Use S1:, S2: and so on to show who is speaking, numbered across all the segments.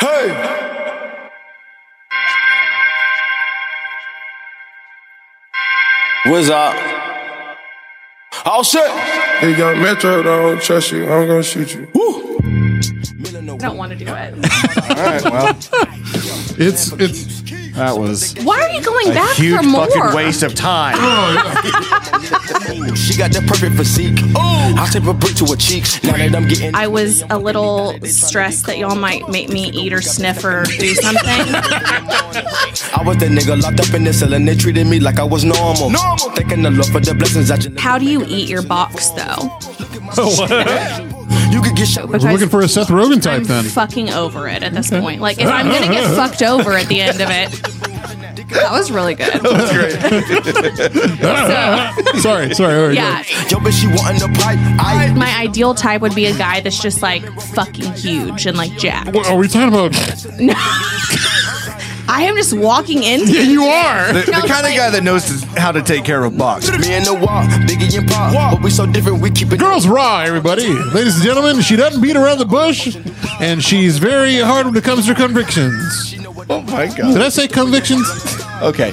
S1: Hey! What's up? Oh, All set.
S2: Hey, young Metro, I don't trust you. I'm gonna shoot you.
S1: Woo!
S3: don't want to do it.
S2: All right, well,
S4: It's it's that was
S3: Why are you going back
S5: Huge
S3: for more?
S5: fucking waste of time.
S1: She got that perfect physique. Ooh. I'll take a brick to her cheeks. Now that I'm getting.
S3: I was a little stressed that y'all might make me eat or sniff or do something.
S1: I was the nigga locked up in the cell and they treated me like I was normal. Normal. Thanking the Lord for the blessings I just.
S3: How do you eat your box though?
S1: You could get shot with
S3: Because
S4: looking for a Seth Rogen type
S3: I'm
S4: then.
S3: fucking over it at this point. Like if I'm gonna get fucked over at the end of it. That was really good.
S4: sorry, sorry. all right,
S3: Yeah.
S1: Yo, bitch, she wanting the pipe. I.
S3: My ideal type would be a guy that's just like fucking huge and like jacked.
S4: What, are we talking about?
S3: I am just walking into
S4: Yeah, you are.
S5: The,
S3: No,
S5: kind of
S3: like-
S5: guy that knows to- how to take care of a box.
S1: Me and the wall, Biggie and Pop. But we so different, we keep it.
S4: Girls raw, everybody, ladies and gentlemen. She doesn't beat around the bush, and she's very hard when it comes to convictions.
S5: Oh my
S4: Did
S5: god.
S4: I say convictions?
S5: Okay.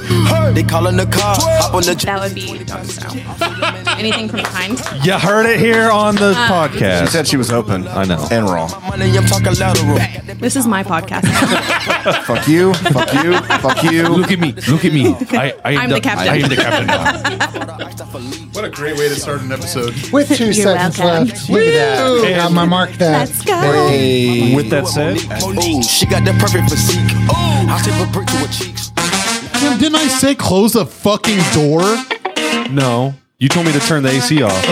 S1: They calling the car. Hop on the jet.
S3: that would be so. Anything from behind?
S6: You heard it here on the
S3: Ah.
S5: She
S6: podcast.
S5: said she was open.
S6: I know.
S5: And wrong.
S1: Money, I'm talking lateral.
S3: This is my podcast.
S5: Fuck you. Fuck you. Fuck you.
S6: Look at me. Look at me. I, I
S3: I'm the captain.
S6: I am the captain.
S4: What a great way to start an episode.
S7: With 2
S3: You're
S7: seconds
S3: welcome.
S7: left. Look at that. Got my mark that.
S3: Let's go.
S7: Hey.
S6: With that said,
S1: Monique, she got the perfect physique. I'll take a brick to her cheeks.
S4: Tim, didn't I say close the fucking door?
S6: no. You told me to turn the AC off.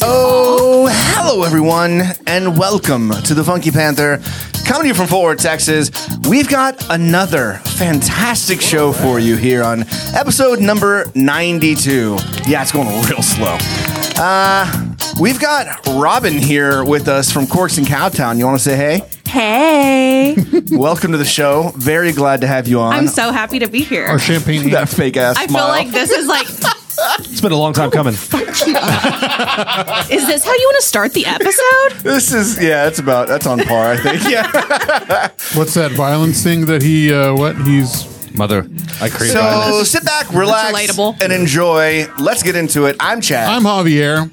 S5: Oh, hello everyone, and welcome to the Funky Panther. Coming to you from Fort Worth, Texas, we've got another fantastic show for you here on episode number 92. Yeah, it's going real slow. Uh, we've got Robin here with us from Corks and Cowtown. You want to say hey?
S3: Hey.
S5: welcome to the show. Very glad to have you on.
S3: I'm so happy to be here.
S4: Our champagne.
S5: that fake ass
S3: I feel
S5: smile.
S3: like this is like
S6: It's been a long time coming.
S3: is this how you want to start the episode?
S5: this is yeah, that's about that's on par, I think. Yeah.
S4: What's that violence thing that he? Uh, what he's?
S6: Mother, I crave
S5: So
S6: violence.
S5: sit back, relax,
S3: relatable.
S5: and enjoy. Let's get into it. I'm Chad.
S4: I'm Javier,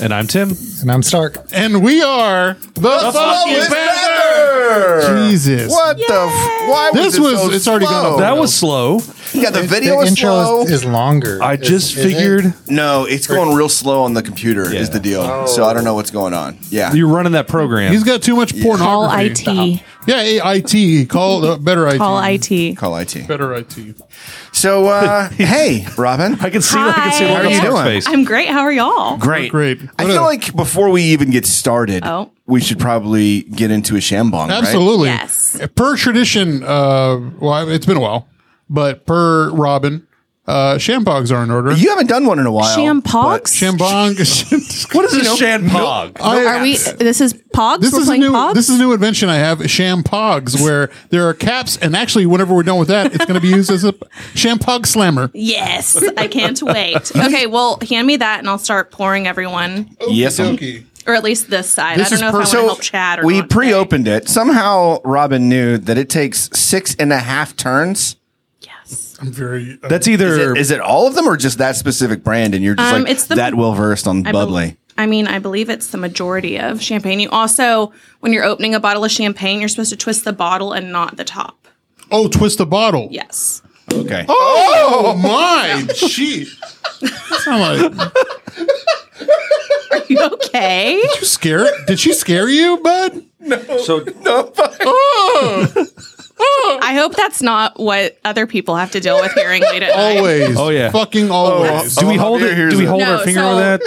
S6: And I'm Tim.
S7: And I'm Stark.
S4: and we are the,
S5: Slow
S4: fucking
S5: is
S4: Panther.
S5: better.
S4: Jesus.
S5: What the? F- why was
S4: This
S5: it
S4: was-
S5: so
S4: it's already gone
S5: slow?
S4: up.
S6: That was slow.
S5: yeah. The video
S7: the
S5: is
S7: intro
S5: slow.
S7: Is, is longer.
S6: I
S7: Is-
S6: just
S7: is it?
S6: figured
S5: no, it's going real slow on the computer. Is the deal? So I don't know what's going on. Yeah.
S6: you're running that program.
S4: He's got too much pornography.
S3: Call IT.
S4: Yeah, A- IT. Call uh, better IT.
S3: Call IT.
S5: Call IT.
S4: Better IT.
S5: So uh, hey, Robin.
S6: I can see. I can
S3: Hi.
S6: see. the
S3: How
S6: look
S3: are
S6: on
S3: you
S6: Scott's
S5: doing?
S6: face.
S3: I'm great. How are y'all?
S5: Great.
S4: Great.
S5: I
S4: What
S5: feel
S4: a-
S5: like before we even get started,
S3: Oh.
S5: we should probably get into a shambong. right?
S4: Absolutely.
S3: Yes.
S4: Per tradition, uh, well, it's been a while, but per Robin, uh, shampogs are in order.
S5: You haven't done one in a while.
S3: Shampogs?
S4: Shambong.
S6: What is a shan pog?
S4: Oh.
S3: are we this is Pogs?
S4: This
S3: We're
S4: is a
S3: playing
S4: new.
S3: Pogs?
S4: This is a new invention I have. Shampogs, where there are caps, and actually, whenever we're done with that, it's going to be used as a shampog slammer.
S3: yes. I can't wait. Okay, well hand me that and I'll start pouring everyone.
S5: Yes. I'm-
S3: Or at least this side.
S4: This
S3: I don't
S4: is
S3: know if I
S4: per-
S3: want to
S5: So
S3: help Chad or
S5: we
S3: not today.
S5: pre-opened it. Somehow Robin knew that it takes six and a half turns.
S3: Yes.
S4: I'm very. Uh,
S6: That's
S5: Is
S6: either.
S5: it, is it all of them or just that specific brand? And you're just
S3: Um,
S5: like
S3: it's the-
S5: that well versed on
S3: I bel-
S5: bubbly.
S3: I mean, I believe it's the majority of champagne. You also, when you're opening a bottle of champagne, you're supposed to twist the bottle and not the top.
S4: oh, twist the bottle.
S3: Yes.
S5: okay.
S4: Oh my, gee. I'm like,
S3: Are you okay?
S4: you scared? Did she scare you, bud?
S6: so
S3: I hope that's not what other people have to deal with hearing late at night.
S4: Always.
S6: Oh, yeah.
S4: Fucking always.
S3: Oh.
S6: do we hold
S5: Javier,
S6: it?
S5: here's
S6: Do we
S5: a-
S6: hold
S3: No,
S6: our finger
S3: so-
S6: on that?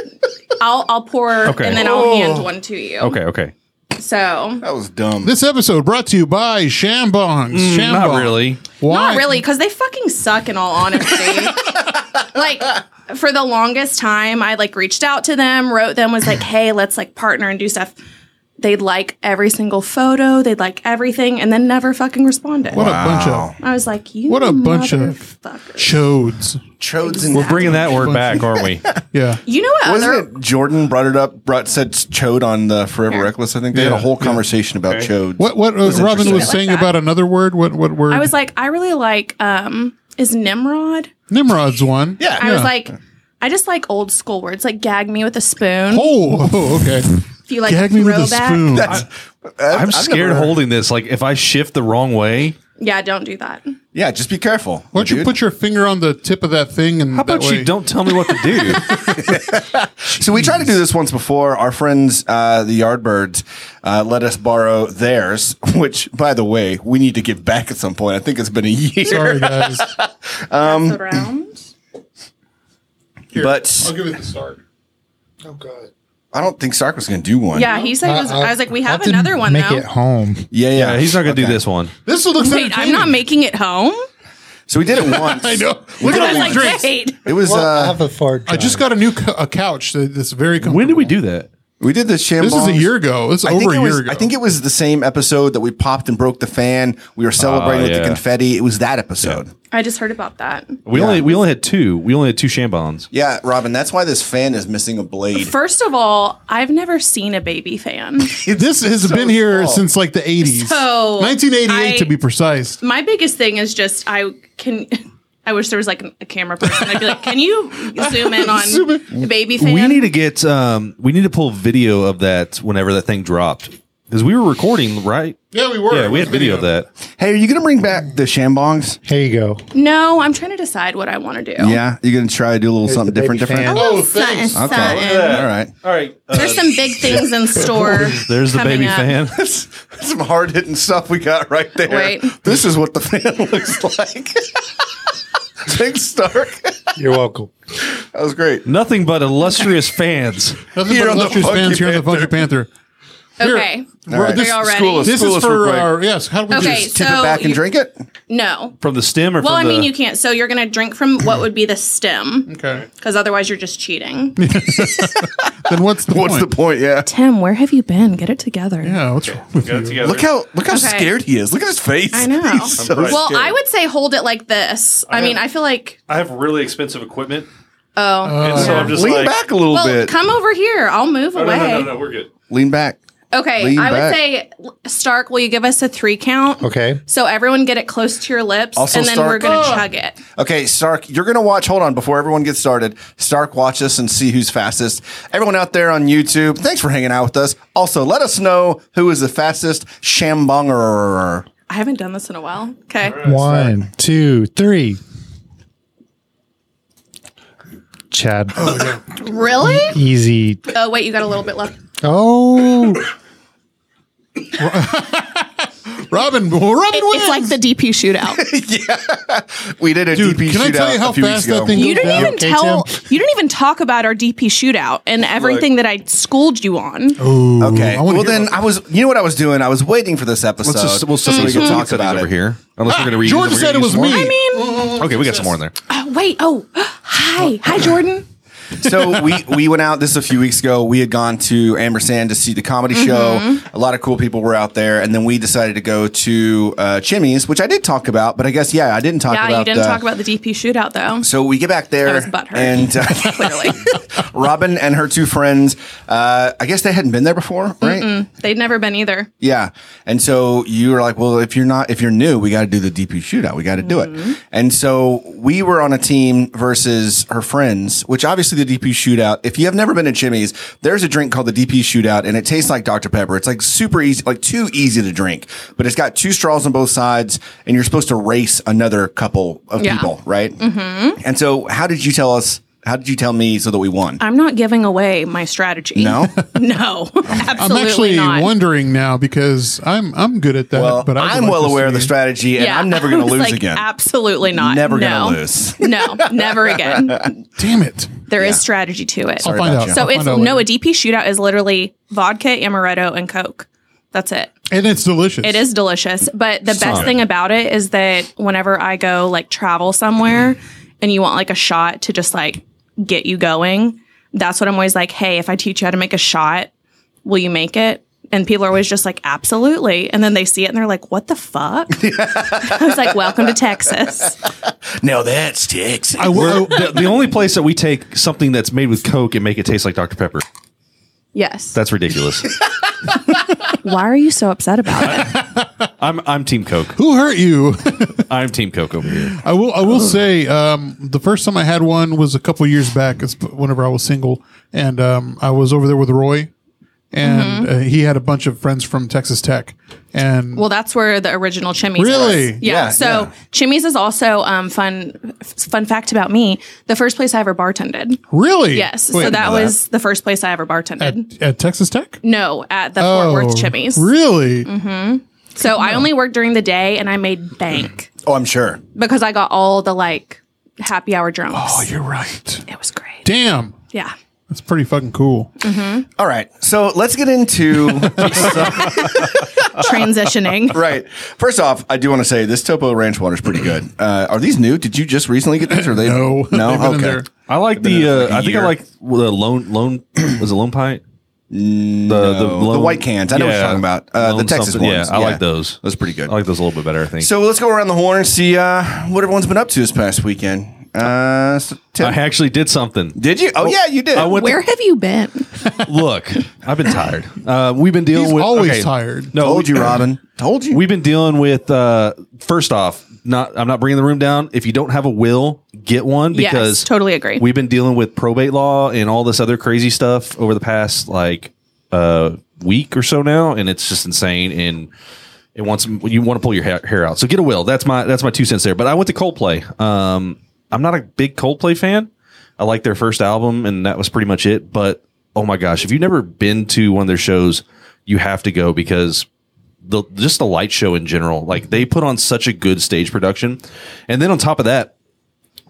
S3: I'll I'll pour
S6: Okay.
S3: and then I'll
S4: Oh.
S3: hand one to you.
S6: Okay. Okay.
S3: So
S5: That was dumb.
S4: This episode brought to you by Shambongs. Shambong.
S6: Mm, Not really.
S4: Why?
S3: not really, because they fucking suck in all honesty. like for the longest time I like reached out to them, wrote them, was like, hey, let's like partner and do stuff. They'd like every single photo. They'd like everything, and then never fucking responded.
S4: What a bunch of
S3: I was like, you
S4: what a bunch of
S3: motherfuckers.
S4: chodes.
S5: Chodes and
S6: We're bringing that word back, aren't we?
S4: Yeah.
S3: You know what other
S5: Wasn't it Jordan brought it up? Brought said chode on the Forever Reckless. I think they had a
S4: Yeah.
S5: whole conversation about chodes.
S4: What what uh, Robin
S5: interesting.
S4: was
S3: Like
S4: saying
S3: that.
S4: about another word? What what word?
S3: I was like, I really like um is Nimrod.
S4: Nimrod's one. Yeah.
S3: I was like, I just like old school words, like gag me with a spoon.
S4: oh, oh, okay.
S3: if you like
S4: Gag me with a
S3: throwback.
S4: spoon.
S6: I'm scared holding this. Like, if I shift the wrong way,
S3: Yeah, don't do that.
S5: Yeah, just be careful.
S4: Why don't you
S5: dude.
S4: put your finger on the tip of that thing and
S6: how about
S4: that way-
S6: you don't tell me what to do?
S5: So we tried to do this once before. Our friends, uh, the Yardbirds, uh, let us borrow theirs, which, by the way, we need to give back at some point. I think it's been a year.
S4: Sorry, guys.
S3: That's around.
S5: But
S4: give it the start.
S7: Oh God.
S5: I don't think Sark was going to do one.
S3: Yeah, he said. it was, I was like, we have another one
S7: Make
S3: though.
S7: it home.
S5: yeah, yeah.
S6: Yeah, Uh, he's not going to
S5: Okay.
S6: do this one.
S4: This looks
S3: Wait, I'm not making it home.
S5: So we did it once.
S4: I know.
S5: We
S4: Look
S5: did
S4: at
S5: it
S3: I was
S5: once.
S3: like, wait.
S5: It was.
S7: Well, I
S5: Uh,
S7: have a fart.
S4: I just got a new co- a couch that- that's very comfortable.
S6: When did we do that?
S5: we did the shambong.
S4: This is a year ago. This is
S5: I
S4: over
S5: think,
S4: a
S5: it
S4: year
S5: was,
S4: ago.
S5: I think it was the same episode that we popped and broke the fan. We were celebrating with
S6: yeah.
S5: the confetti. It was that episode.
S3: I just heard about that.
S6: We only we only had two. We only had two shambons.
S5: Yeah. Robin, that's why this fan is missing a blade.
S3: First of all, I've never seen a baby fan.
S4: this has been here since like the 80s.
S3: So,
S4: 1988
S3: I-
S4: to be precise.
S3: My biggest thing is just I can. I wish there was like a camera person. I'd be like, can you zoom in on
S4: Zoom
S3: the baby fan?
S6: We need to get um we need to pull video of that whenever that thing dropped because we were recording right.
S4: Yeah, we were.
S6: Yeah, we had video of that.
S5: Hey, are you going to bring back the shambongs?
S7: Here you go.
S3: No, I'm trying to decide what I want to do.
S5: Yeah. You're going to try to do a little something
S7: the
S5: different,
S7: big
S5: different?
S7: fan.
S4: Oh,
S3: Something,
S4: thanks.
S5: Okay.
S3: something.
S5: All right.
S6: All right,
S3: There's some big things in store.
S6: there's the
S3: coming
S6: baby
S3: up.
S6: fan.
S5: Some hard hitting stuff we got right there.
S3: Right.
S5: This is what the fan looks like. Thanks, Stark.
S7: You're welcome.
S5: That was great.
S6: Nothing but illustrious fans.
S4: Nothing
S5: Here
S4: but
S5: on the
S4: illustrious
S5: Funky
S4: fans here on the Funky Panther.
S3: Okay.
S4: We're-
S5: right.
S4: This,
S3: Are y'all ready?
S5: School us.
S4: this
S5: School
S4: is
S5: us real
S4: for uh,
S5: quick.
S4: our yes. How do we do
S3: Okay,
S4: this?
S5: Tip
S3: So
S5: it back and
S3: you-
S5: drink it.
S3: No.
S6: From the stem or
S3: Well, I
S6: from
S3: mean,
S6: the,
S3: you can't. So you're going to drink from what would be the stem,
S4: Okay.
S3: because otherwise you're just cheating.
S4: Then what's the
S5: What's
S4: point?
S5: the point? Yeah.
S3: Tim, where have you been? Get it together.
S4: Yeah, what's wrong with you?
S5: Look how look how
S3: Okay.
S5: scared he is. Look at his face.
S3: I know.
S5: He's so
S3: Well,
S5: scared.
S3: I would say hold it like this. I, mean, I feel like
S6: I have really expensive equipment,
S3: oh,
S6: and so I'm just
S5: lean back a little
S3: well,
S5: bit.
S3: come over here. I'll move away.
S6: we're good.
S5: lean back.
S3: Okay,
S5: Lean
S3: I would
S5: back.
S3: say Stark. Will you give us a three count?
S7: Okay.
S3: So everyone get it close to your lips,
S5: Also,
S3: and then
S5: Stark-
S3: we're gonna
S5: Oh.
S3: chug it.
S5: Okay, Stark, you're gonna watch. Hold on, before everyone gets started, Stark, watch us and see who's fastest. Everyone out there on YouTube, thanks for hanging out with us. Also, let us know who is the fastest shambonger.
S3: I haven't done this in a while. Okay.
S7: One, two, three. Chad,
S3: Really?
S7: easy.
S3: Oh wait, you got a little bit left.
S7: Oh,
S4: Robin, well, Robin, wins.
S3: It's like the DP shootout.
S5: We did a
S4: Dude,
S5: DP
S4: can I tell
S5: shootout
S4: you how
S5: a few weeks
S4: fast
S5: ago.
S4: that thing
S3: You
S4: goes
S3: didn't
S4: down?
S3: even
S7: Okay,
S3: tell. You didn't even talk about our DP shootout and everything that I schooled you on.
S5: Okay.
S4: I wanna hear
S5: well, then
S4: about
S5: I was. You know what I was doing? I was waiting for this episode.
S6: Let's just we'll
S5: so we
S6: settle
S5: could
S6: some
S5: talk about
S6: over
S5: it.
S6: here. Unless we're going to read.
S4: George said it was me.
S3: I mean,
S6: Okay, we got some more in there.
S3: oh, wait. Oh, hi, hi, Jordan.
S5: so we we went out this a few weeks ago. We had gone to Ambersand to see the comedy
S3: Mm-hmm.
S5: show. A lot of cool people were out there, and then we decided to go to uh, Chimmy's, which I did talk about. But I guess yeah, I didn't talk about.
S3: Yeah, you didn't
S5: uh,
S3: talk about the DP shootout though.
S5: So we get back there,
S3: I was butthurt.
S5: and uh,
S3: Clearly,
S5: Robin and her two friends. Uh, I guess they hadn't been there before, right?
S3: they'd never been either.
S5: Yeah. And so you were like, well, if you're not, if you're new, we got to do the DP shootout. We got to do
S3: Mm-hmm.
S5: it. And so we were on a team versus her friends, which obviously the DP shootout, if you have never been to Jimmy's, there's a drink called the DP shootout and it tastes like Dr. Pepper. It's like super easy, like too easy to drink, but it's got two straws on both sides and you're supposed to race another couple of
S3: Yeah.
S5: people, right? Mm-hmm. And so how did you tell us? How did you tell me so that we won?
S3: I'm not giving away my strategy.
S5: No?
S3: no,
S4: I'm
S3: absolutely
S4: actually
S3: not.
S4: wondering now because I'm I'm good at that.
S5: well,
S4: but I would
S5: I'm
S4: like
S5: well
S4: to
S5: aware of
S4: see-
S5: the strategy and I'm never going
S3: I
S5: to
S3: was
S5: lose
S3: Uh, like,
S5: again.
S3: Absolutely not.
S5: Never
S3: no.
S5: gonna lose.
S3: no, never again.
S4: Damn it!
S3: There is strategy to it.
S4: I'll find
S5: about
S4: out.
S5: you.
S3: So
S4: I'll
S3: it's
S4: find out
S3: no, a
S4: later.
S3: DP shootout is literally vodka, amaretto, and Coke. That's it.
S4: and it's delicious.
S3: It is delicious. But the best thing about it is that whenever I go like travel somewhere and you want like a shot to just like get you going, that's what I'm always like, hey, if I teach you how to make a shot, will you make it? And people are always just like, absolutely. And then they see it and they're like, what the fuck? I was like, welcome to Texas.
S5: Now that's Texas.
S4: I will.
S6: the, the only place that we take something that's made with Coke and make it taste like Dr. Pepper.
S3: Yes.
S6: That's ridiculous.
S3: Why are you so upset about it?
S6: I'm I'm Team Coke.
S4: Who hurt you?
S6: I'm Team Coke over here.
S4: I will. I will say, um, the first time I had one was a couple years back. it's Whenever I was single, and um, I was over there with Roy, and uh, he had a bunch of friends from Texas Tech, and
S3: Mm-hmm. Well, that's where the original Chimmy's
S4: Really?
S3: was. Yeah.
S5: Yeah,
S3: so
S5: yeah.
S3: Chimmy's is also um, fun. f- Fun fact about me: the first place I ever bartended.
S4: really,
S3: Yes.
S4: Wait,
S3: so that was the first place I ever bartended.
S4: at, at Texas Tech. Oh,
S3: no, at the Fort Worth Mm-hmm. Chimmy's.
S4: Really?
S3: So I only worked during the day and I made bank
S5: oh, I'm sure.
S3: because I got all the like happy hour drunks.
S4: Oh, you're right.
S3: it was great.
S4: Damn,
S3: yeah.
S4: that's pretty fucking cool.
S3: Mm-hmm.
S5: All right. So let's get into
S3: Transitioning.
S5: right. First off, I do want to say this Topo Ranch water is pretty good. Uh, are these new? Did you just recently get these? Or are they
S4: No. They've
S5: no?
S4: been in
S5: okay.
S4: there.
S6: I like
S5: been
S6: the.
S5: in it for like a
S6: Uh, I think
S5: year.
S6: I like the lone lone was it lone pie. Uh, The, the,
S5: Mm, No, the white cans. I know what you're talking about. Uh, the
S6: Lone
S5: Texas
S6: something.
S5: ones.
S6: Yeah, I
S5: Yeah.
S6: like those.
S5: Those are pretty good.
S6: I like those a little bit better. I think.
S5: So let's go around the horn and see uh, what everyone's been up to this past weekend. Uh, so Tim,
S6: I actually did something.
S5: did you? Oh yeah, you did.
S6: I went
S3: Where have you been?
S6: to, look. I've been tired. Uh, we've been dealing
S4: He's
S6: with
S4: always
S6: okay.
S4: tired.
S6: No,
S5: Told you, Robin. Told you.
S6: We've been dealing with uh first off, not I'm not bringing the room down. If you don't have a will, get one
S3: Yes,
S6: because
S3: totally agree.
S6: We've been dealing with probate law and all this other crazy stuff over the past like uh week or so now and it's just insane and it wants you want to pull your hair, hair out. So get a will. That's my that's my two cents there. But I went to Coldplay. Um I'm not a big Coldplay fan. I like their first album and that was pretty much it, but oh my gosh, if you've never been to one of their shows, you have to go because the just the light show in general. Like they put on such a good stage production, and then on top of that,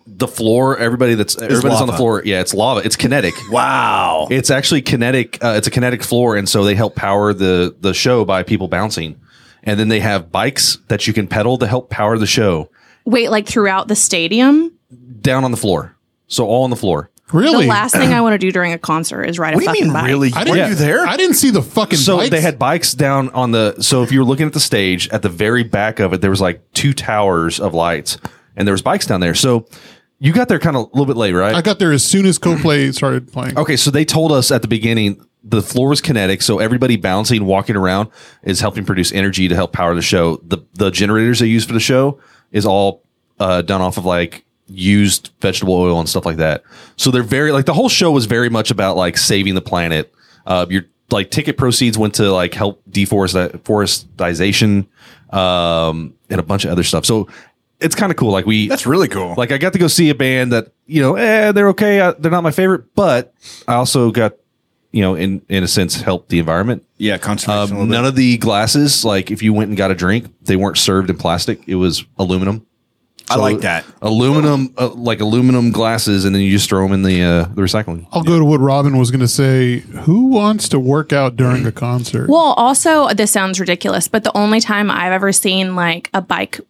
S6: the floor. Everybody that's everybody's on the
S5: lava.
S6: floor. Yeah, it's lava. It's kinetic.
S5: wow.
S6: It's actually kinetic. Uh, it's a kinetic floor, and so they help power the the show by people bouncing, and then they have bikes that you can pedal to help power the show
S3: Wait, like throughout the stadium?
S6: down on the floor. So all on the floor.
S4: Really?
S3: The last thing I want to do during a concert is ride a
S5: what do
S3: fucking
S5: you mean?
S3: bike.
S5: Really?
S4: I
S5: Were
S4: didn't,
S5: you there?
S4: I didn't see the fucking.
S6: So
S4: bikes.
S6: they had bikes down on the. So if you were looking at the stage, at the very back of it, there was like two towers of lights, and there was bikes down there. So you got there kind of a little bit late, right?
S4: I got there as soon as Coldplay started playing.
S6: Okay, so they told us at the beginning the floor was kinetic, so everybody bouncing, walking around is helping produce energy to help power the show. The the generators they use for the show is all uh, done off of like used vegetable oil and stuff like that. So they're very like the whole show was very much about like saving the planet. Uh, your like ticket proceeds went to like help deforest forestation um, and a bunch of other stuff. So it's kind of cool. Like we
S5: That's really cool.
S6: like I got to go see a band that you know, eh, they're okay. I, they're not my favorite, but I also got you know, in in a sense, helped the environment.
S5: yeah, conservation. a
S6: Um,
S5: little
S6: none of the glasses, like if you went and got a drink, they weren't served in plastic. It was aluminum.
S5: bit. I like that.
S6: Aluminum, uh, like aluminum glasses, and then you just throw them in the uh, the recycling.
S4: I'll go to what Robin was going to say. Who wants to work out during a concert?
S3: Well, also, this sounds ridiculous, but the only time I've ever seen like a bike um,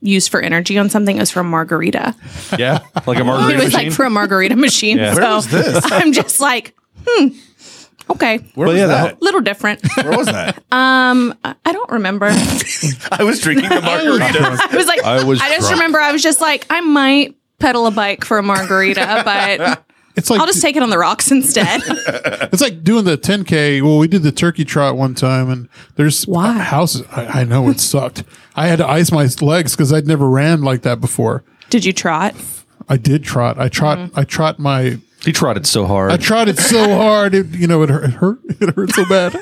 S3: used for energy on something is from Margarita.
S6: Yeah, like a
S3: It
S6: margarita
S3: was like
S6: machine.
S3: for a margarita machine. So I'm just like, hmm, okay,
S5: Where
S6: But
S5: was
S6: yeah, the
S5: that?
S3: little different.
S5: Where was that?
S3: I don't remember. I
S5: I was drinking the margarita.
S3: was like, I,
S6: was
S3: just
S6: drunk.
S3: remember I was just like, I might pedal a bike for a margarita, but
S4: it's like
S3: I'll just take it on the rocks instead.
S4: it's like doing the 10k. Well, we did the turkey trot one time, and there's
S3: Why?
S4: houses. I, I know it sucked. I had to ice my legs because I'd never ran like that before.
S3: Did you trot?
S4: I did trot. I trot.
S3: Mm-hmm.
S4: I trot my.
S6: he trotted so
S4: I
S6: hard.
S4: trotted so hard. It you know it hurt. It hurt, it hurt so bad.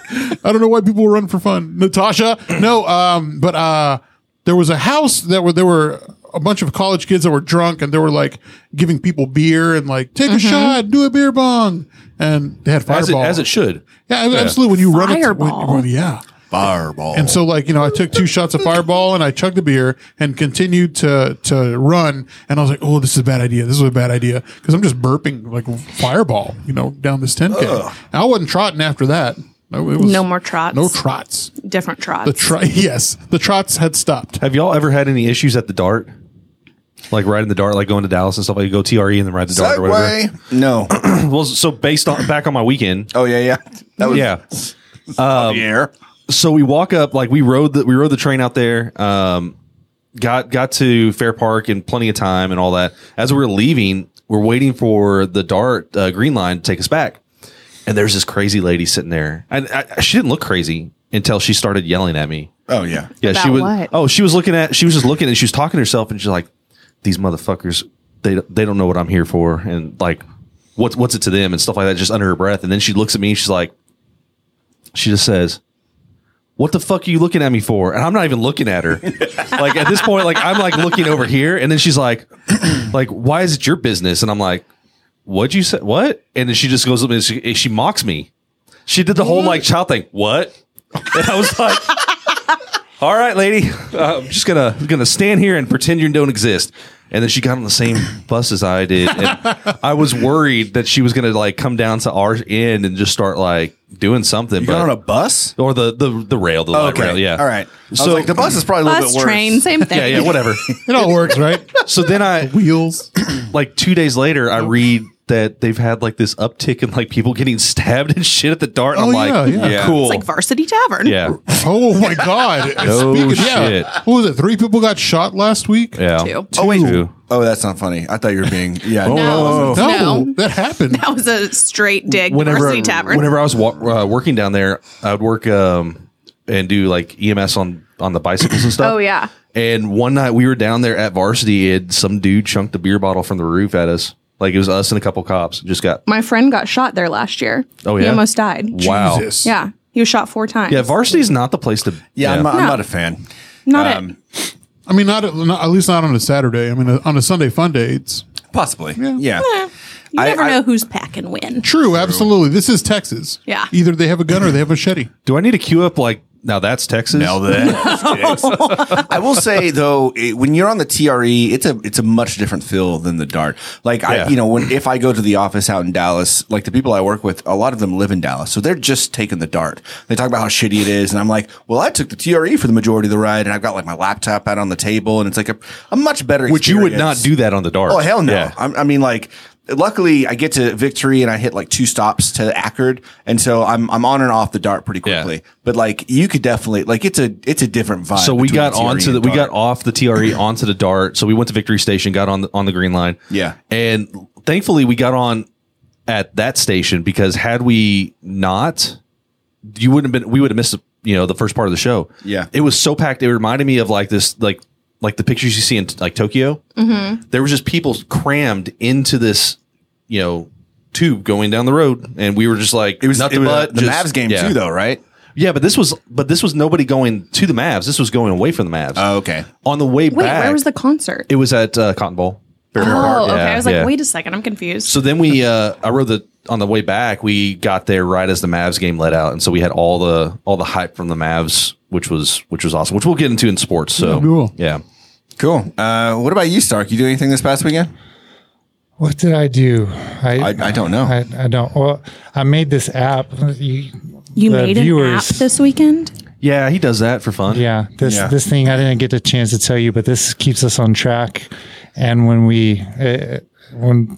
S4: I don't know why people run for fun. Natasha. No. Um. But uh, there was a house that were there were a bunch of college kids that were drunk and they were like giving people beer and like take a shot, do a beer bong, and they had
S6: Mm-hmm. As it,
S4: fireball
S6: as it should.
S4: Yeah, absolutely. When you run it, when,
S3: Fireball.
S4: when- yeah.
S5: Fireball.
S4: And so, like you know, I took two shots of Fireball and I chugged a beer and continued to to run. And I was like, "Oh, this is a bad idea. This is a bad idea," because I'm just burping like Fireball, you know, down this 10k. And I wasn't trotting after that. No, it was-
S3: No more trots.
S4: No trots.
S3: Different trots.
S4: The tr- yes, the trots had stopped.
S6: Have y'all ever had any issues at the dart? Like riding the dart, like going to Dallas and stuff. Like go TRE and then ride the dart or whatever.
S5: Segway. No.
S6: Well, so based on back on my weekend,
S5: Oh yeah, yeah. That was
S6: yeah.
S5: the air.
S6: so we walk up like we rode the we rode the train out there um got got to fair park in plenty of time and all that as we were leaving we're waiting for the dart uh, green line to take us back and there's this crazy lady sitting there and I, she didn't look crazy until she started yelling at me
S5: Oh yeah.
S6: yeah she
S3: About
S6: was
S3: what?
S6: oh she was looking at she was just looking and she was talking to herself and she's like these motherfuckers they they don't know what i'm here for and like what's what's it to them and stuff like that just under her breath and then she looks at me and she's like she just says what the fuck are you looking at me for? And I'm not even looking at her. like at this point, like I'm like looking over here, and then she's like, like why is it your business? And I'm like, what'd you say? What? And then she just goes up and she, and she mocks me. She did the whole like child thing. What? And I was like, all right, lady, uh, I'm just gonna gonna stand here and pretend you don't exist. And then she got on the same bus as I did, and I was worried that she was gonna like come down to our end and just start like doing something.
S5: You got on a bus?
S6: Or the the the rail, the light rail. Yeah.
S5: All right. So
S6: So-
S5: like, the bus is probably a little
S3: Bus,
S5: bit worse.
S3: train, same thing.
S6: Yeah, yeah, whatever.
S4: It all works, right?
S6: so then I
S4: Wheels.
S6: like two days later I read that they've had like this uptick in like people getting stabbed and shit at the dart. And
S4: Oh,
S6: I'm like,
S4: yeah, yeah.
S6: yeah.
S3: It's
S6: cool.
S3: like Varsity Tavern.
S6: yeah.
S4: Oh my god!
S6: No Oh, shit.
S4: What was it? Three people got shot last week.
S6: Yeah.
S3: Two.
S5: Oh wait.
S6: Two.
S5: Oh, that's not funny. I thought you were being yeah.
S3: No.
S4: No,
S3: No.
S4: that happened.
S3: That was a straight dig. to Varsity Tavern.
S6: whenever I was wa- uh, working down there, I would work um, and do like EMS on on the bicycles and stuff.
S3: Oh, yeah.
S6: And one night we were down there at varsity, and some dude chunked a beer bottle from the roof at us. Like it was us and a couple cops. Just got
S3: My friend got shot there last year.
S6: Oh,
S3: He
S6: yeah?
S3: almost died.
S6: wow.
S4: Jesus.
S3: Yeah. He was shot four times.
S6: Yeah, varsity's not the place to.
S5: Yeah, I'm, not, I'm
S3: No.
S5: not a fan.
S3: Not
S6: um,
S3: it.
S4: I mean, not at, not at least not on a Saturday. I mean, on a Sunday fun day, it's
S5: Possibly. Yeah.
S3: Eh, You
S5: I-
S3: never
S5: I-
S3: know who's packing when.
S4: true. Absolutely, this is Texas.
S3: Yeah.
S4: Either they have a gun or they have a machete.
S6: Do I need to queue up? Like now, that's Texas.
S5: Now that I will say though, it, when you're on the TRE, it's a it's a much different feel than the Dart. Like I,
S6: Yeah.
S5: you know, when if I go to the office out in Dallas, like the people I work with, a lot of them live in Dallas, so they're just taking the Dart. They talk about how shitty it is, and I'm like, well, I took the TRE for the majority of the ride, and I've got like my laptop out on the table, and it's like a, a much better.
S6: Which you would not
S5: experience.
S6: do that on the dark.
S5: Oh hell no!
S6: Yeah.
S5: I'm, I mean, like, luckily I get to victory and I hit like two stops to Ackard, and so I'm I'm on and off the dart pretty
S6: Yeah.
S5: quickly. But like, you could definitely like it's a it's a different vibe.
S6: So we
S5: between
S6: got
S5: TRE
S6: onto the
S5: E and
S6: we got
S5: dart.
S6: off the TRE onto the dart. So we went to Victory Station, got on the, on the green line.
S5: Yeah.
S6: and thankfully we got on at that station because had we not, you wouldn't have been. We would have missed you know the first part of the show.
S5: Yeah.
S6: it was so packed. It reminded me of like this like like the pictures you see in like Tokyo. Mm-hmm. There was just people crammed into this you know tube going down the road, and we were just like
S5: it was
S6: nothing
S5: it was, uh,
S6: but
S5: the
S6: just-
S5: Mavs game
S6: yeah.
S5: too, though, right?
S6: Yeah, but this was but this was nobody going to the Mavs. This was going away from the Mavs.
S5: Oh, okay.
S6: On the way
S3: Wait,
S6: back,
S3: where was the concert?
S6: it was at uh, Cotton Bowl.
S3: oh, okay. I was like,
S6: yeah.
S3: wait a second. I'm confused.
S6: So then we, uh, I rode the on the way back. We got there right as the Mavs game let out, and so we had all the all the hype from the Mavs, which was which was awesome. Which we'll get into in sports. So
S4: we will.
S6: yeah,
S5: Cool. Uh, what about you, Stark? You do anything this past weekend?
S7: What did I do? I,
S5: I- I don't know.
S7: I, I don't. Well, I made this app. You,
S3: you
S7: the
S3: made an app
S7: viewers-
S3: this weekend?
S6: yeah, he does that for fun.
S7: Yeah, this
S5: Yeah.
S7: this thing I didn't get a chance to tell you, but this keeps us on track. And when we uh, when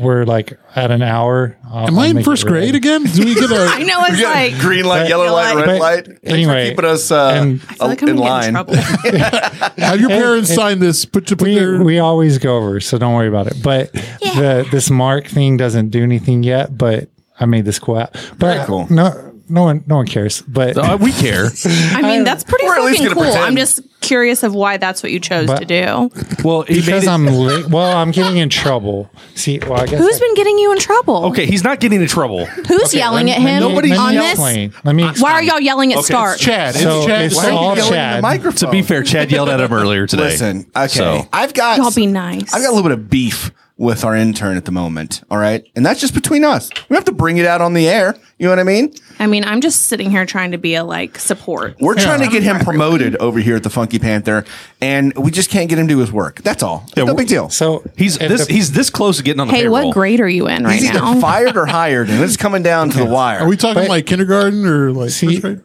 S7: we're like at an hour, I'll-
S4: Am I
S7: I'll
S4: in
S7: make
S4: first
S7: it right.
S4: grade again? Do we get
S3: I
S4: a?
S3: know it's like
S5: green light, yellow
S3: Yellow
S5: light,
S3: light.
S5: red
S7: But
S5: light. Thanks for
S7: anyway,
S5: keeping us uh,
S7: and-
S3: I feel like I'm
S5: in
S3: gonna get in
S5: line.
S3: trouble.
S4: Have your parents
S7: it-
S4: sign this? Put to put
S7: We,
S4: their.
S7: we always go over, so don't worry about it. But the this mark thing doesn't do anything yet. But I made this cool app. But
S5: Very cool.
S7: no, no one, no one cares. But
S6: Uh, we care.
S3: I mean, that's pretty
S5: We're at least
S3: fucking
S5: gonna
S3: cool.
S5: pretend.
S3: I'm just curious of why that's what you chose
S7: But-
S3: to do.
S6: well, he made
S7: because
S6: it-
S7: I'm late, well, I'm getting in trouble. See, well, I guess
S3: Who's
S7: I-
S3: been getting you in trouble?
S6: okay, he's not getting in trouble.
S3: Who's yelling
S7: let
S3: at
S7: me-
S3: him
S7: let me- let me
S3: on this?
S7: explain. Let me
S3: Why are
S7: explain.
S3: y'all yelling at
S6: Okay,
S3: Stark?
S6: it's
S4: Chad,
S6: Chad.
S4: it's
S7: So
S4: Chad.
S7: it's
S5: Why are you
S7: all
S5: yelling in the
S7: Chad.
S5: microphone?
S6: to be fair, Chad yelled at him earlier today.
S5: Listen, okay.
S6: So-
S5: I've got
S3: Y'all be nice.
S5: I've got a little bit of beef with our intern at the moment. All right. And that's just between us. We have to bring it out on the air. You know what I mean?
S3: I mean, I'm just sitting here trying to be a like support.
S5: We're trying to get him promoted over here at the Funky Panther, and we just can't get him to do his work. That's all. no
S6: we're-
S5: big deal.
S7: So
S6: he's
S7: if
S6: this
S7: the-
S6: he's this close to getting on the
S3: Hey,
S6: payroll.
S3: what grade are you in right
S5: He's either
S3: now?
S5: fired or hired, and it's coming down to the wire.
S4: are we talking like kindergarten or like
S7: See-
S4: first grade?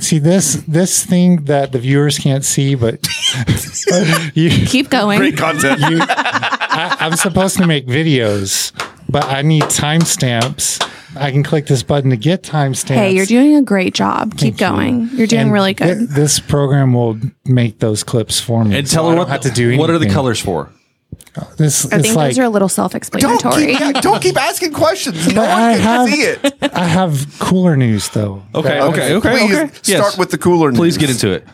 S7: See this this thing that the viewers can't see, but you,
S3: Keep going.
S5: content?
S7: you I, I'm supposed to make videos, but I need timestamps. I can click this button to get timestamps.
S3: Hey, you're doing a great job. Keep
S7: Thank you.
S3: going. You're doing
S7: And
S3: really
S7: thi-
S3: good.
S7: this program will make those clips for me.
S6: And
S7: so
S6: tell
S7: I
S6: her
S7: don't
S6: what
S7: have
S6: the,
S7: to do.
S6: What are the
S7: anything.
S6: colors for?
S7: This
S3: I
S7: it's
S3: think
S7: like
S3: those are a little
S5: Don't
S3: self-explanatory.
S5: keep, yeah, don't keep asking questions. No
S7: But
S5: one
S7: I
S5: can
S7: have,
S5: see it.
S7: I have cooler news though.
S6: Okay, okay, okay,
S5: Please
S6: okay.
S5: start with the cooler
S6: Please
S5: news.
S6: get into it.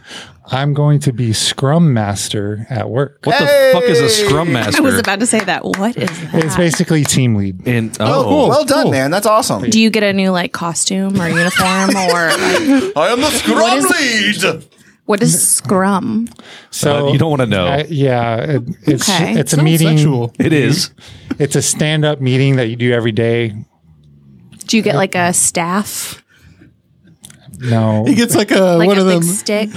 S7: I'm going to be Scrum Master at work.
S6: What the fuck is a scrum master?
S3: I was about to say that. What is
S7: It's
S3: that?
S7: basically team lead.
S6: And oh,
S5: Oh,
S6: cool.
S5: well done, man. That's awesome.
S3: Do you get a new like costume or uniform or like,
S5: I am the scrum lead.
S3: what is scrum?
S7: So
S6: you don't want to know.
S7: I- yeah, it, it's
S3: Okay.
S7: it's a meeting.
S4: Sexual.
S6: it is.
S7: It's a stand up meeting that you do every day.
S3: Do you get like a staff?
S7: No,
S4: He gets like a
S3: Like
S4: one
S3: a
S4: of
S3: big
S4: them.
S3: stick?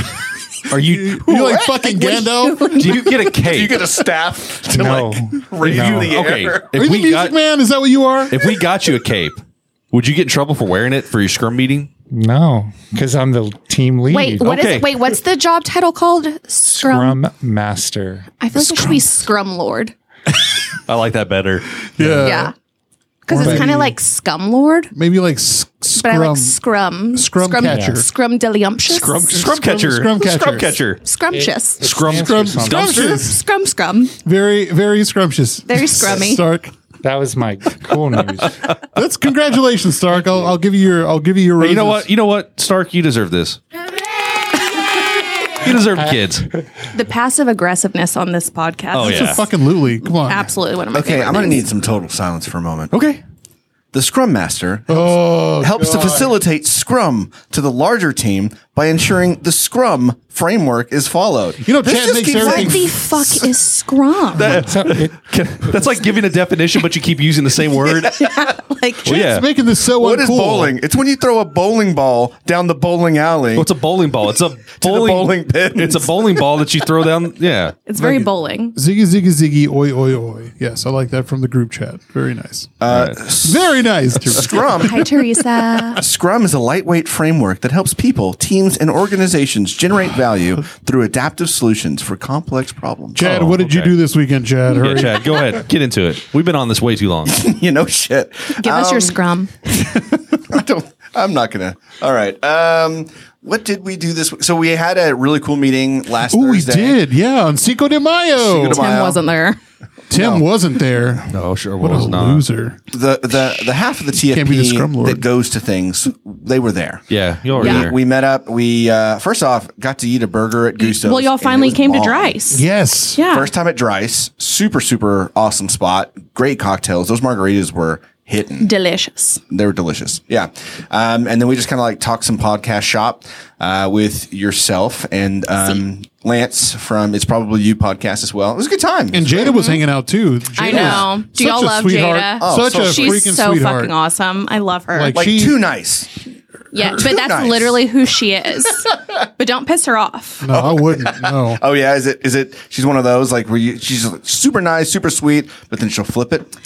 S6: Are you?
S4: You like fucking Gandalf?
S6: do you get a cake?
S5: You get a staff to
S7: no.
S5: like raise
S7: No.
S5: you the
S6: okay.
S5: air.
S4: Are you
S6: If
S4: the
S6: we
S4: music
S6: got
S4: man? Is that what you are?
S6: if we got you a cape, would you get in trouble for wearing it for your scrum meeting?
S7: No, because I'm the team lead.
S3: Wait, um, what is?
S6: Okay.
S3: Wait, what's the job title called? Scrum.
S7: Scrum Master.
S3: I feel like it should be Scrum Lord.
S6: I like that better.
S4: yeah.
S3: Yeah, because
S4: Or
S3: it's kind
S4: maybe-
S3: of like Scum Lord,
S4: Maybe like s- scrum.
S3: but I like Scrum.
S4: Scrum catcher.
S3: Scrum Delumptious.
S6: Scrum, scrum catcher.
S4: scrum catcher.
S6: Scrum catcher.
S3: Scrumptious.
S6: Scrum.
S4: Scrum,
S7: Dumpster.
S4: scrumptious.
S3: Scrum Scrum.
S4: Very, very scrumptious.
S3: Very scrummy.
S4: Stark.
S7: That was my cool news.
S4: That's congratulations, Stark. I'll, I'll give you your. I'll give you your.
S6: You know
S4: roses.
S6: what? You know what, Stark? You deserve this. you deserve kids.
S3: The passive aggressiveness on this podcast.
S6: Oh,
S3: is
S6: yeah.
S4: Fucking Luli. Come on.
S3: Absolutely one of my
S5: Okay,
S3: favorite
S5: I'm going to
S3: things.
S5: need some total silence for a moment.
S6: Okay.
S5: The Scrum Master
S4: Oh,
S5: helps to facilitate Scrum to the larger team by ensuring the Scrum framework is followed.
S4: You know, Chad makes everything-
S3: What the fuck is Scrum?
S7: So it,
S6: That's like giving a definition, but you keep using the same word.
S3: like,
S6: Well, yeah.
S4: It's making this so
S5: What
S4: uncool.
S5: is bowling? It's when you throw a bowling ball down the bowling alley.
S6: What's a bowling ball? It's a bowling,
S5: bowling pins.
S6: It's a bowling ball that you throw down. Yeah.
S3: it's very bowling.
S4: Ziggy, ziggy, ziggy, oi, oi, oi. Yes, I like that from the group chat. Very nice.
S5: Uh,
S4: Very nice.
S5: Scrum
S3: Hi, Teresa.
S5: Scrum is a lightweight framework that helps people, teams, and organizations generate value through adaptive solutions for complex problems.
S4: Chad,
S6: Oh,
S4: what did you
S6: okay.
S4: do this weekend, Chad?
S6: Yeah,
S4: Hurry.
S6: Chad, go ahead. Get into it. We've been on this way too long.
S5: you know, shit.
S3: Give us
S4: Um,
S3: your Scrum.
S5: I don't, I'm not gonna. All right. Um, what did we do this? So we had a really cool meeting last.
S4: Oh, we
S5: Thursday.
S4: did. Yeah, on Cinco de Mayo.
S5: Cinco de
S3: Tim
S5: Wow.
S3: wasn't there.
S4: Tim wasn't there.
S6: No, Oh, sure
S4: What a
S6: was not.
S4: loser.
S5: the the the half of the
S4: Can't be the scrum
S5: TFP
S4: lord.
S5: that goes to things. They were there.
S6: Yeah, you already
S3: Yeah.
S6: there.
S5: We met up. We uh, first off got to eat a burger at Gusto's.
S3: Well, y'all
S5: and it
S3: finally
S5: was
S3: came
S5: bomb.
S3: to Dries.
S4: Yes.
S3: Yeah.
S5: First time at Dryce, super super awesome spot. Great cocktails. Those margaritas were hitting.
S3: Delicious.
S5: They were delicious. Yeah. Um, and then we just kind of like talked some podcast shop uh, with yourself and um, Lance from It's Probably You podcast as well. It was a good time.
S4: And Jada was hanging out too. Jada
S3: Mm-hmm. I
S4: was
S3: know. Do
S4: such
S3: y'all
S4: a
S3: love
S4: sweetheart.
S3: Jada?
S4: such
S5: Oh, so
S4: a
S3: She's
S4: freaking
S3: so
S4: sweetheart.
S3: fucking awesome. I love her.
S4: Like,
S5: like
S4: she-
S5: too nice.
S3: yeah, but that's
S5: nice.
S3: literally who she is. but don't piss her off.
S4: No, I wouldn't. No.
S5: Oh yeah, is it is it? She's one of those like where you, she's super nice, super sweet, but then she'll flip it.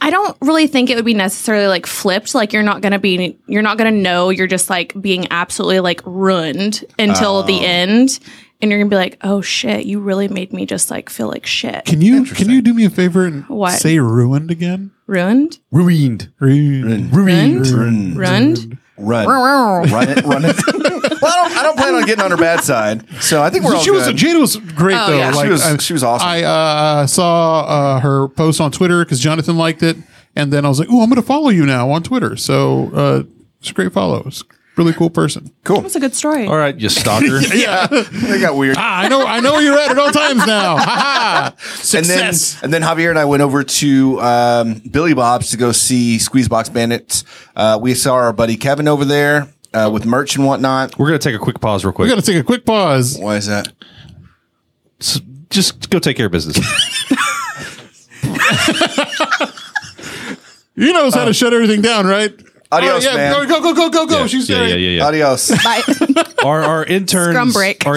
S3: I don't really think it would be necessarily like flipped. Like you're not gonna be, you're not gonna know. You're just like being absolutely like ruined until the
S4: Oh.
S3: end, and you're gonna be like, oh shit, you really made me just like feel like shit.
S4: Can you can you do me a favor and
S3: What?
S4: say ruined again?
S3: Ruined,
S4: Ruined. Ruined.
S3: ruined,
S4: Mm-hmm.
S3: ruined.
S5: Run, run it, run it. well, I don't, I don't plan on getting on her bad side, so I think we're all
S4: she was
S5: good.
S4: Jada was great though.
S5: Oh, yeah. She was-
S4: I-
S5: she was awesome.
S4: I uh, saw uh, her post on Twitter because Jonathan liked it, and then I was like, "Oh, I'm going to follow you now on Twitter." So uh, it's a great follow. It's a really cool person.
S5: cool.
S3: That's a good
S5: Oh.
S3: story.
S6: All right, you stalker.
S5: Yeah, they got weird.
S4: Ah, I know. I know where you're at at all times now. Ha ha.
S5: And then,
S4: Success.
S5: and then Javier and I went over to um, Billy Bob's to go see Squeezebox Bandits. Uh, we saw our buddy Kevin over there uh, with merch and whatnot.
S6: We're gonna take a quick pause, real
S4: we
S6: quick.
S4: got to take a quick pause.
S5: Why is that?
S6: S- Just go take care of business.
S4: You knows how to shut everything down, right?
S5: Uh, Adios,
S4: yeah,
S5: man.
S4: Go, go, go, go, go.
S6: yeah,
S4: Oh, She's
S6: yeah, yeah, yeah, yeah.
S5: Adios.
S6: Our our interns,
S3: Scrum break.
S6: our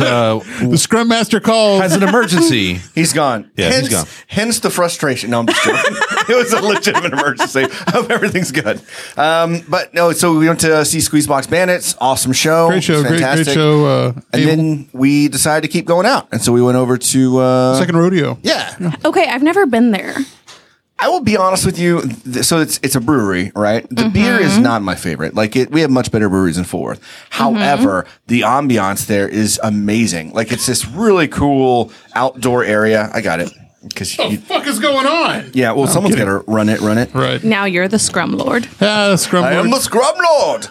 S6: uh, w-
S4: The scrum master calls.
S6: has an emergency.
S5: He's gone.
S6: Yeah, he's
S5: hence,
S6: gone.
S5: Hence the frustration. No, I'm just joking. it was a legitimate emergency. I hope everything's good. Um, but no, so we went to see Squeezebox Bandits. Awesome show.
S4: Great show, great, great show. Uh,
S5: And
S4: Abel.
S5: then we decided to keep going out, and so we went over to uh,
S4: second rodeo.
S5: Yeah,
S3: Okay, I've never been there.
S5: I will be honest with you. th- So it's it's a brewery, right? The
S3: Mm-hmm.
S5: beer is not my favorite. Like it, we have much better breweries in Fort Worth.
S3: Mm-hmm.
S5: However, the ambiance there is amazing. Like it's this really cool outdoor area. I got it because you,
S4: fuck is going on?
S5: yeah. Well, someone's got to run it, run it.
S4: Right.
S3: Now you're the scrum lord.
S4: Ah, scrum
S5: I am
S4: board.
S5: the Scrum Lord.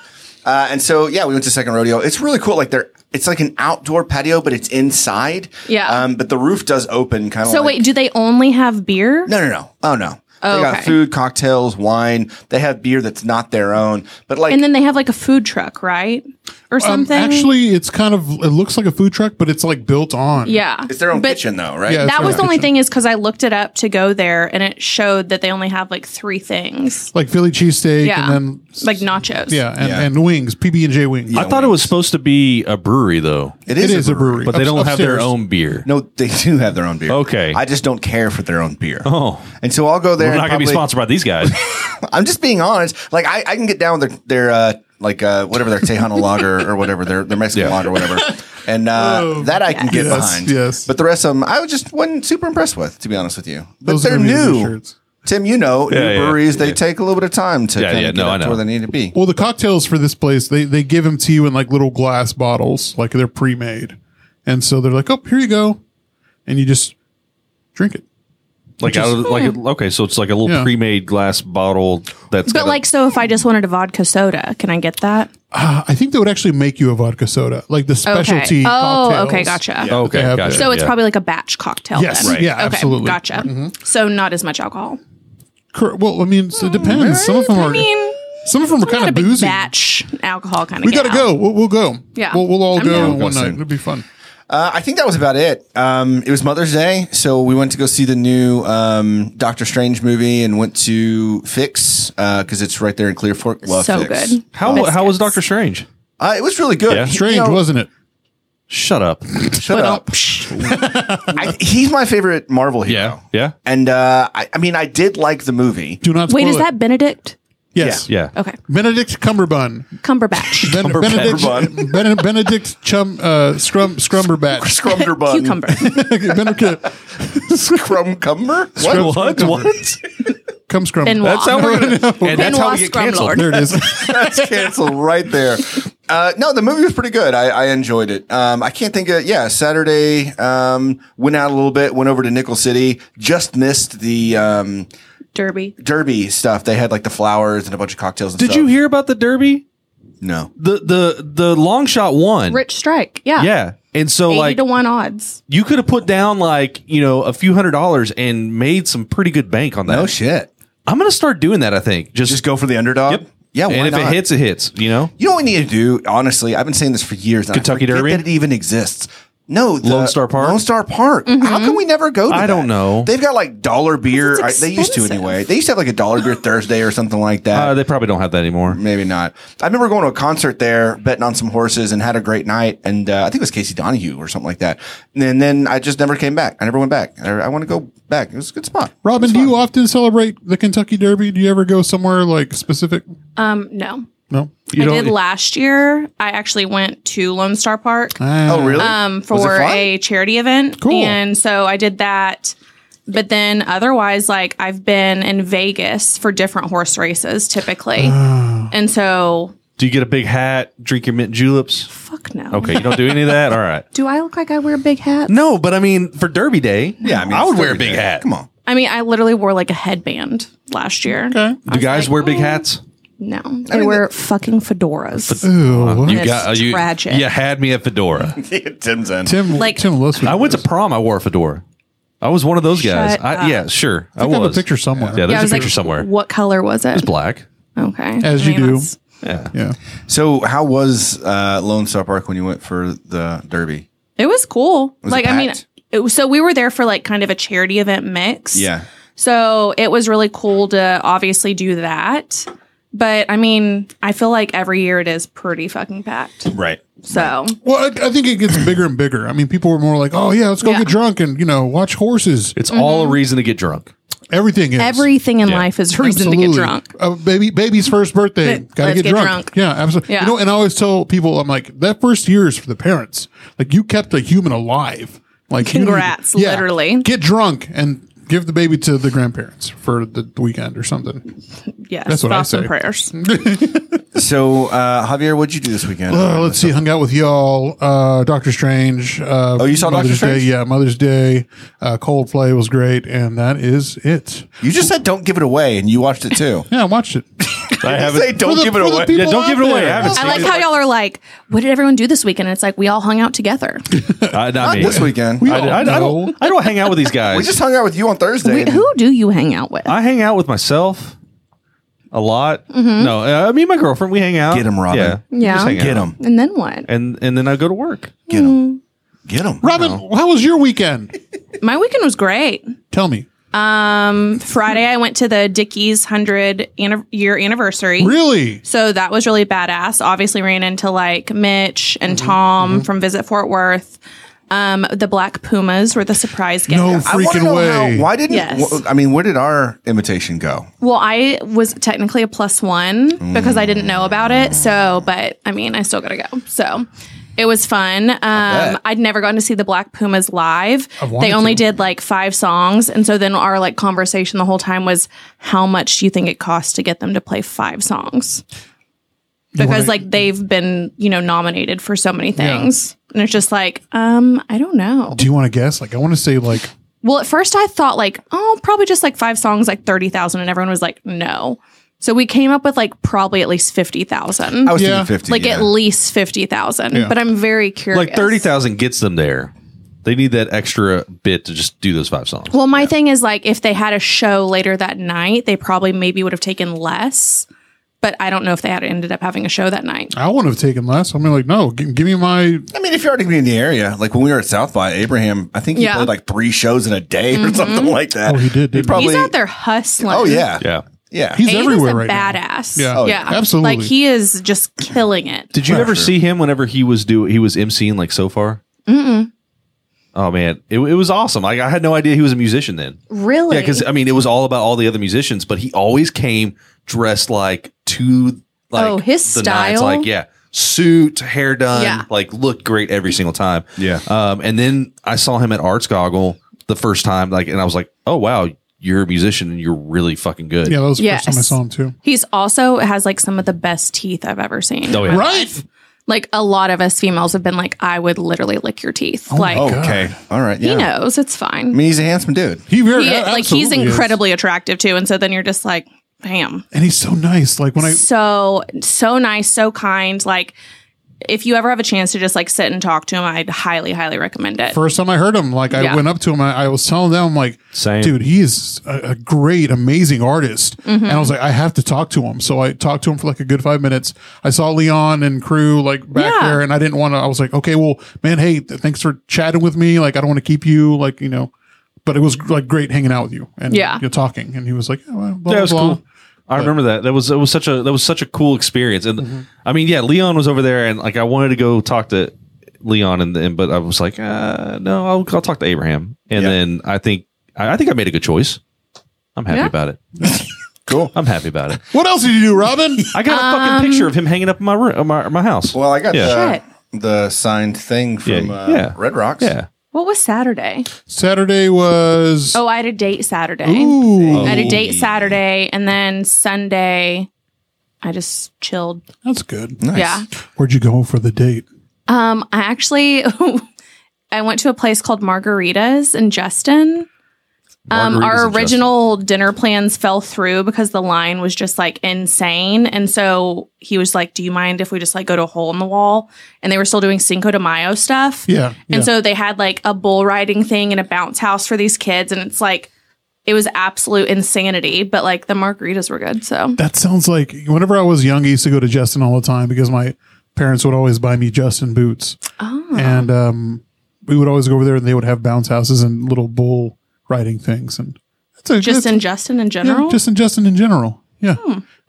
S5: Uh, and so yeah, we went to Second Rodeo. It's really cool. Like they're it's like an outdoor patio, but it's inside.
S3: Yeah.
S5: Um, but the roof does open kind of.
S3: So wait, do they only have beer?
S5: No, no, no. Oh no.
S3: Oh,
S5: they got
S3: okay.
S5: food, cocktails, wine. They have beer that's not their own. But like
S3: And then they have like a food truck, right? Or
S4: Um,
S3: something.
S4: actually, it's kind of it looks like a food truck, but it's like built on.
S3: yeah.
S5: it's their own
S3: But
S5: kitchen though, right?
S4: Yeah, it's
S3: That
S4: their
S3: was
S4: own
S3: the only
S4: kitchen.
S3: thing is because I looked it up to go there and it showed that they only have like three things.
S4: like Philly cheesesteak
S3: Yeah.
S4: and then
S3: like nachos.
S4: yeah, and,
S5: Yeah.
S4: and wings, PB and J wings.
S6: I thought it was supposed to be a brewery though,
S5: It
S4: it is a brewery,
S6: but they
S4: Ups-
S6: don't have their
S4: upstairs.
S6: own beer.
S5: No, they do have their own beer.
S6: Okay.
S5: I just don't care for their own beer.
S6: Oh.
S5: And so I'll go there.
S6: We're
S5: and
S6: not going to be
S5: probably-
S6: sponsored by these guys.
S5: I'm just being honest. Like I, I can get down with their their uh, like uh, whatever their Tejano lager or whatever their their Mexican
S6: Yeah.
S5: lager or whatever, and uh,
S3: Oh,
S5: that I can get
S4: Yes,
S5: behind.
S4: yes.
S5: But the rest of them, I was just wasn't super impressed with, to be honest with you. But
S4: Those are
S5: they're
S4: gonna be the
S5: new.
S4: shirts.
S5: Tim, you know,
S6: Yeah,
S5: new
S6: yeah,
S5: breweries they
S6: yeah.
S5: take a little bit of time to
S6: Yeah,
S5: kind
S6: yeah,
S5: of get
S6: no,
S5: up
S6: I
S5: to
S6: know.
S5: where they need to be.
S4: Well, the cocktails for this place, they they give them to you in like little glass bottles, like they're pre made, and so they're like, oh, here you go, and you just drink it.
S6: like out of like okay, so it's like a little
S4: Yeah.
S6: pre-made glass bottle that's
S3: But
S6: got a-
S3: like, so if I just wanted a vodka soda, can I get that?
S4: Uh, I think they would actually make you a vodka soda, like the specialty.
S3: Okay. Oh,
S4: cocktails.
S3: okay, gotcha.
S6: okay,
S4: they have
S6: gotcha,
S4: that.
S3: So it's
S6: yeah.
S3: probably like a batch cocktail.
S4: Yes,
S3: Then.
S4: right. yeah,
S3: okay,
S4: absolutely.
S3: Gotcha.
S5: Mm-hmm.
S3: So not as much alcohol.
S4: Cor- Well, I mean, so it depends. Some of them are.
S3: Oh, I mean,
S4: some of them are kind
S3: not a
S4: of
S3: big
S4: boozy.
S3: batch alcohol kind of.
S4: We gotta go. We'll, we'll go.
S3: Yeah.
S4: we'll, we'll all
S3: I'm
S4: go
S3: down.
S4: one
S5: We'll go
S4: night.
S5: soon.
S4: It'll be fun.
S5: Uh, I think that was about it. Um, it was Mother's Day, so we went to go see the new um, Doctor Strange movie and went to Fix because it's right there in Clear Fork. Love
S3: so
S5: Fix.
S3: good.
S6: how how was Doctor Strange?
S5: Uh, it was really good.
S6: Yeah.
S5: He-
S4: Strange,
S5: you know,
S4: wasn't it?
S6: Shut up.
S5: Shut up.
S3: um,
S5: I, he's my favorite Marvel hero.
S6: Yeah, yeah.
S5: And uh, I, I mean, I did like the movie.
S4: Do not. Spoil
S3: Wait, is
S4: it.
S3: that Benedict?
S4: yes?
S6: Yeah.
S3: Okay,
S4: Benedict Cumberbun.
S3: Cumberbatch.
S4: Ben- Benedict, ben- Benedict Chum, uh, Scrum, Scrumberbatch.
S5: Scrumderbun.
S3: Cucumber.
S4: Benedict,
S5: Scrumcumber? What?
S6: What? What?
S4: come Scrum.
S3: Benoit.
S6: That's how we're gonna, and that's
S3: Benoit
S6: how we get
S3: Scrum
S6: canceled.
S3: Lord.
S4: There it is.
S5: That's canceled right there. Uh, no, the movie was pretty good. I, I enjoyed it. Um, I can't think of, yeah, Saturday, um, went out a little bit, went over to Nickel City, just missed the um,
S3: Derby.
S5: Derby stuff. They had like the flowers and a bunch of cocktails and
S6: Did
S5: stuff.
S6: you hear about the Derby?
S5: No.
S6: The the the long shot won.
S3: Rich Strike. Yeah.
S6: Yeah. And so
S3: Eighty
S6: like
S3: to one odds.
S6: you could have put down like, you know, a few hundred dollars and made some pretty good bank on that.
S5: shit.
S6: I'm gonna start doing that, I think. Just,
S5: Just go for the underdog?
S6: Yep.
S5: Yeah, why
S6: and if
S5: not?
S6: it hits, it hits, you know?
S5: You know what we need to do? Honestly, I've been saying this for years. and I
S6: Kentucky
S5: forget
S6: Derby?
S5: that it even exists. No, the
S6: Lone Star Park?
S5: Lone Star Park. How can we never go? to
S6: I
S5: that?
S6: don't know.
S5: They've got like dollar beer. I,
S3: Because Mm-hmm. it's
S5: they used to
S3: expensive.
S5: anyway. They used to have like a dollar beer Thursday or something like that.
S6: Uh, they probably don't have that anymore.
S5: Maybe not. I remember going to a concert there, betting on some horses, and had a great night. And uh, I think it was Casey Donahue or something like that. And then I just never came back. I never went back. I, I want to go back. It was a good spot.
S4: Robin, do you often celebrate the Kentucky Derby? Do you ever go somewhere like specific?
S3: Um, no.
S4: No.
S6: You
S3: I
S6: don't- e-
S3: did last year. I actually went to Lone Star Park.
S5: Oh, really?
S3: um,
S5: Was it
S3: for
S5: fun?
S3: a charity event.
S4: Cool.
S3: And so I did that. But then otherwise, like I've been in Vegas for different horse races typically.
S6: Ah.
S3: and so,
S6: Do you get a big hat, drink your mint juleps?
S3: fuck no.
S6: Okay, you don't do any of that? All right.
S3: Do I look like I wear a big hat?
S6: No, but I mean for Derby Day,
S5: Yeah, I mean,
S6: I would
S5: it's
S6: wear a
S5: Derby
S6: big
S5: Day.
S6: hat.
S5: Come on.
S3: I mean, I literally wore like a headband last year.
S4: Okay.
S6: Do guys
S3: like,
S6: wear big
S3: "Oh."
S6: hats?
S3: No. I, wear fucking fedoras.
S4: Ew.
S6: You
S3: It's
S6: got uh, you,
S3: tragic.
S6: you had me at fedora.
S5: Tim's in.
S4: Tim,
S3: Like-
S4: Tim loves
S6: I went to prom. I wore a fedora. I was one of those guys.
S3: Shut
S6: I,
S3: up.
S6: yeah, sure. I,
S4: I
S6: was.
S4: have a picture somewhere.
S6: Yeah, there's
S3: Yeah, I
S6: a
S3: was
S6: picture
S3: like,
S6: somewhere.
S3: What color was it?
S6: Black.
S3: Okay.
S4: As you do.
S3: that's-
S4: Yeah.
S5: So, how was uh, Lone Star Park when you went for the Derby?
S3: It was cool.
S5: it
S3: like, I mean,
S5: packed?
S3: it was, so we were there for like kind of a charity event mix.
S5: Yeah.
S3: So it was really cool to obviously do that. But I mean, I feel like every year it is pretty fucking packed.
S5: Right.
S3: So
S4: Well, I, I think it gets bigger and bigger. I mean, people were more like, "Oh yeah, let's go
S3: Yeah.
S4: get drunk and you know watch horses."
S6: It's all a reason to get drunk.
S4: Everything is
S3: everything in life is a reason to get
S4: Absolutely.
S3: drunk.
S4: Uh, baby, baby's first birthday.
S3: Let-
S4: Got to
S3: let's
S4: get,
S3: get
S4: drunk.
S3: drunk.
S4: Yeah, absolutely.
S3: Yeah.
S4: You know, and I always tell people, I'm like, that first year is for the parents. Like, you kept a human alive. Like, you need-
S3: Congrats, literally.
S4: Get drunk and give the baby to the grandparents for the weekend or something.
S3: Yes,
S4: That's what I
S3: thoughts and
S4: say.
S3: prayers.
S5: So, uh, Javier, what'd you do this weekend?
S4: Uh, let's see. Hung out with y'all. Uh, Doctor Strange. Uh,
S5: Oh, you saw Doctor
S4: Mother's
S5: Strange?
S4: Day, yeah, Mother's Day. Uh, Coldplay was great, and that is it.
S5: you just said don't give it away, and you watched it too.
S4: Yeah, I watched it.
S6: I haven't.
S5: Say don't
S4: For the-
S5: give it
S4: for the
S5: away.
S4: people
S6: Yeah, don't
S4: out
S6: give it away.
S4: there.
S6: I haven't
S3: I like how y'all are like, what did everyone do this weekend? And it's like we all hung out together.
S6: I, not
S5: Not
S6: me.
S5: this weekend.
S4: We
S6: I, I- I
S4: know.
S6: don't. I don't hang out with these guys.
S5: We just hung out with you on Thursday.
S3: Who do you hang out with?
S6: I hang out with myself a lot. No, uh, me and my girlfriend we hang out.
S5: Get 'em, Robin.
S6: Yeah, we
S3: Yeah.
S6: just hang
S5: Get
S6: out.
S5: him.
S3: and then what?
S6: And and then I go to work.
S5: Get
S3: Mm.
S5: him. Get him.
S4: Robin, how was your weekend?
S3: My weekend was great.
S4: Tell me.
S3: Friday, I went to the Dickies 100 anni- year anniversary.
S4: Really?
S3: So that was really badass. Obviously, ran into like Mitch
S6: Mm-hmm.
S3: and Tom from Visit Fort Worth. Um, the Black Pumas were the surprise gift.
S4: No
S5: I wanna
S4: freaking
S5: know
S4: way.
S5: How, why didn't?
S3: Yes.
S5: wh- I mean, where did our imitation go?
S3: Well, I was technically a plus one because I didn't know about it. So, but I mean, I still got to go. So it was fun. Um, I'd never gone to see the Black Pumas live.
S4: wanted
S3: They only
S4: to.
S3: did like five songs. And so then our like conversation the whole time was how much do you think it costs to get them to play five songs? Because
S4: wanna-
S3: like they've been, you know, nominated for so many things. And it's just like, um, I don't know.
S4: Do you want to guess? Like, I want to say like
S3: Well, at first I thought like, oh, probably just like five songs, like 30,000. And everyone was like, no. So we came up with like probably at least 50,000.
S5: I was
S4: Yeah.
S5: thinking fifty.
S3: Like
S5: yeah.
S3: at least 50,000. But I'm very curious.
S6: Like thirty thousand gets them there. They need that extra bit to just do those five songs.
S3: Well, my thing is like if they had a show later that night, they probably maybe would have taken less. But I don't know if they had ended up having a show that night.
S4: I wouldn't have taken less. I mean, like, no, gi- give me my.
S5: I mean, if you're already gonna be in the area, like when we were at South by Abraham, I think he
S3: Yeah. Mm-hmm.
S5: played like three shows in a day or something like that.
S4: Oh, he did, didn't he?
S5: probably.
S3: He's out there hustling.
S5: Oh yeah.
S6: Yeah.
S5: Yeah.
S4: He's
S3: Abe
S4: everywhere
S3: is a
S4: right now.
S3: badass.
S4: Yeah. Oh,
S3: yeah.
S4: yeah. Absolutely.
S3: Like he is just killing it.
S6: Did you ever see him whenever he was do he was emceeing like so far? Mm-mm. Oh man, it, it was awesome. Like I had no idea he was a musician then.
S3: Really?
S6: Yeah, because I mean, it was all about all the other musicians, but he always came dressed like to like
S3: Oh, his
S6: the nines,
S3: style?
S6: like yeah, suit, hair done,
S3: Yeah.
S6: like looked great every single time.
S5: Yeah.
S6: Um, and then I saw him at Arts Goggle the first time, like, and I was like, oh wow, you're a musician and you're really fucking good.
S4: Yeah, that was the
S3: Yes.
S4: first time I saw him too.
S3: He's also has like some of the best teeth I've ever seen.
S6: Oh, yeah.
S4: Right?
S3: Like a lot of us females have been like, I would literally lick your teeth. like
S5: Okay. All right. Yeah.
S3: he knows it's fine.
S5: I mean, he's a handsome dude.
S4: He very
S3: He- like he's
S4: absolutely is.
S3: incredibly attractive too, and so then you're just like, bam,
S4: and he's so nice. Like when I
S3: so so nice, so kind. Like if you ever have a chance to just like sit and talk to him, I'd highly highly recommend it.
S4: first time I heard him, like I
S3: Yeah.
S4: went up to him, I, I was telling them, like,
S6: Same.
S4: dude, he is a, a great, amazing artist.
S3: Mm-hmm.
S4: And I was like, I have to talk to him. So I talked to him for like a good five minutes. I saw Leon and crew like back
S3: Yeah.
S4: there, and I didn't want to. I was like, okay, well, man, hey, th- thanks for chatting with me. Like, I don't want to keep you, like, you know. But it was like great hanging out with you and
S3: Yeah.
S4: you know, talking. And he was like, yeah, well, blah,
S6: That was
S4: blah, blah.
S6: cool. I remember that. That was it was such a that was such a cool experience. And I mean, yeah, Leon was over there, and like I wanted to go talk to Leon, and, and but I was like, uh, no, I'll, I'll talk to Abraham. And
S5: Yeah.
S6: then I think I, I think I made a good choice. I'm happy
S3: Yeah.
S6: about it.
S5: Cool.
S6: I'm happy about it.
S4: What else did you do, Robin?
S6: I got a fucking picture of him hanging up in my room, uh, my, my house.
S5: Well, I got
S6: Yeah.
S5: the,
S3: Shit.
S5: the signed thing from
S6: Yeah,
S5: uh,
S6: yeah.
S5: Red Rocks.
S6: yeah,
S3: What was Saturday?
S4: Saturday was.
S3: Oh, I had a date Saturday.
S4: Ooh,
S3: I had a date Saturday, and then Sunday, I just chilled.
S4: that's good.
S5: Nice.
S3: Yeah.
S4: Where'd you go for the date?
S3: Um, I actually I went to a place called Margaritas in Justin. Um,
S6: Margaritas
S3: our
S6: and Justin.
S3: original dinner plans fell through because the line was just like insane, and so he was like, "Do you mind if we just like go to a hole in the wall?" And they were still doing Cinco de Mayo stuff,
S4: Yeah, yeah.
S3: And so they had like a bull riding thing and a bounce house for these kids, and it's like it was absolute insanity. But like the margaritas were good, so
S4: That sounds like whenever I was young, I used to go to Justin all the time because my parents would always buy me Justin boots.
S3: Oh.
S4: And um, we would always go over there and they would have bounce houses and little bull riding things. And that's a,
S3: just
S4: that's-
S3: in Justin in
S4: yeah,
S3: general. Hmm.
S4: just in Justin in general. Yeah.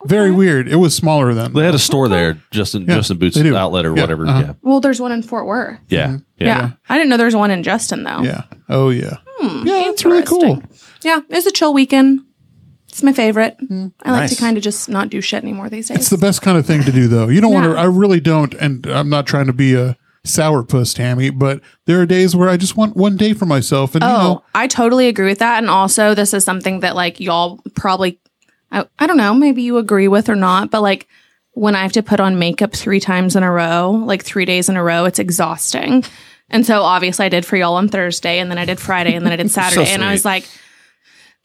S4: Very weird. It was smaller then.
S6: they had a store there, Justin Justin Boots
S4: they do.
S6: Outlet or
S4: Yeah,
S6: whatever.
S4: uh-huh.
S6: Yeah,
S3: well, there's one in Fort Worth.
S6: yeah, yeah.
S3: Yeah. I didn't know there was one in Justin though.
S4: Yeah. Oh, yeah.
S3: Hmm.
S4: yeah, that's really cool.
S3: Yeah, it was a chill weekend. It's my favorite.
S4: Mm.
S3: I like to
S5: Nice.
S3: kind of just not do shit anymore these days.
S4: It's the best kind of thing to do, though. You don't want
S3: Yeah.
S4: to, I really don't. And I'm not trying to be a sourpuss, Tammy, but there are days where I just want one day for myself. And, you
S3: Oh,
S4: know,
S3: I totally agree with that. And also, this is something that like y'all probably, I, I don't know, maybe you agree with or not, but like when I have to put on makeup three times in a row, like three days in a row, it's exhausting. And so obviously I did for y'all on Thursday and then I did Friday and then I did Saturday. and I was like,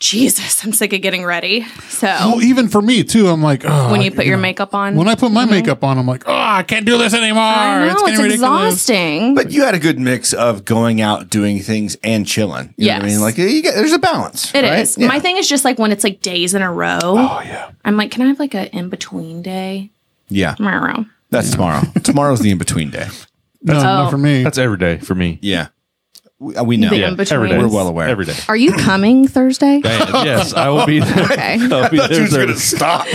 S3: Jesus, I'm sick of getting ready. So
S4: well, oh, even for me, too, I'm like, oh,
S3: when you put your makeup on,
S4: when I put my makeup on, I'm like, oh, I can't do this anymore.
S3: Mm-hmm. I know, it's,
S4: getting ridiculous.
S3: exhausting.
S5: But you had a good mix of going out, doing things, and chilling. You know what I
S3: Yes.
S5: mean? Like, you get, there's a balance.
S3: It is.
S5: right? Yeah.
S3: My thing is just like when it's like days in a row. Oh yeah. I'm like, can I have like a in between day?
S5: Yeah.
S3: Tomorrow.
S5: That's tomorrow. Tomorrow's the in between day.
S4: No,
S3: Oh.
S4: not for me.
S6: That's every day for me.
S5: Yeah. We, uh, we know.
S3: The Yeah. in-betweens.
S6: every day.
S3: We're
S5: well aware.
S6: Every day.
S3: Are you coming Thursday?
S6: Man, yes, I will be there.
S3: Okay.
S6: I'll be there.
S5: Dude's gonna
S6: Thursday.
S5: stop.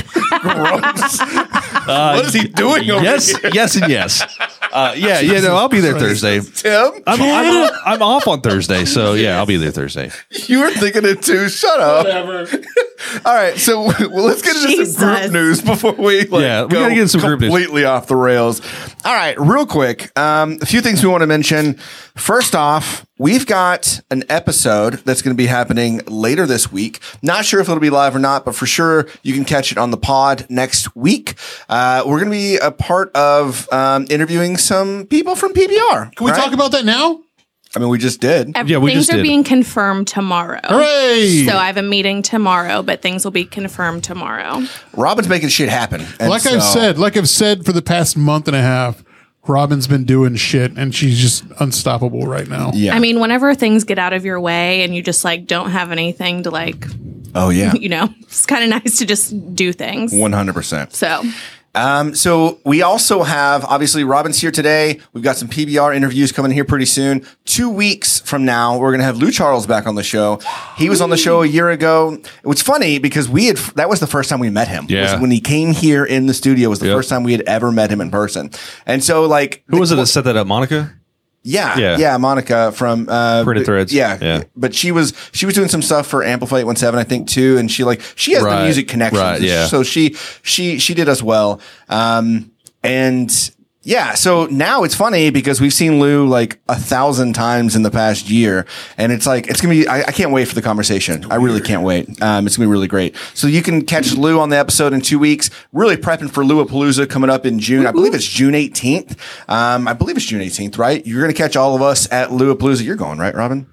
S5: Gross.
S6: Uh,
S5: what is he doing over
S6: yes, yes, and yes. Uh, yeah, yeah. No, I'll be there Thursday.
S5: here, Tim?
S6: I'm, I'm, I'm off on Thursday, so yeah, I'll be there Thursday.
S5: You were thinking it too. Shut up. Whatever. All right, so well, let's get into some group
S3: Jesus.
S5: news before we like,
S6: Yeah, we
S5: go
S6: gotta get some group news.
S5: completely off the rails. All right, real quick, um, a few things we want to mention. First off, we've got an episode that's going to be happening later this week. Not sure if it'll be live or not, but for sure you can catch it on the pod next week. Uh, we're going to be a part of um, interviewing some people from PBR.
S4: Can we
S5: right?
S4: talk about that now?
S5: I mean, we just did.
S3: Ev-
S6: Yeah, we
S3: things
S6: just
S3: are
S6: did.
S3: being confirmed tomorrow.
S4: Hooray!
S3: So I have a meeting tomorrow, but things will be confirmed tomorrow.
S5: Robin's making shit happen. And
S4: like I've
S5: so-
S4: said, like I've said for the past month and a half, Robin's been doing shit and she's just unstoppable right now.
S5: Yeah.
S3: I mean, whenever things get out of your way and you just like don't have anything to like,
S5: oh yeah.
S3: you know, it's kind of nice to just do things.
S5: One hundred percent.
S3: So
S5: Um, so we also have obviously Robin's here today. We've got some PBR interviews coming here pretty soon. Two weeks from now, we're gonna have Lou Charles back on the show. He was on the show a year ago. It was funny because we had that was the first time we met him.
S6: Yeah.
S5: Was when he came here in the studio was the
S6: Yep.
S5: first time we had ever met him in person. And so like
S6: Who was it that set that up, Monica?
S5: yeah, yeah,
S6: Yeah.
S5: Monica from uh,
S6: Printed Threads.
S5: Yeah,
S6: Yeah.
S5: but she was she was doing some stuff for Amplify Eight One Seven, I think, too. And she like she has the
S6: Right,
S5: music connections,
S6: right, yeah.
S5: So she she she did us well. Um, and yeah, so now it's funny because we've seen Lou like a thousand times in the past year, and it's like it's gonna be. I, I can't wait for the conversation. I really can't wait. Um, it's gonna be really great. So you can catch Lou on the episode in two weeks. Really prepping for Lou Palooza coming up in June. I believe it's June eighteenth. Um, I believe it's June eighteenth, right? You're gonna catch all of us at Lou Palooza. You're going right, Robin?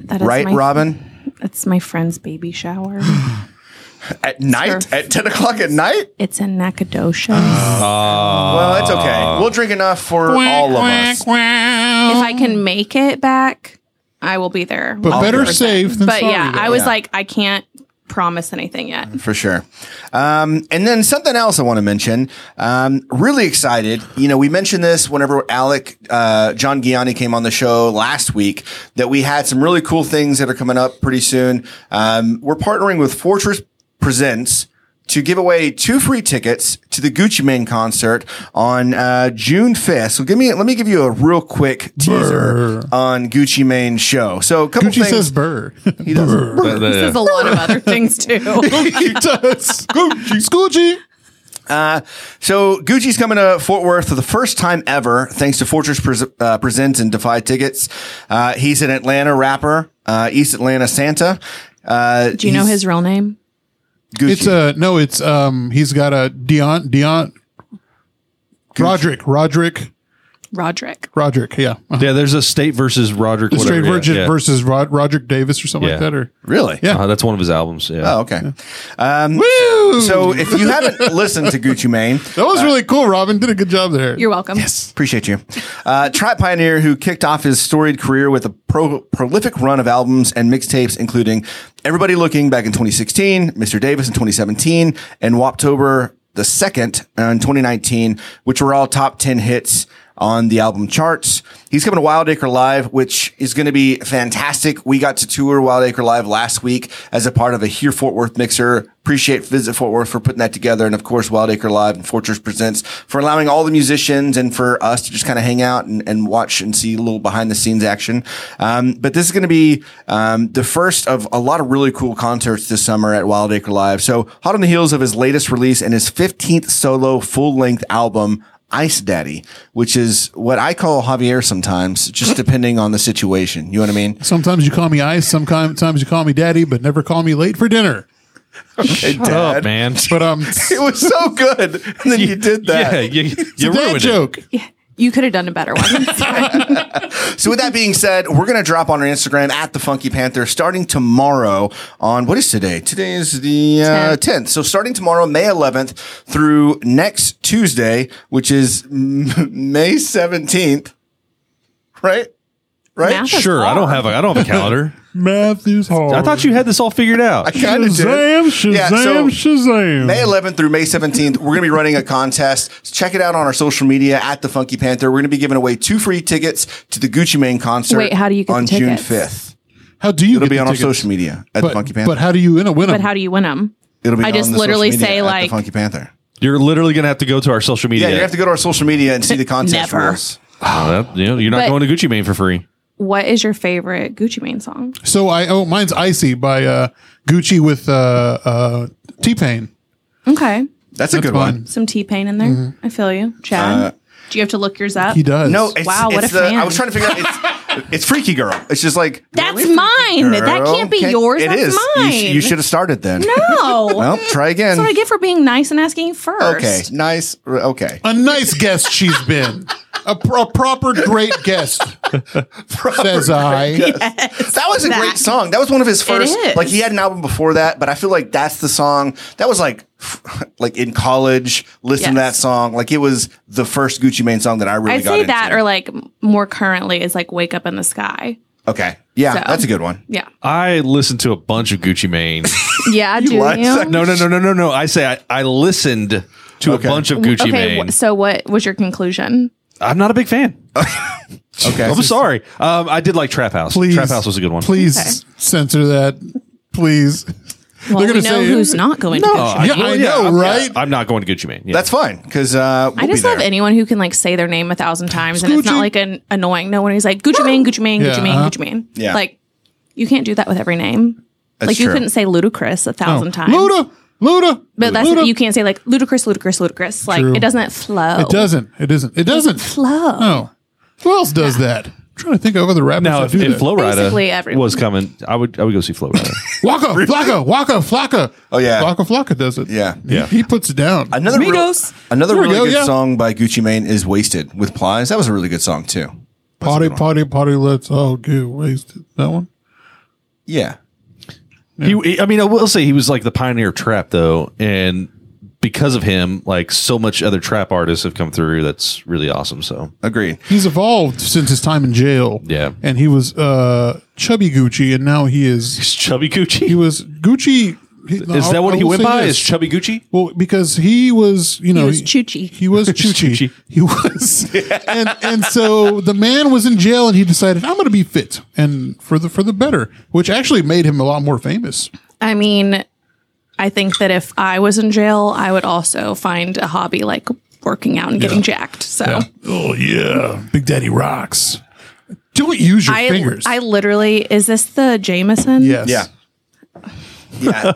S3: that is
S5: Right,
S3: my,
S5: Robin?
S3: That's my friend's baby shower.
S5: At night,
S3: Sure.
S5: at ten o'clock at night.
S3: it's in
S5: Oh,
S3: Nacogdoches.
S5: well, that's okay. We'll drink enough for all of us.
S3: if I can make it back, I will be there.
S4: But better
S3: 100%.
S4: safe than
S3: But
S4: sorry.
S3: yeah,
S4: though. Mm.
S3: I was
S5: Yeah.
S3: like, I can't promise anything yet.
S5: for sure. Um, and then something else I want to mention. Um, really excited. You know, we mentioned this whenever Alec, uh, John Gianni came on the show last week that we had some really cool things that are coming up pretty soon. Um, we're partnering with Fortress Presents to give away two free tickets to the Gucci Mane concert on uh, June 5th. So give me let me give you a real quick teaser on Gucci Mane's show. So a couple
S4: Gucci
S5: things
S4: says burr.
S5: he does.
S6: That- that-
S3: There's a lot of other things too.
S4: he does. Gucci.
S5: So Gucci's coming to Fort Worth for the first time ever, thanks to Fortress Pres uh, Presents and Defy Tickets. Uh, he's an Atlanta rapper, uh, East Atlanta Santa. Uh,
S3: Do you know
S5: he's
S3: his real name?
S5: Gucci.
S4: It's a no. It's um. He's got a Dion Dion. Roderick Roderick
S3: Roderick.
S4: Roderick. Yeah, uh-huh.
S6: Yeah, there's a state versus Roderick.
S4: the straight
S6: whatever, yeah,
S4: virgin
S6: yeah.
S4: versus Rod, Roderick Davis or something like
S6: Yeah.
S4: that. Or
S5: really?
S4: Yeah.
S6: Uh, that's one of his albums. Yeah.
S5: Oh, okay. Um, so if you haven't listened to Gucci Mane,
S4: that was really cool. Robin did a good job there.
S3: You're welcome.
S5: Appreciate you. Uh, trap pioneer who kicked off his storied career with a pro- prolific run of albums and mixtapes, including Everybody Looking back in 2016, Mr. Davis in 2017, and Waptober the second in 2019, which were all top 10 hits on the album charts. He's coming to Wild Acre Live, which is going to be fantastic. We got to tour Wild Acre Live last week as a part of a Here Fort Worth mixer. Appreciate Visit Fort Worth for putting that together. And of course, Wild Acre Live and Fortress Presents for allowing all the musicians and for us to just kind of hang out and, and watch and see a little behind the scenes action. Um, but this is going to be um, the first of a lot of really cool concerts this summer at Wild Acre Live. So hot on the heels of his latest release and his 15th solo full length album, Ice Daddy, which is what I call Javier sometimes, just depending on the situation. You know what I mean?
S4: Sometimes you call me Ice, sometimes you call me Daddy, but never call me late for dinner.
S5: Hey,
S6: Shut up,
S5: Oh, Dad.
S6: man.
S4: But um,
S5: It was so good. And then you did that.
S6: Yeah, you, you ruined
S4: dad
S6: it.
S4: joke.
S3: You could have done a better one.
S5: So with that being said, we're going to drop on our Instagram at the Funky Panther starting tomorrow on what is today? Today is the uh, 10th. So starting tomorrow, May 11th through next Tuesday, which is mm, May 17th, right? Right?
S3: Math is
S6: Sure, I don't
S3: hard.
S6: have a I don't have a calendar.
S4: Matthews Hall.
S6: I thought you had this all figured out.
S5: I kinda did.
S4: Shazam, Shazam,
S5: Yeah, so-
S4: Shazam.
S5: May 11th through May 17th, we're going to be running a contest. Check it out on our social media at the Funky Panther. We're going to be giving away two free tickets to the Gucci Mane concert.
S3: Wait, how do you get
S5: on
S3: the
S5: June
S3: tickets?
S5: 5th?
S4: how do you
S5: It'll
S4: get
S5: be
S4: the
S5: on our
S4: tickets?
S5: social media at the
S4: But,
S5: Funky Panther.
S4: but how do you win, win
S3: but
S4: them?
S3: how do you win them?
S5: It'll be
S3: I
S5: on
S3: just
S5: the social
S3: literally
S5: media
S3: say,
S5: at the
S3: like-
S5: Funky Panther.
S6: You're literally gonna have to go to our social media.
S5: Yeah, you have to go to our social media and see the contest
S3: Never.
S5: rules.
S6: Oh, that- you know, you're not
S3: But-
S6: going to Gucci Mane for free.
S3: What is your favorite Gucci Mane song?
S4: so I oh mine's Icy by uh, Gucci with uh, uh, T Pain.
S3: Okay.
S5: That's a good one.
S3: Some T Pain in there. I feel you. Chad, do you have to look yours up?
S4: Mm-hmm. Uh, He does.
S5: No, it's,
S3: Wow, what
S5: it's
S3: a
S5: the,
S3: fan.
S5: I was trying to figure out. It's, it's Freaky Girl. It's just like
S3: That's
S5: really, Freaky
S3: mine. That
S5: Girl?
S3: can't be yours.
S5: It
S3: That's
S5: is. You, sh-
S3: mine.
S5: you should have started then.
S3: No.
S5: Well, try again.
S3: That's what I get for being nice and asking first.
S5: Okay, nice. R- Okay,
S4: a nice guest she's been. A, pro- a proper great guest, says uh, I.
S5: that was a great song. That was one of his first.
S3: is.
S5: Like he had an album before that, but I feel like that's the song that was like, like in college. Listen to
S3: Yes.
S5: that song. Like it was the first Gucci Mane song that I really
S3: I'd
S5: got
S3: say
S5: into.
S3: that, or like m- more currently, is like Wake Up in the Sky.
S5: okay, yeah,
S3: So.
S5: that's a good one.
S3: Yeah.
S6: I listened to a bunch of Gucci Mane.
S3: Yeah, do
S5: like
S3: you?
S5: that?
S6: no, no, no, no, no, no. I say I, I listened to
S5: Okay.
S6: a bunch of Gucci
S3: okay,
S6: Mane.
S3: wh- so what was your conclusion?
S6: I'm not a big fan.
S4: Oh,
S5: Okay,
S6: I'm sorry. Um, I did like Trap House.
S4: Please,
S6: Trap House was a good one.
S4: Please
S3: Okay.
S4: censor that. Please.
S3: Well,
S4: They're
S3: we
S4: gonna
S3: know
S4: say-
S3: who's not going to
S6: Oh,
S3: Gucci.
S4: Yeah, I know,
S6: I'm-
S4: right?
S6: I'm not going to Gucci Mane. Yeah.
S5: that's fine because uh, we'll
S3: I just
S5: be there.
S3: love anyone who can like say their name a thousand times and it's
S4: Gucci.
S3: not like an annoying no one who's like Gucci Mane, Gucci Mane,
S4: Yeah,
S3: Gucci Mane,
S4: uh-huh.
S3: Gucci Mane.
S5: Yeah.
S3: Like you can't do that with every name.
S5: That's
S3: like you
S5: true.
S3: couldn't say ludicrous a thousand times.
S4: Oh, Luda, Luda.
S3: but that's
S4: Luda.
S3: you can't say like ludicrous, ludicrous, ludicrous. Like
S4: True.
S3: it doesn't flow.
S4: It doesn't. It isn't. It doesn't.
S3: flow.
S4: No. Who else does that? I'm trying to think of other rappers
S6: Now,
S4: that
S6: if,
S4: do
S6: if
S4: that.
S6: Flo
S3: Basically
S6: Rida
S3: everyone.
S6: was coming, I would I would go see Flo Rida.
S4: Waka, Flocka, Waka, Flocka.
S5: Oh, yeah.
S4: Waka, Flocka does it.
S5: Yeah.
S4: He-
S6: Yeah.
S4: He, puts it down.
S5: Another real-
S3: Migos.
S5: another
S4: There we
S5: really
S4: go,
S5: good
S4: yeah.
S5: song by Gucci Mane is "Wasted" with Plies. That was a really good song too.
S4: Potty, potty, potty, let's all get wasted. That one?
S5: Yeah,
S6: He, he- I mean, I will say he was like the pioneer of trap though, and because of him, like so much other trap artists have come through. That's really awesome. So
S5: agreed.
S4: He's evolved since his time in jail.
S6: Yeah.
S4: And he was uh, chubby Gucci, and now he is.
S6: it's Chubby Gucci.
S4: He was Gucci. he- no,
S6: is
S4: I-
S6: that what
S4: I
S6: he
S4: will
S6: went
S4: say
S6: by?
S4: this.
S6: Is Chubby Gucci?
S4: Well, because he was, you know,
S3: was Chuchi.
S4: He was Chuchi.
S6: Chuchi.
S4: he was, and and so the man was in jail, and he decided, "I'm going to be fit and for the for the better," which actually made him a lot more famous.
S3: I mean, I think that if I was in jail, I would also find a hobby like working out and getting jacked. So
S4: Oh yeah, Big Daddy rocks. Don't use your
S3: I
S4: fingers.
S3: I literally is this the Jameson?
S4: yes.
S5: Yeah. Yeah.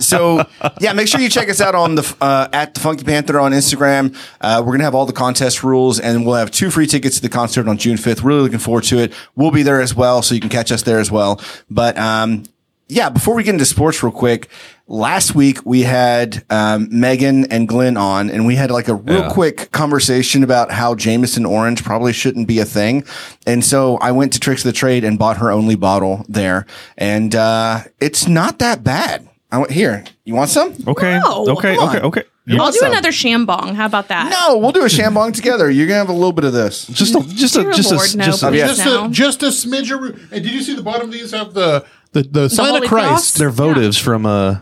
S5: so yeah, make sure you check us out on the uh, at the Funky Panther on Instagram. Uh, we're gonna have all the contest rules, and we'll have two free tickets to the concert on June fifth. Really looking forward to it. We'll be there as well, so you can catch us there as well. But um, yeah, before we get into sports, real quick. Last week we had um, Megan and Glenn on, and we had like a real quick conversation about how Jameson Orange probably shouldn't be a thing. And so I went to Tricks of the Trade and bought her only bottle there, and uh, it's not that bad. I went here. You want some?
S6: Okay,
S3: No,
S6: okay,
S5: come on.
S6: okay, okay.
S5: You
S3: I'll
S5: want
S3: do
S5: some?
S3: another shambong. How about that?
S5: No, we'll do a shambong together. You're gonna have a little bit of this.
S6: Just a just a
S3: Dear
S6: just a
S3: Lord, no,
S6: just a,
S3: please.
S5: yeah.
S4: Just
S3: No.
S4: a just a smidgeroo. And did you see the bottom of these have the the, the sign
S3: Holy
S4: of Christ?
S3: Cross?
S6: their votives from uh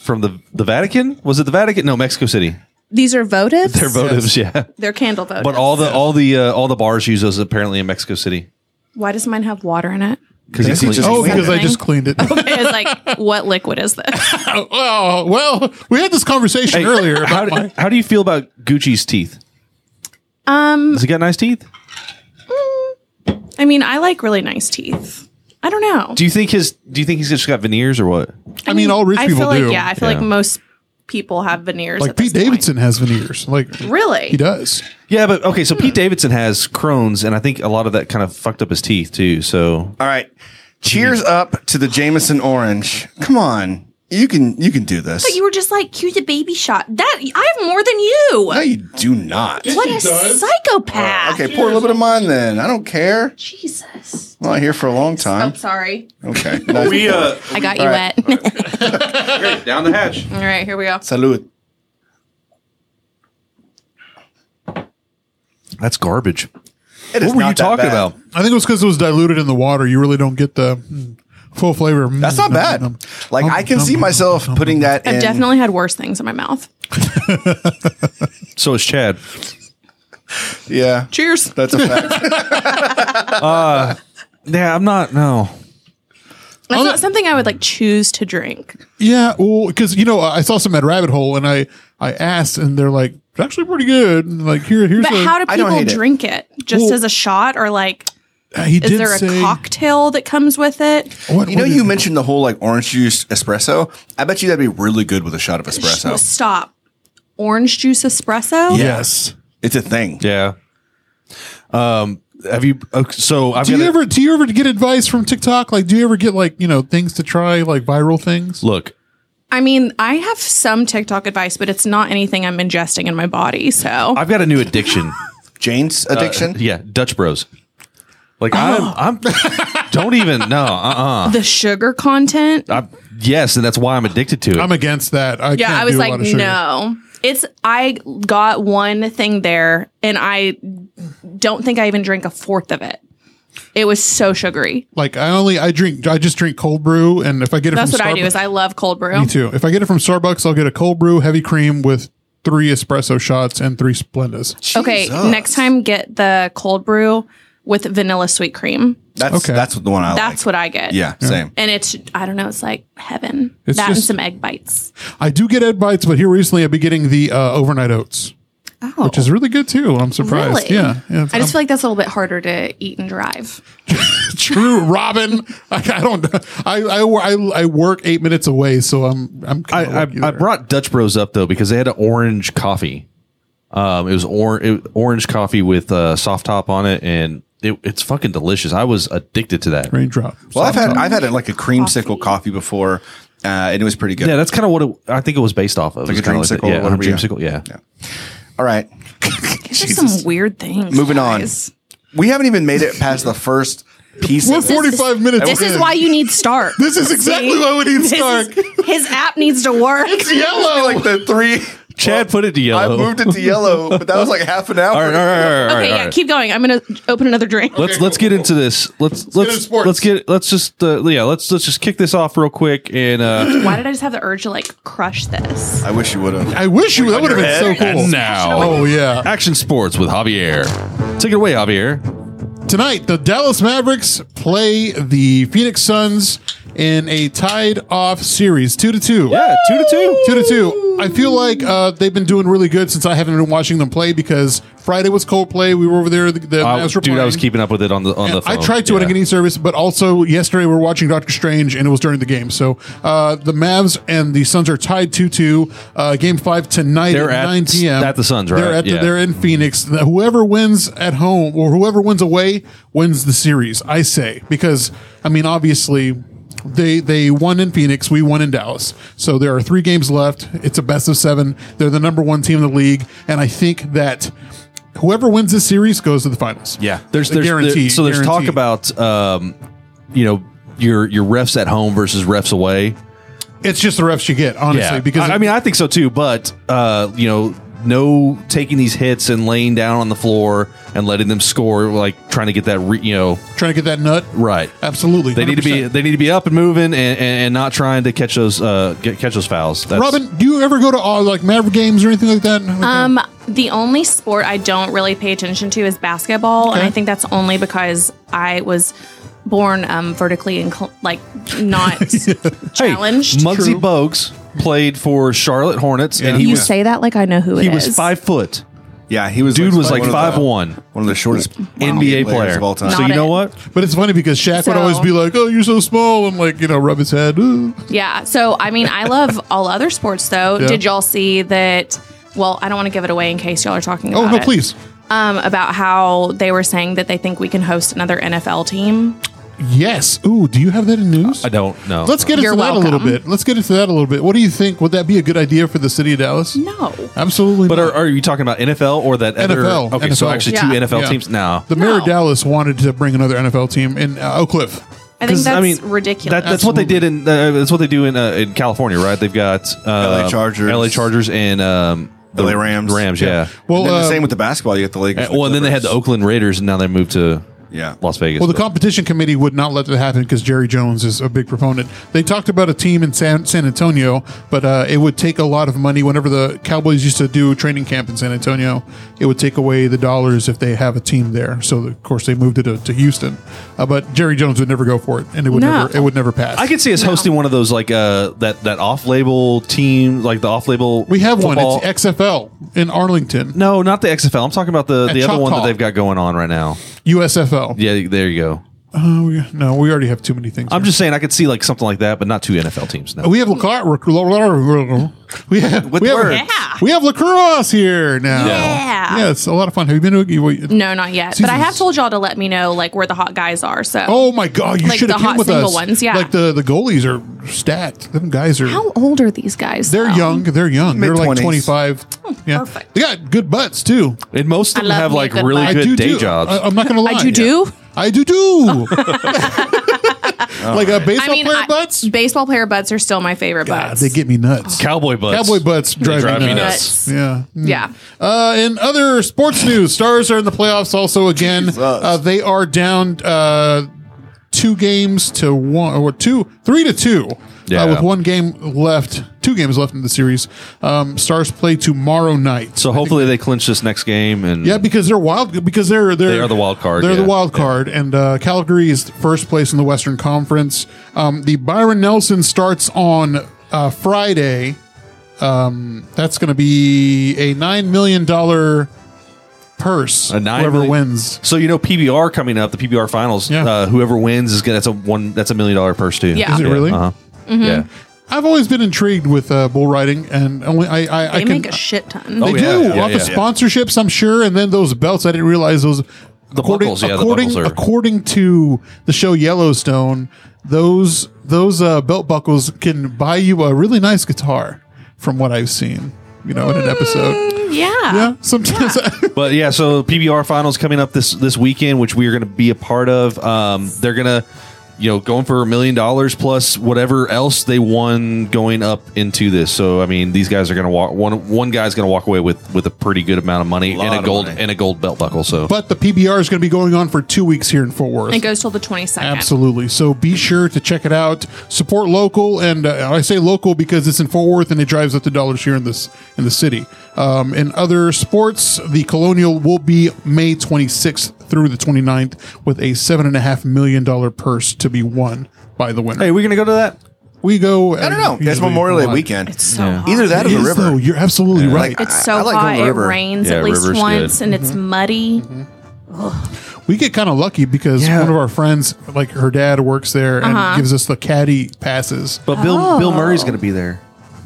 S6: from the the Vatican. Was it the Vatican? No, Mexico City.
S3: These are votives.
S6: Their votives, yeah.
S3: They're candle votives.
S6: But all the all the uh, all the bars use those apparently in Mexico City.
S3: Why does mine have water in it?
S6: Because
S5: Because he just-
S4: Oh,
S5: Clean
S4: because I
S3: thing.
S4: just cleaned it.
S3: It's like, what liquid is this?
S4: oh, well, we had this conversation earlier about
S6: How, do-
S4: my
S6: how do you feel about Gucci's teeth? Um, has he got nice teeth?
S3: I mean, I like really nice teeth. I don't know.
S6: Do you think his? Do you think he's just got veneers or what?
S4: I mean, all rich
S3: I
S4: people
S3: feel like
S4: do.
S3: yeah. I feel
S6: Yeah.
S3: like most people have veneers.
S4: Like
S3: at this
S4: Pete Davidson has veneers. Like
S3: Point. Really?
S4: he does.
S6: Yeah, but okay. So Pete Davidson has Crohn's, and I think a lot of that kind of fucked up his teeth too. So
S5: All right. Cheers up to the Jameson Orange. Come on. You can you can do this.
S3: You were just like, cue the baby shot. That I have more than you.
S5: no, you do not.
S3: what a psychopath.
S5: Okay, pour a little bit of mine then. I don't care.
S3: Jesus.
S5: I'm not here for a long time.
S3: I'm sorry.
S5: Okay. Nice.
S6: uh
S3: I got you
S5: right.
S3: wet.
S6: down the hatch.
S3: All right, here we go.
S5: Salud.
S6: That's garbage.
S5: It is
S6: What were
S5: not
S6: you
S5: that
S6: talking
S5: bad.
S6: about?
S4: I think it was because it was diluted in the water. You really don't get the mm, full flavor.
S5: That's not bad. Like I can see myself putting that in.
S3: I've definitely had worse things in my mouth.
S6: So is Chad.
S5: Yeah.
S3: Cheers.
S5: That's a fact.
S6: Yeah, I'm not. No.
S3: That's not something I would like choose to drink.
S4: Yeah, well, because you know, I saw some at Rabbit Hole, and I I asked, and they're like, "It's actually pretty good." And like here, here's
S3: But
S4: a,
S3: how do
S5: I don't
S3: people
S5: hate it.
S3: drink it? Just
S4: Well-
S3: as a shot or like
S4: Uh, he
S3: is
S4: did
S3: there a
S4: say-
S3: cocktail that comes with it?
S4: What-
S5: You know,
S4: what is
S5: you
S4: it?
S5: mentioned the whole like orange juice espresso. I bet you that'd be really good with a shot of espresso.
S3: Stop. Orange juice espresso?
S5: Yes. It's a thing.
S6: Yeah. Um. Have you? Okay, so I've
S4: Do
S6: got
S4: you
S6: a-
S4: ever do you ever get advice from TikTok? Like, do you ever get like you know things to try, like viral things?
S6: look.
S3: I mean, I have some TikTok advice, but it's not anything I'm ingesting in my body. So
S6: I've got a new addiction.
S5: Jane's addiction.
S6: yeah, Dutch Bros. Like I'm. I'm. don't even. No. Uh. uh
S3: the sugar content.
S6: I Yes, and that's why I'm addicted to it.
S4: I'm against that. I
S3: yeah,
S4: can't
S3: I was
S4: do a
S3: like,
S4: lot of sugar.
S3: no. It's I got one thing there and I don't think I even drank a fourth of it. It was so sugary.
S4: Like, I only I drink I just drink cold brew, and if I get it,
S3: That's
S4: from
S3: what I do
S4: Starbucks-
S3: is I love cold brew.
S4: Me too. If I get it from Starbucks, I'll get a cold brew, heavy cream with three espresso shots and three Splendas.
S3: Okay,
S5: Jesus.
S3: next time get the cold brew with vanilla sweet cream.
S5: That's
S4: Okay.
S5: that's the one I
S3: That's
S5: like.
S3: what I get.
S5: Yeah, same.
S3: And it's I don't know, it's like heaven.
S4: It's
S3: that and
S4: just-
S3: some egg bites.
S4: I do get egg bites, but here recently I've been getting the uh, overnight oats,
S3: Oh.
S4: which is really good too. I'm surprised.
S3: Really?
S4: Yeah, yeah
S3: I
S4: I'm-
S3: just feel like that's a little bit harder to eat and drive.
S4: true, Robin. I, I don't. I, I wor- I I work eight minutes away, so I'm I'm.
S6: I,
S4: kinda
S6: I,
S4: lucky
S6: I
S4: there.
S6: brought Dutch Bros up though because they had an orange coffee. Um, it was or, it, orange coffee with uh, soft top on it, and it, it's fucking delicious. I was addicted to that.
S4: raindrop.
S5: Well, I've had I've had like a creamsicle coffee before, uh, and it was pretty good.
S6: Yeah, that's kind of what it, I think it was based off of.
S5: Like
S6: It's
S5: a
S6: kinda
S5: dreamsicle or
S6: yeah,
S5: whatever, yeah.
S6: dreamsicle, yeah.
S5: Yeah. All right,
S3: It's just some weird things.
S5: moving
S3: guys.
S5: on. We haven't even made it past the first piece.
S4: We're
S5: of this.
S4: 45 minutes.
S3: This is
S4: in.
S3: why you need Stark.
S4: This is exactly why we need
S3: This
S4: Stark.
S3: is- his app needs to work.
S5: yellow. like the three.
S6: Chad put it to
S5: I
S6: yellow.
S5: moved it to yellow, but that was like half an hour.
S6: All right, all right, all right, all right,
S3: Okay,
S6: all
S3: yeah,
S6: right.
S3: keep going. I'm gonna open another drink.
S6: Let's let's get into this. Let's
S4: into
S6: let's
S4: sports.
S6: let's get let's just uh, yeah let's let's just kick this off real quick and uh,
S3: Why did I just have the urge to like crush this?
S5: I wish you would have.
S4: I wish you. That would have been so cool.
S6: now
S4: Oh yeah.
S6: action sports with Javier. Take it away, Javier.
S4: Tonight, the Dallas Mavericks play the Phoenix Suns in a tied-off series, two to two.
S6: Yeah, two to two.
S4: Two to two. I feel like uh, they've been doing really good since I haven't been watching them play because Friday was Coldplay. We were over there. The, the
S6: I-
S4: Mavs were
S6: dude, I was
S4: playing.
S6: keeping up with it on the on the.
S4: I
S6: Phone.
S4: tried to on
S6: Yeah.
S4: a getting service, but also yesterday we were watching Doctor Strange and it was during the game. So uh, the Mavs and the Suns are tied 2 2. Uh, game five tonight
S6: They're
S4: at,
S6: at-
S4: 9 p.m.
S6: at the Suns, right?
S4: They're, at the-
S6: Yeah.
S4: they're in Phoenix. The- whoever wins at home or whoever wins away wins the series, I say. Because, I mean, obviously. They they won in Phoenix, we won in Dallas. So there are three games left. It's a best of seven. They're the number one team in the league, and I think that whoever wins this series goes to the finals.
S6: Yeah, there's there's
S4: Guaranteed,
S6: there- so there's talk
S4: guaranteed.
S6: about um, you know your your refs at home versus refs away.
S4: It's just the refs you get, honestly. Because
S6: I, I mean I think so too, but uh, you know no taking these hits and laying down on the floor and letting them score like trying to get that re, you know
S4: trying to get that nut
S6: right.
S4: Absolutely,
S6: They need to be
S4: 100%.
S6: they need to be up and moving and, and, and not trying to catch those uh, get, catch those fouls. That's,
S4: Robin, do you ever go to uh, like Maverick games or anything like that?
S3: Um, the only sport I don't really pay attention to is basketball, and
S4: Okay.
S3: I think that's only because I was born um vertically and cl- like not challenged.
S6: Muggsy
S4: True.
S6: Bogues played for Charlotte Hornets, and he
S3: you
S6: was
S3: say that like I know who it is.
S6: he was five foot.
S5: Yeah, he was.
S6: Dude was like
S5: one of
S6: 5'1".
S5: the- one of the shortest
S6: NBA player
S5: of all time.
S6: So
S3: Not
S6: you know
S3: it.
S6: what?
S4: But it's funny because Shaq would
S3: So-
S4: always be like, "Oh, you're so small," and like you know, rub his head. Ooh.
S3: Yeah. So, I mean, I love all other sports, though.
S4: Yeah.
S3: Did y'all see that? Well, I don't want to give it away in case y'all are talking about
S4: Oh no,
S3: it.
S4: please.
S3: Um, about how they were saying that they think we can host another NFL team.
S4: Yes. Ooh, do you have that in news?
S6: I don't know.
S4: Let's get into
S3: You're
S4: that a little
S3: welcome.
S4: bit. Let's get into that a little bit. What do you think? Would that be a good idea for the city of Dallas?
S3: No.
S4: Absolutely.
S6: But
S4: not.
S6: are, are you talking about NFL or that other?
S4: NFL.
S6: Okay, so
S4: NFL.
S6: actually
S3: Yeah.
S6: two NFL
S4: Yeah.
S6: teams. No,
S4: the mayor of
S3: No.
S4: Dallas wanted to bring another NFL team in uh, Oak Cliff.
S3: I think
S6: 'Cause,
S3: that's ridiculous.
S6: that- that's what they did in. Uh, that's what they do in uh, in California, right? They've got uh,
S5: LA Chargers.
S6: LA Chargers, and um, the
S5: LA Rams.
S6: Rams, yeah.
S4: Well,
S5: and then
S4: uh,
S5: the same with the basketball. You got the Lakers.
S6: And- well, and then they had the
S5: Clippers.
S6: Oakland Raiders, and now they moved to
S5: Yeah.
S6: Las Vegas.
S4: Well, the
S6: But-
S4: competition committee would not let that happen because Jerry Jones is a big proponent. They talked about a team in San, San Antonio, but uh, it would take a lot of money. Whenever the Cowboys used to do training camp in San Antonio, it would take away the dollars if they have a team there. So, of course, they moved it to, to Houston. Uh, but Jerry Jones would never go for it, and it would
S3: No.
S4: never it would never pass.
S6: I could see us hosting one of those like uh that that off label team, like the off label.
S4: we have one. It's XFL in Arlington,
S6: no, not the XFL. I'm talking about the
S4: At
S6: the other one that
S4: Choctaw.
S6: they've got going on right now.
S4: USFL.
S6: Yeah, there you go.
S4: Uh, we- no, we already have too many things.
S6: I'm
S4: here.
S6: just saying I could see like something like that, but not two NFL teams. No.
S4: We have lacrosse. We have
S5: With
S4: we have,
S5: words.
S3: Yeah.
S4: we have lacrosse here now.
S3: Yeah.
S4: yeah, it's a lot of fun. Have you been to? You, you-
S3: No, not yet. But I
S4: Jesus.
S3: have told y'all to let me know like where the hot guys are. So
S4: Oh my god, you
S3: Like
S4: should have
S3: the
S4: come
S3: hot
S4: with
S3: single
S4: us.
S3: ones, yeah.
S4: like the the goalies are stacked. Them guys are.
S3: how old are these guys?
S4: They're
S3: though?
S4: young. They're young. They're like
S5: Mid-twenties.
S4: twenty five. Yeah,
S3: Oh, perfect.
S4: they got good butts too.
S6: And most
S3: I
S6: of them
S3: love
S6: have
S3: me a
S6: like
S3: good
S6: really
S3: butt. I
S6: good
S4: do
S6: day
S4: do. uh,
S6: jobs.
S4: I, am not gonna lie.
S3: do do?
S4: I do do. like a baseball
S3: I mean,
S4: player
S3: I-
S4: butts.
S3: baseball player butts are still my favorite
S4: God,
S3: butts.
S4: they get me nuts.
S6: Cowboy butts.
S4: Cowboy butts
S6: They
S4: drive, me nuts.
S3: nuts.
S4: Yeah. Mm.
S3: yeah.
S4: Uh, in other sports news, Stars are in the playoffs also again. Uh, they are down uh, two games to one, or two, three to two,
S6: Yeah.
S4: uh, with one game left, two games left in the series. Um, Stars play tomorrow night.
S6: So hopefully they clinch this next game and
S4: Yeah, because they're wild. Because they're they're
S6: They are the wild card,
S4: They're the
S6: yeah.
S4: wild card, and uh, Calgary is first place in the Western Conference. Um, the Byron Nelson starts on uh, Friday. Um, that's going to be a nine million dollar purse.
S6: A nine
S4: whoever
S6: million-
S4: wins.
S6: So you know PBR coming up, the PBR finals.
S4: Yeah.
S6: Uh, whoever wins is gonna that's a one that's a million dollar purse too.
S3: Yeah. Mm-hmm. Is
S4: it really?
S6: Uh-huh. Yeah.
S4: I've always been intrigued with uh, bull riding, and only I I, I
S3: They
S4: can.
S3: make a shit ton.
S6: Oh,
S4: they
S6: yeah,
S4: do
S6: yeah,
S4: off
S6: yeah.
S4: of sponsorships, I'm sure, and then those belts. I didn't realize those.
S6: The buckles, yeah, the
S4: according,
S6: buckles are-
S4: according to the show Yellowstone, those those uh, belt buckles can buy you a really nice guitar, from what I've seen. You know, in an episode.
S3: yeah.
S4: Oh. Mm. Yeah, sometimes.
S6: But yeah, so PBR finals coming up this this weekend, which we are going to be a part of. Um, they're gonna, you know, going for a million dollars plus whatever else they won going up into this. So I mean, these guys are gonna walk one one guy's gonna walk away with with a pretty good amount of money
S5: Lot
S6: and a
S5: of
S6: gold
S5: money.
S6: and a gold belt buckle. So
S4: but the PBR is going to be going on for two weeks here in Fort Worth.
S3: It goes till the twenty second.
S4: Absolutely. So be sure to check it out. Support local, and uh, I say local because it's in Fort Worth and it drives up the dollars here in this in the city. Um, in other sports, the Colonial will be May 26th through the 29th with a seven and a half million dollar purse to be won by the winner.
S6: hey, we're gonna go to that.
S4: we go.
S5: I don't know. It's Memorial Day weekend.
S3: It's so hot.
S5: Either that or the river.
S4: you're absolutely right.
S5: Like,
S3: It's so
S5: I- I like going
S3: hot.
S5: to the
S3: It
S5: river.
S3: rains
S6: Yeah,
S3: at least
S6: river's
S3: once, and it's muddy.
S4: we get kind of lucky because
S6: Yeah.
S4: one of our friends, like her dad, works there and
S3: Uh-huh.
S4: gives us the caddy passes.
S6: But Bill Bill Murray's gonna be there.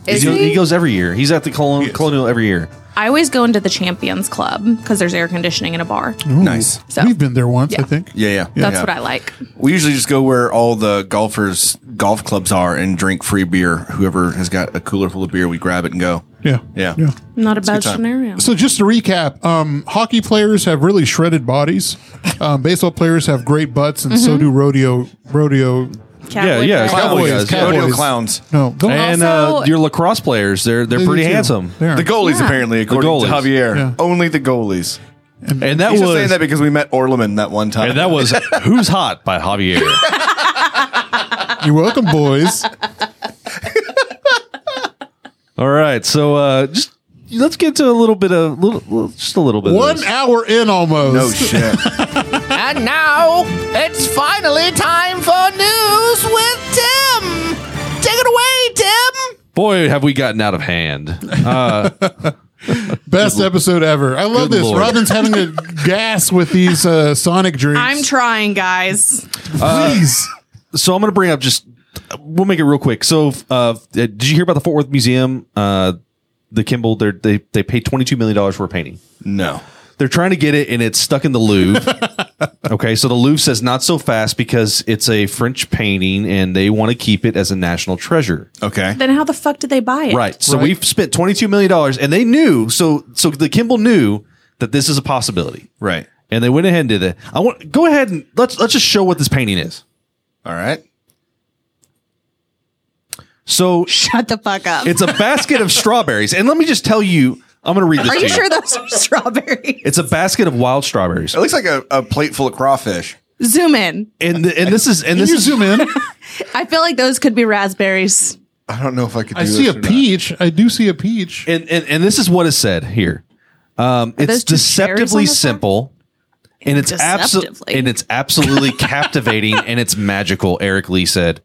S3: Oh. Is
S6: he, goes,
S3: he?
S6: he goes every year. He's at the Colon- Colonial every year.
S3: I always go into the Champions Club because there's air conditioning in a bar.
S6: Mm-hmm.
S5: nice.
S3: So-
S4: We've been there once, I
S3: Yeah.
S4: think.
S5: Yeah, yeah.
S3: That's
S5: yeah.
S3: what I like.
S5: We usually just go where all the golfers' golf clubs are and drink free beer. Whoever has got a cooler full of beer, we grab it and go.
S4: Yeah.
S5: Yeah.
S4: Yeah.
S3: Not a bad
S5: time.
S3: scenario.
S4: So just to recap, um, hockey players have really shredded bodies. Um, baseball players have great butts, and
S3: Mm-hmm.
S4: so do rodeo rodeo.
S6: Yeah, yeah, Cowboy guys, yeah.
S5: Rodeo clowns.
S4: No, don't
S6: And
S3: Also-
S6: uh, your lacrosse players, they're they're pretty handsome.
S4: There.
S5: The goalies,
S3: Yeah.
S5: apparently, according
S6: goalies.
S5: to Javier.
S4: Yeah.
S5: Only the goalies.
S6: And that
S5: He's just saying
S6: was
S5: that because we met Orleman that one time.
S6: and that was Who's Hot by Javier.
S4: You're welcome, boys.
S6: All right, so uh, just let's get to a little bit of little, little- just a little bit. of
S4: One
S6: this.
S4: hour in almost.
S5: no shit.
S8: And now it's finally time for news with Tim. Take it away, Tim.
S6: boy, have we gotten out of hand. Uh,
S4: Best episode ever. I love
S6: Good
S4: this.
S6: Lord.
S4: Robin's having a gas with these uh, Sonic dreams.
S3: I'm trying, guys.
S4: Please.
S6: so I'm going to bring up just we'll make it real quick. So, uh, did you hear about the Fort Worth Museum? Uh, the Kimball, they're, they they paid 22 million dollars for a painting.
S5: No.
S6: They're trying to get it, and it's stuck in the Louvre. okay, so the Louvre says not so fast because it's a French painting, and they want to keep it as a national treasure.
S5: Okay.
S3: Then how the fuck did they buy it?
S6: Right. So
S4: Right.
S6: we've spent 22 million dollars, and they knew. So so the Kimball knew that this is a possibility,
S5: Right.
S6: and they went ahead and did it. I want go ahead and let's let's just show what this painting is.
S5: All right.
S6: So
S9: Shut the fuck up.
S6: It's a basket of strawberries. And let me just tell you, I'm going to read this.
S9: Are
S6: to
S9: you sure those are strawberries?
S6: It's a basket of wild strawberries.
S5: It looks like a, a plate full of crawfish.
S3: Zoom in.
S6: And the, and this is and
S4: Can
S6: this
S4: you
S6: is
S4: zoom in?
S3: I feel like those could be raspberries.
S5: I don't know if I could do
S4: I see a
S5: this or not.
S4: peach. I do see a peach.
S6: and, and and this is what is said here. Um,
S3: those
S6: it's
S3: just cherries on
S6: deceptively
S3: the top?
S6: simple. And it's absolutely
S3: Deceptively.
S6: and it's absolutely captivating and it's magical. Eric Lee said.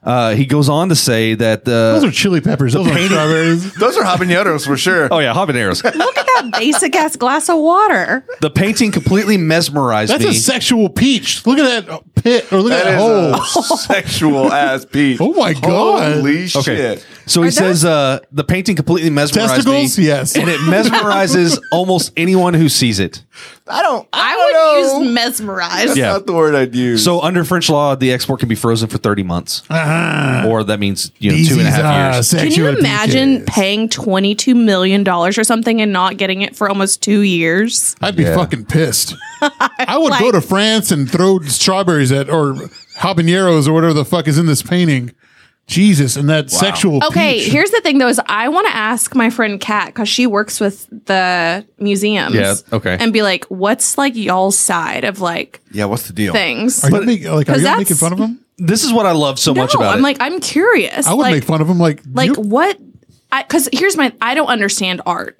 S6: Uh, he goes on to say that
S4: Those
S6: the
S4: are chili peppers. Those are strawberries.
S5: Those are habaneros for sure.
S6: oh yeah habaneros.
S3: Look at that basic ass glass of water.
S6: the painting completely mesmerized
S4: That's
S6: me.
S4: a sexual peach. Look at that pit or look at
S5: That
S4: that, hole.
S5: is a sexual ass peach.
S4: Oh my God.
S5: Holy shit!
S6: So he
S3: Are those-
S6: says uh, the painting completely mesmerized
S4: Testicles?
S6: me.
S4: Yes.
S6: And it mesmerizes almost anyone who sees it.
S5: I don't. I,
S3: I,
S5: don't
S3: would
S5: know.
S3: use mesmerized.
S5: That's
S6: Yeah.
S5: not the word I'd use.
S6: So under French law, the export can be frozen for 30 months. Or that means you know two and a
S4: These are
S6: half years.
S3: Can
S4: sexual
S3: you imagine
S4: peaches.
S3: paying $22 million or something and not getting it for almost two years?
S4: I'd be fucking pissed. I would go to France and throw strawberries at or habaneros or whatever the fuck is in this painting. Jesus, and that sexual.
S3: Okay,
S4: peach.
S3: here's the thing though is I want to ask my friend Kat because she works with the museums.
S6: Yeah, okay.
S3: And be like, what's like y'all's side of like
S5: yeah, what's the deal?
S3: things?
S4: Are you make, like are
S3: 'cause
S4: you
S3: that's-
S4: making fun of him?
S6: This is what I love so
S3: no,
S6: much about
S3: I'm
S6: it.
S3: like I'm curious.
S4: I would
S3: like,
S4: make fun of him. Like
S3: Like
S4: you-
S3: what? Because here's my I don't understand art.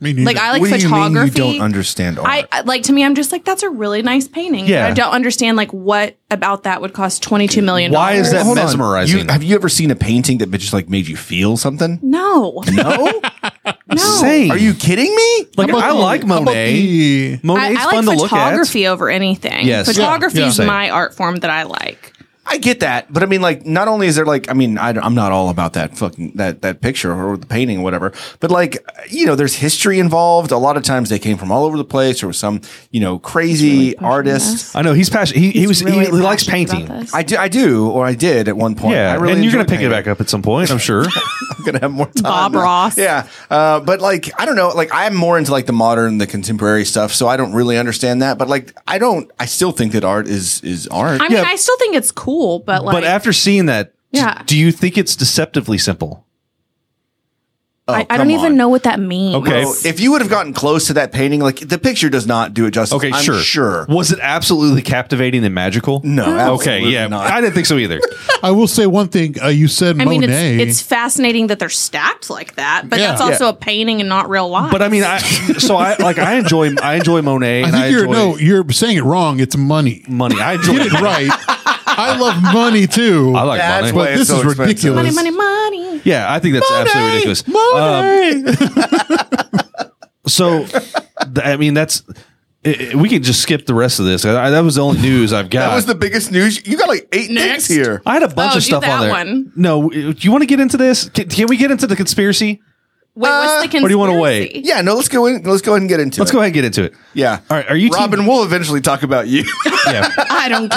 S4: me neither.
S3: Like I like
S5: what do you mean
S3: photography.
S5: you don't understand art?
S3: I I- like to me. I'm just like that's a really nice painting.
S6: Yeah.
S3: I don't understand like what about that would cost twenty two million.
S6: Why is that
S5: Hold on.
S6: mesmerizing?
S5: You- have you ever seen a painting that just like made you feel something?
S3: No,
S5: No.
S3: no.
S6: Insane.
S5: Are you kidding me?
S6: like
S4: How about
S6: I
S4: the-
S6: like
S4: how about
S6: Monet.
S4: the-
S3: I,
S6: Monet's
S3: I
S6: fun to
S3: like
S6: look at.
S3: photography over anything.
S6: Yes. Yeah,
S3: photography
S4: yeah.
S3: is
S6: Same.
S3: my art form that I like.
S5: I get that, but I mean, like, not only is there like, I mean, I, am not all about that fucking that that picture or the painting or whatever, but like, you know, there's history involved. A lot of times they came from all over the place. There was some, you know, crazy artist.
S6: I know he's passionate. He, he was he,
S3: really
S6: he likes
S3: passionate about
S6: painting.
S3: this.
S5: I do, I do, or I did at one point.
S6: Yeah,
S5: I really
S6: and you're gonna
S5: enjoyed
S6: pick it
S5: painting.
S6: back up at some point, I'm sure.
S5: I'm gonna have more time.
S3: Bob
S5: now.
S3: Ross.
S5: Yeah, uh, but like I don't know. Like I'm more into like the modern, the contemporary stuff, so I don't really understand that. But like I don't. I still think that art is is art.
S3: I mean, I still think it's cool, but like,
S6: but after seeing that, d-
S3: Yeah.
S6: do you think it's deceptively simple?
S5: Oh,
S3: I, I
S5: come
S3: don't even
S5: on.
S3: know what that means.
S6: Okay.
S5: So if you would have gotten close to that painting, like the picture does not do it justice.
S6: Okay,
S5: I'm
S6: sure.
S5: Sure.
S6: Was it absolutely captivating and magical?
S5: No.
S6: Okay, yeah.
S5: not.
S6: I didn't think so either.
S4: I will say one thing. Uh, you said
S3: I mean,
S4: Monet.
S3: it's it's fascinating that they're stacked like that, but
S4: Yeah.
S3: that's also a painting and not real life.
S6: But I mean, I so I like I enjoy I enjoy Monet.
S4: I
S6: and
S4: think
S6: I
S4: you're
S6: enjoy
S4: no. You're saying it wrong. It's money.
S6: money. I enjoy
S4: Get it right. I love money too.
S6: I like
S5: That's
S6: money.
S5: why
S4: but
S5: it's
S4: this
S5: so
S4: is
S5: expensive.
S4: ridiculous.
S3: money, money, money.
S6: yeah, I think that's absolutely ridiculous. So, th- I mean, that's it, it- we can just skip the rest of this. I, I- that was the only news I've got.
S5: That was the biggest news. You got like eight
S3: Next.
S5: things here.
S6: I had a bunch
S3: Oh,
S6: of
S3: do
S6: stuff
S3: that
S6: on there.
S3: one.
S6: No, do you want to get into this? Can, can we get into the conspiracy?
S3: Wait, what's the conspiracy?
S6: Uh, or do you wanna wait?
S5: Yeah, no, let's go in. Let's go ahead and get into
S6: Let's
S5: it.
S6: go ahead and get into it.
S5: Yeah.
S6: All right, are you team-
S5: Robin, we'll eventually talk about you.
S6: Yeah.
S3: I don't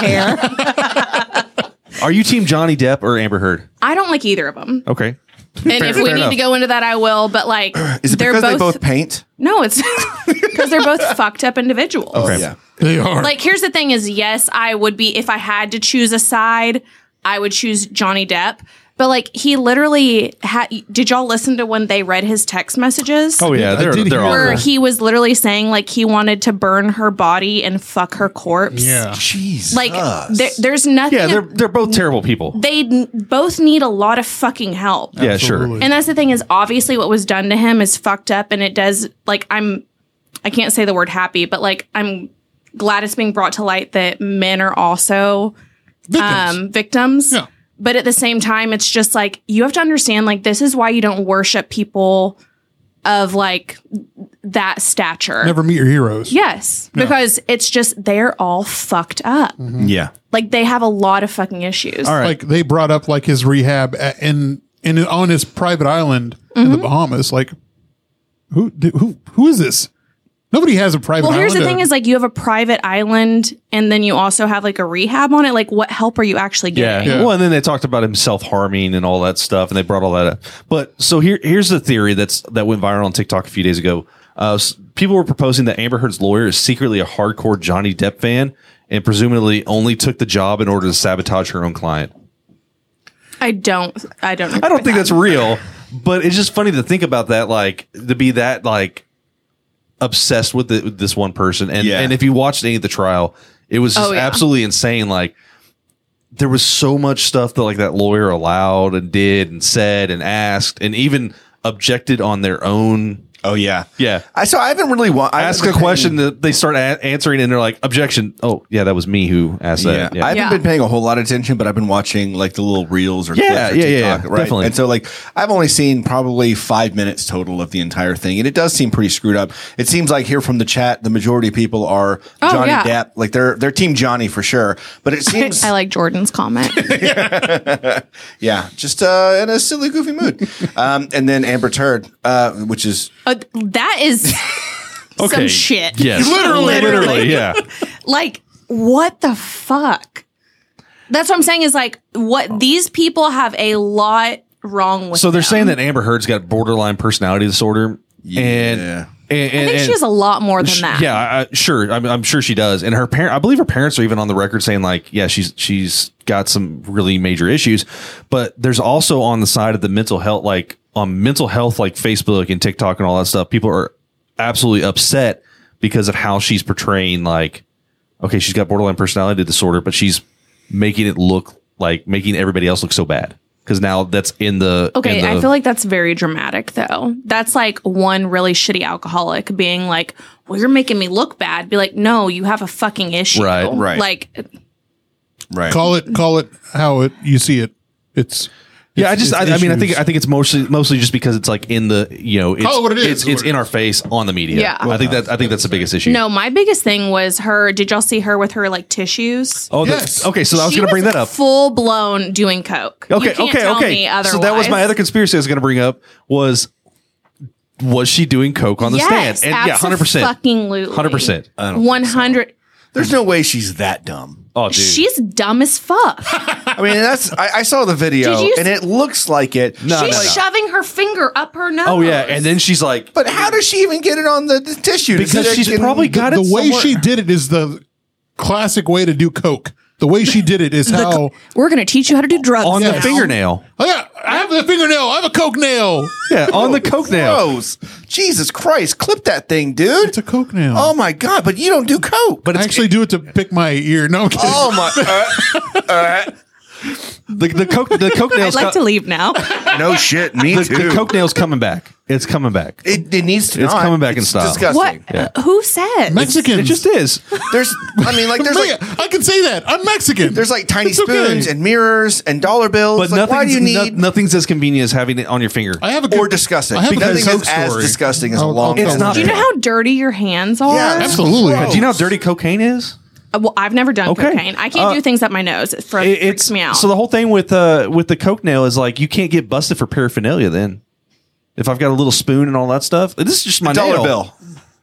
S3: care.
S6: Are you team Johnny Depp or Amber Heard?
S3: I don't like either of them.
S6: Okay.
S3: and if we need to go into that, I will. But like,
S5: Is it
S3: they're
S5: because
S3: both,
S5: they both paint?
S3: no, it's because they're both fucked up individuals.
S6: Okay.
S5: Yeah.
S4: they are.
S3: Like, here's the thing: is yes, I would be if I had to choose a side, I would choose Johnny Depp. But like, he literally had. Did y'all listen to when they read his text messages?
S6: Oh yeah,
S4: I
S6: they're
S4: did
S6: they're
S4: hear
S6: awful.
S3: Where he was literally saying like he wanted to burn her body and fuck her corpse.
S4: yeah.
S5: Jeez.
S3: Like there, there's nothing.
S6: Yeah, they're they're both terrible people.
S3: they n- both need a lot of fucking help.
S6: Yeah, sure.
S4: Absolutely.
S3: And that's the thing is obviously what was done to him is fucked up and it does like I'm I can't say the word happy, but like I'm glad it's being brought to light that men are also
S4: Victims.
S3: um victims.
S4: Yeah.
S3: But at the same time it's just like you have to understand like this is why you don't worship people of like that stature.
S4: Never meet your heroes.
S3: Yes, because it's just they're all fucked up.
S4: Mm-hmm.
S6: Mm-hmm.
S5: Yeah.
S3: Like they have a lot of fucking issues.
S5: right.
S4: Like they brought up like his rehab a- in in on his private island in the
S3: Mm-hmm.
S4: Bahamas. Like who d- who who is this? Nobody has a private.
S3: Well, here's the
S4: island
S3: thing:
S4: to-
S3: is like you have a private island, and then you also have like a rehab on it. Like, what help are you actually
S6: Yeah.
S3: getting?
S6: Well, and then they talked about him self harming and all that stuff, and they brought all that up. But so here, here's the theory that's that went viral on TikTok a few days ago. Uh, s- people were proposing that Amber Heard's lawyer is secretly a hardcore Johnny Depp fan, and presumably only took the job in order to sabotage her own client.
S3: I don't. I don't.
S6: I don't think that's real, but it's just funny to think about that, like to be that like obsessed with, the, with this one person. And
S5: Yeah.
S6: and if you watched any of the trial, it was just
S3: Oh, yeah.
S6: absolutely insane. Like there was so much stuff that like that lawyer allowed and did and said and asked and even objected on their own.
S5: Oh yeah.
S6: Yeah.
S5: I so I haven't really wa- I
S6: Ask a
S5: haven't been
S6: question
S5: paying-
S6: that they start a- answering and they're like objection. Oh yeah, that was me who asked
S5: Yeah.
S6: that. Yeah.
S5: I haven't
S3: Yeah.
S5: been paying a whole lot of attention, but I've been watching like the little reels or
S6: Yeah,
S5: clips or
S6: yeah, yeah,
S5: TikTok,
S6: yeah,
S5: right?
S6: definitely.
S5: And so like I've only seen probably five minutes total of the entire thing, and it does seem pretty screwed up. It seems like here from the chat, the majority of people are
S3: Oh,
S5: Johnny
S3: yeah.
S5: Depp, like they're they're Team Johnny for sure. But it seems
S3: I like Jordan's comment.
S5: yeah, just uh, in a silly, goofy mood. um, and then Amber Turd, uh, which is
S3: Uh, that is some shit.
S6: Yes.
S3: Literally.
S6: Literally. Yeah.
S3: Like, what the fuck? That's what I'm saying. Is like what these people have a lot wrong with.
S6: So they're
S3: them.
S6: saying that Amber Heard's got borderline personality disorder, and
S5: Yeah.
S6: and,
S3: I
S6: and,
S3: think she has a lot more than that.
S6: yeah, I, I- sure, I'm, I'm sure she does. And her parent, I believe her parents are even on the record saying like, yeah, she's she's got some really major issues. But there's also on the side of the mental health, like on mental health, like Facebook and TikTok and all that stuff. People are absolutely upset because of how she's portraying like, okay, she's got borderline personality disorder, but she's making it look like making everybody else look so bad because now that's in the
S3: Okay,
S6: in the-
S3: I feel like that's very dramatic though. That's like one really shitty alcoholic being like, "Well, you're making me look bad." Be like, "No, you have a fucking issue."
S6: Right,
S5: right.
S3: Like,
S5: right.
S4: call it call it how it you see it. It's
S6: Yeah, I
S4: it's-
S6: just, I,
S4: it's
S6: I mean, I
S4: issues.
S6: think, I think it's mostly, mostly just because it's like in the, you know, it's,
S4: Call it Oh, what it is,
S6: it's,
S4: is what
S6: it's
S4: it
S6: in our face on the media.
S3: Yeah.
S6: I think that, I think that's the biggest issue.
S3: no, my biggest thing was her. Did y'all see her with her like tissues?
S6: Oh,
S4: Yes.
S6: that's okay. So I was
S3: She
S6: going to bring that up.
S3: Full blown doing coke. You
S6: Okay.
S3: can't
S6: Okay.
S3: tell
S6: Okay.
S3: me
S6: So that was my
S3: otherwise.
S6: other conspiracy I was going to bring up was, was she doing coke on the
S3: yes,
S6: stand? And yeah, hundred percent.
S3: Fucking loot.
S6: 100%. I don't
S3: One hundred.
S5: There's no way she's that dumb.
S6: Oh, dude.
S3: She's dumb as fuck.
S5: I mean, that's I, I saw the video,
S3: Did you
S5: and it looks like it.
S6: No,
S3: She's
S6: no, no.
S3: shoving her finger up her nose.
S6: oh yeah. And then she's like,
S5: But how does she even get it on the, the tissue? Does
S6: because
S5: it-
S6: she's
S5: can-
S6: probably got
S4: the
S6: it
S4: way
S6: somewhere.
S4: she did it is the classic way to do coke. The way she did it is how.
S9: We're gonna teach you how to do drugs
S6: on the
S9: now.
S6: fingernail.
S4: Oh yeah, I have the fingernail. I have a coke nail.
S6: Yeah. On the coke nail.
S5: Gross. Jesus Christ, clip that thing, dude.
S4: It's a coke nail.
S5: Oh my god, but you don't do coke.
S6: But
S4: I
S6: it's
S4: actually do it to pick my ear. No, I'm kidding.
S5: oh my
S6: the, the coke, the coke
S3: I'd
S6: nail's,
S3: like to
S6: co-
S3: leave now.
S5: No shit, me
S6: the, the coke nail's coming back. It's coming back.
S5: it, it needs to
S6: It's
S5: not.
S6: coming back in
S5: It's
S6: style.
S3: What?
S5: Disgusting.
S3: Who said?
S4: Mexicans.
S6: It just is.
S5: There's I mean like there's like
S4: Man, I can say that. I'm Mexican.
S5: there's like tiny
S4: It's okay.
S5: spoons and mirrors and dollar bills.
S6: But
S5: like,
S6: nothing's,
S5: why do you
S6: no-
S5: need
S6: nothing's as convenient as having it on your finger.
S4: I have a good,
S5: or disgusting?
S4: I have a
S5: Nothing
S4: good
S5: is
S4: coke
S5: as
S4: story.
S5: disgusting as a
S4: I'll-
S5: long.
S4: I'll
S6: It's
S4: tell
S6: not-
S3: Do you know how dirty your hands are?
S5: Yeah, that's
S4: Absolutely.
S5: gross.
S6: do you know how dirty cocaine is?
S3: Uh, Well, I've never done
S6: Okay.
S3: cocaine. I can't
S6: Uh,
S3: do things up my nose. It, fr-
S6: It-
S3: freaks
S6: it's
S3: me out.
S6: so the whole thing with uh with the coke nail is like you can't get busted for paraphernalia. Then, if I've got a little spoon and all that stuff, this is just my
S5: dollar
S6: nail.
S5: bill?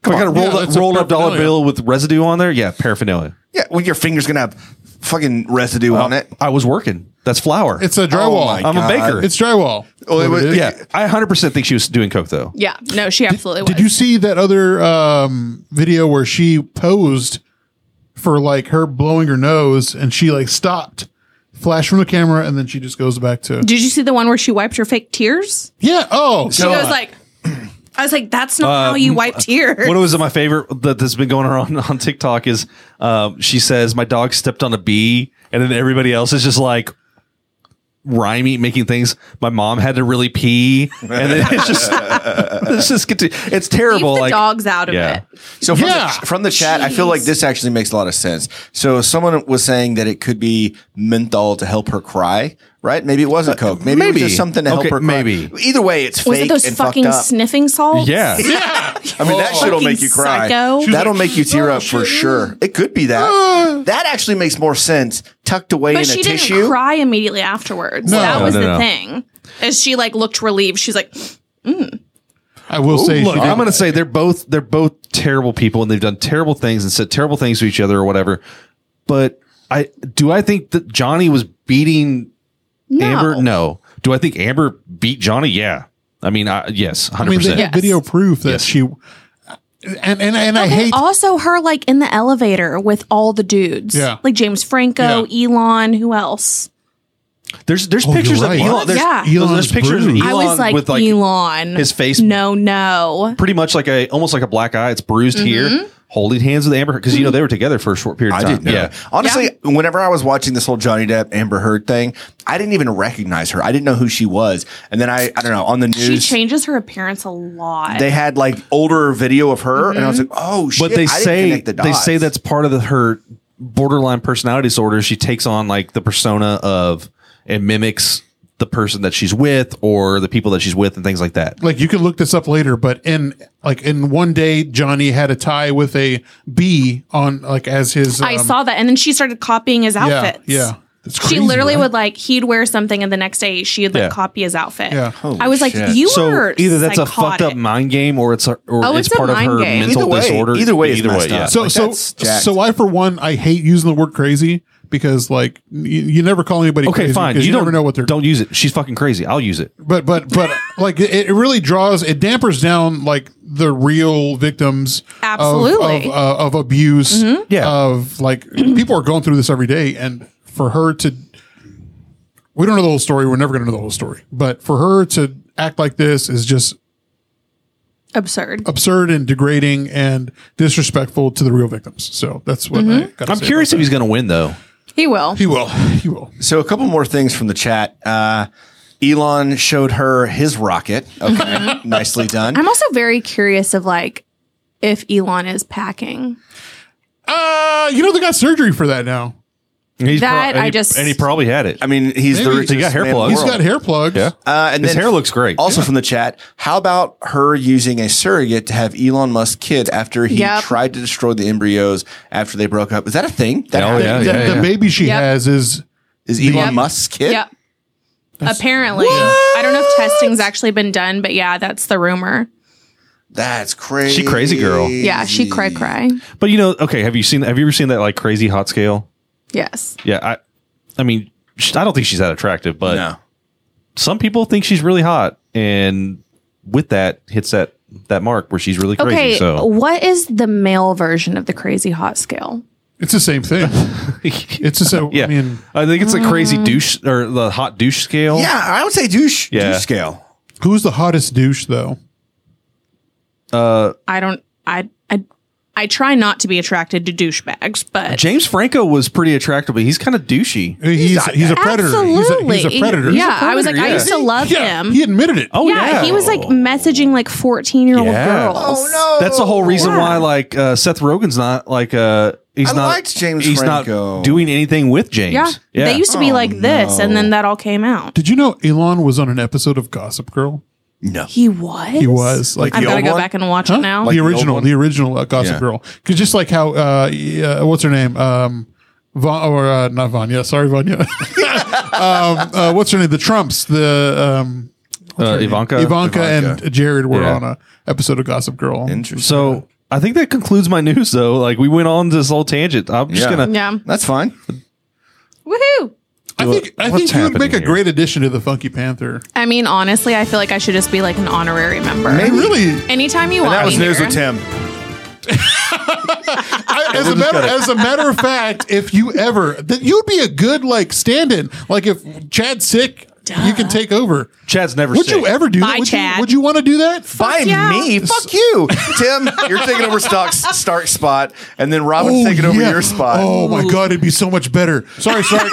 S6: If I got a rolled
S4: Yeah,
S6: up,
S4: that's a
S6: rolled up dollar
S4: paraphernalia.
S6: bill with residue on there, yeah, paraphernalia.
S5: Yeah, well, your finger's gonna have fucking residue on it.
S6: I was working. That's flour.
S4: It's a drywall.
S5: Oh my
S6: I'm a
S5: God.
S6: baker.
S4: it's drywall.
S5: Oh, it
S4: What
S5: was-
S4: is.
S6: yeah, I 100 percent think she was doing coke though.
S3: yeah, no, she absolutely was.
S4: Did you see that other um, video where she posed for like her blowing her nose and she like stopped, flashed from the camera, and then she just goes back to
S3: Did you see the one where she wiped her fake tears?
S4: yeah. Oh,
S3: She goes like, I was like, that's not how you wipe tears.
S6: Uh, What was my favorite that that's been going around on TikTok is um, she says my dog stepped on a bee, and then everybody else is just like rhyming, making things. My mom had to really pee, and then it's just it's just get to, it's
S3: Leave
S6: terrible.
S3: the
S6: like
S3: dogs out of
S6: yeah.
S3: it.
S5: So from,
S4: Yeah.
S5: the, from the chat, I feel like this actually makes a lot of sense. So someone was saying that it could be menthol to help her cry, right? Maybe it wasn't coke. Maybe, it was
S6: Uh, maybe.
S5: just something to help
S6: Okay,
S5: her. Cry.
S6: maybe.
S5: Either way, it's
S3: Was it
S5: fake
S3: those
S5: and
S3: fucking
S5: fucked up.
S3: sniffing salts?
S6: Yeah.
S5: I mean, that shit'll make you cry.
S3: psycho. She was
S5: That'll make you tear
S6: "Oh,
S5: up for sure. It could be that. That actually makes more sense. Tucked away
S3: But
S5: in
S3: she
S5: a
S3: didn't
S5: tissue.
S3: cry immediately afterwards.
S4: No.
S3: that
S4: No,
S3: was
S6: no,
S3: the
S6: no.
S3: thing. As she like looked relieved, she's like,
S4: I will say,
S6: Look,
S4: she
S6: I'm
S4: did,
S6: going to say they're both they're both terrible people, and they've done terrible things and said terrible things to each other or whatever. But I do I think that Johnny was beating
S3: "No,
S6: Amber? No. Do I think Amber beat Johnny? Yeah. I mean, I, yes,
S4: I
S6: hundred
S4: mean, they
S6: percent.
S4: have video proof that she. And and and I
S3: And
S4: hate.
S3: also her like in the elevator with all the dudes,
S4: Yeah.
S3: like James Franco, Elon, who else?
S6: There's there's
S4: Oh, you're
S6: pictures
S4: right.
S6: of Elon. There's,
S3: Yeah.
S6: there's- there's
S4: Elon's
S6: pictures of
S4: bruised.
S6: Elon
S3: I was like,
S6: with like
S3: Elon,
S6: his face-
S3: No, no,
S6: pretty much like a almost like a black eye. It's bruised
S3: Mm-hmm.
S6: here, holding hands with Amber because you know they were together for a short period of
S5: I
S6: time.
S5: didn't know.
S6: Yeah.
S5: Honestly, whenever I was watching this whole Johnny Depp Amber Heard thing, I didn't even recognize her. I didn't know who she was. And then I, I don't know, on the
S3: she
S5: news,
S3: changes her appearance a lot.
S5: they had like older video of her, and I
S3: Mm-hmm.
S5: was like, oh shit.
S6: but they
S5: I didn't
S6: say
S5: connect the
S6: they say
S5: dots.
S6: that's part of the, her borderline personality disorder. She takes on like the persona of and mimics the person that she's with or the people that she's with and things like that.
S4: like you can look this up later, but in like in one day, Johnny had a tie with a bee on like as his.
S3: I
S4: um,
S3: saw that, and then she started copying his
S4: Yeah,
S3: outfits.
S4: yeah. It's crazy,
S3: she literally
S4: right?
S3: would like he'd wear something, and the next day she'd like
S6: Yeah.
S3: copy his outfit.
S4: Yeah.
S3: I was like,
S5: shit.
S3: you
S6: So
S3: are
S6: either that's
S3: psychotic.
S6: a fucked up mind game or it's a, or
S3: Oh,
S6: it's,
S3: it's a
S6: part of
S3: mind
S6: her
S3: game.
S6: mental
S5: Either way-
S6: disorder.
S5: either way is messed up.
S4: So
S5: Like,
S4: so
S5: that's jacked.
S4: so I for one I hate using the word crazy because like you, you never call anybody
S6: Okay,
S4: crazy
S6: fine.
S4: 'cause
S6: You, don't
S4: never know what they're
S6: don't use it. She's fucking crazy. I'll use it.
S4: but but but like it, it really draws it dampers down like the real victims of-
S3: Absolutely. Mm-hmm.
S4: of, uh, of abuse
S6: Yeah.
S4: of like people are going through this every day and for her to we don't know the whole story we're never going to know the whole story but for her to act like this is just
S3: absurd.
S4: absurd and degrading and disrespectful to the real victims so that's what I gotta
S6: Mm-hmm. I'm
S4: say
S6: curious if
S4: about
S6: he's going to win though.
S3: He will.
S4: that. he will he will
S5: So a couple more things from the chat. Uh, Elon showed her his rocket. Okay, nicely done.
S3: Mm-hmm. I'm also very curious of like if Elon is packing.
S4: uh you know they got surgery for that now
S6: He's
S3: That
S6: and
S3: I
S6: he-
S3: just-
S6: and he probably had it.
S5: I mean, he's the
S4: Maybe-
S5: richest
S4: He
S6: got hair
S5: man in the
S6: plugs.
S4: He's
S5: world.
S4: got hair plugs
S6: Oh, yeah.
S5: Uh, and
S6: His
S5: then
S6: hair looks great.
S5: Also from the chat, how about her using a surrogate to have Elon Musk kid after he
S3: Yep.
S5: tried to destroy the embryos after they broke up? Is that a thing? That
S6: Oh, yeah,
S4: the,
S5: happened?
S6: yeah, yeah.
S4: the baby she
S3: Yep.
S4: has is
S5: Is Elon
S3: Yep.
S5: Musk's kid?
S3: Yep. Apparently, I don't know if testing's actually been done, but yeah, that's the rumor.
S5: That's crazy.
S6: She crazy girl.
S3: Yeah, she cry cry.
S6: But you know, okay, have you seen have you ever seen that like crazy hot scale?
S3: Yes,
S6: Yeah, I I mean, sh- I don't think she's that attractive, but
S5: No.
S6: some people think she's really hot and with that hits that that mark where she's really crazy.
S3: Okay,
S6: So
S3: what is the male version of the crazy hot scale?
S4: It's the same thing. It's just a,
S6: yeah.
S4: I mean,
S6: think it's the
S3: Mm.
S6: crazy douche or the hot douche scale.
S5: Yeah, I would say douche,
S6: Yeah.
S5: douche scale.
S4: who's the hottest douche though?
S3: I don't. I I I try not to be attracted to douchebags, but
S6: James Franco was pretty attractive, but he's kind of douchey.
S4: He's he's, a predator. He's a,
S3: absolutely,
S4: he's a predator.
S3: Yeah, I was like, I
S6: yeah.
S3: used to love
S4: Yeah,
S3: him.
S4: He admitted it.
S6: Oh
S3: yeah,
S6: yeah,
S3: he was like messaging like 14 year old
S6: Yeah.
S3: girls.
S5: Oh, no.
S6: That's the whole reason why like uh, Seth Rogen's not like uh he's
S5: I
S6: not
S5: liked James
S6: he's
S5: Franco.
S6: not doing anything with James.
S3: Yeah. They used to
S4: Oh,
S3: be like this, and then that all came out.
S4: Did you know Elon was on an episode of Gossip Girl?
S3: He was?
S4: He was like
S3: I've
S5: the
S3: got to
S5: old
S3: go
S5: one?
S3: back and watch
S4: Huh?
S3: it now.
S4: the original, the, original uh, Gossip
S5: Yeah.
S4: Girl. Because just like how uh, yeah, what's her name? Um, Va- or uh, not Vanya? Sorry, Vanya. um, uh, what's her name? The Trumps. The um,
S6: Uh, Ivanka.
S4: Ivanka,
S5: Ivanka.
S4: and Jared were
S6: Yeah.
S4: on a episode of Gossip Girl.
S5: Interesting.
S6: So I think that concludes my news though. Like we went on this whole tangent. I'm just
S5: Yeah.
S6: gonna
S3: yeah.
S5: That's fine.
S3: Woohoo.
S4: I think I
S6: What's
S4: think you would
S6: happening
S4: make a
S6: here?
S4: great addition to the Funky Panther.
S3: I mean, honestly, I feel like I should just be like an honorary member.
S4: Really,
S3: Anytime you want.
S5: That was
S3: me
S5: news
S3: here.
S5: with Tim.
S4: I, as, a matter, as a matter of fact, if you ever, then you'd be a good like stand-in. Like if Chad's sick, you can take over.
S6: Chad's never
S4: Would
S6: sick.
S4: you ever do
S3: Bye,
S4: that? Would you,
S3: Chad.
S4: would you want to do that?
S5: By
S3: yeah.
S5: me? Fuck you, Tim. You're taking over Stark's Stark's spot, and then Robin's taking over
S4: yeah.
S5: your spot.
S4: Oh my god, it'd be so much better. Sorry, Stark.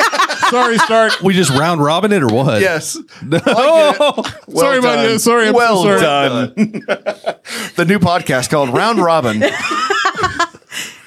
S4: Sorry, Stark.
S6: We just round robin it or what? Oh!
S5: Yes.
S4: sorry, about you. Sorry, I'm so
S5: well
S4: sorry.
S5: done. the new podcast called Round Robin.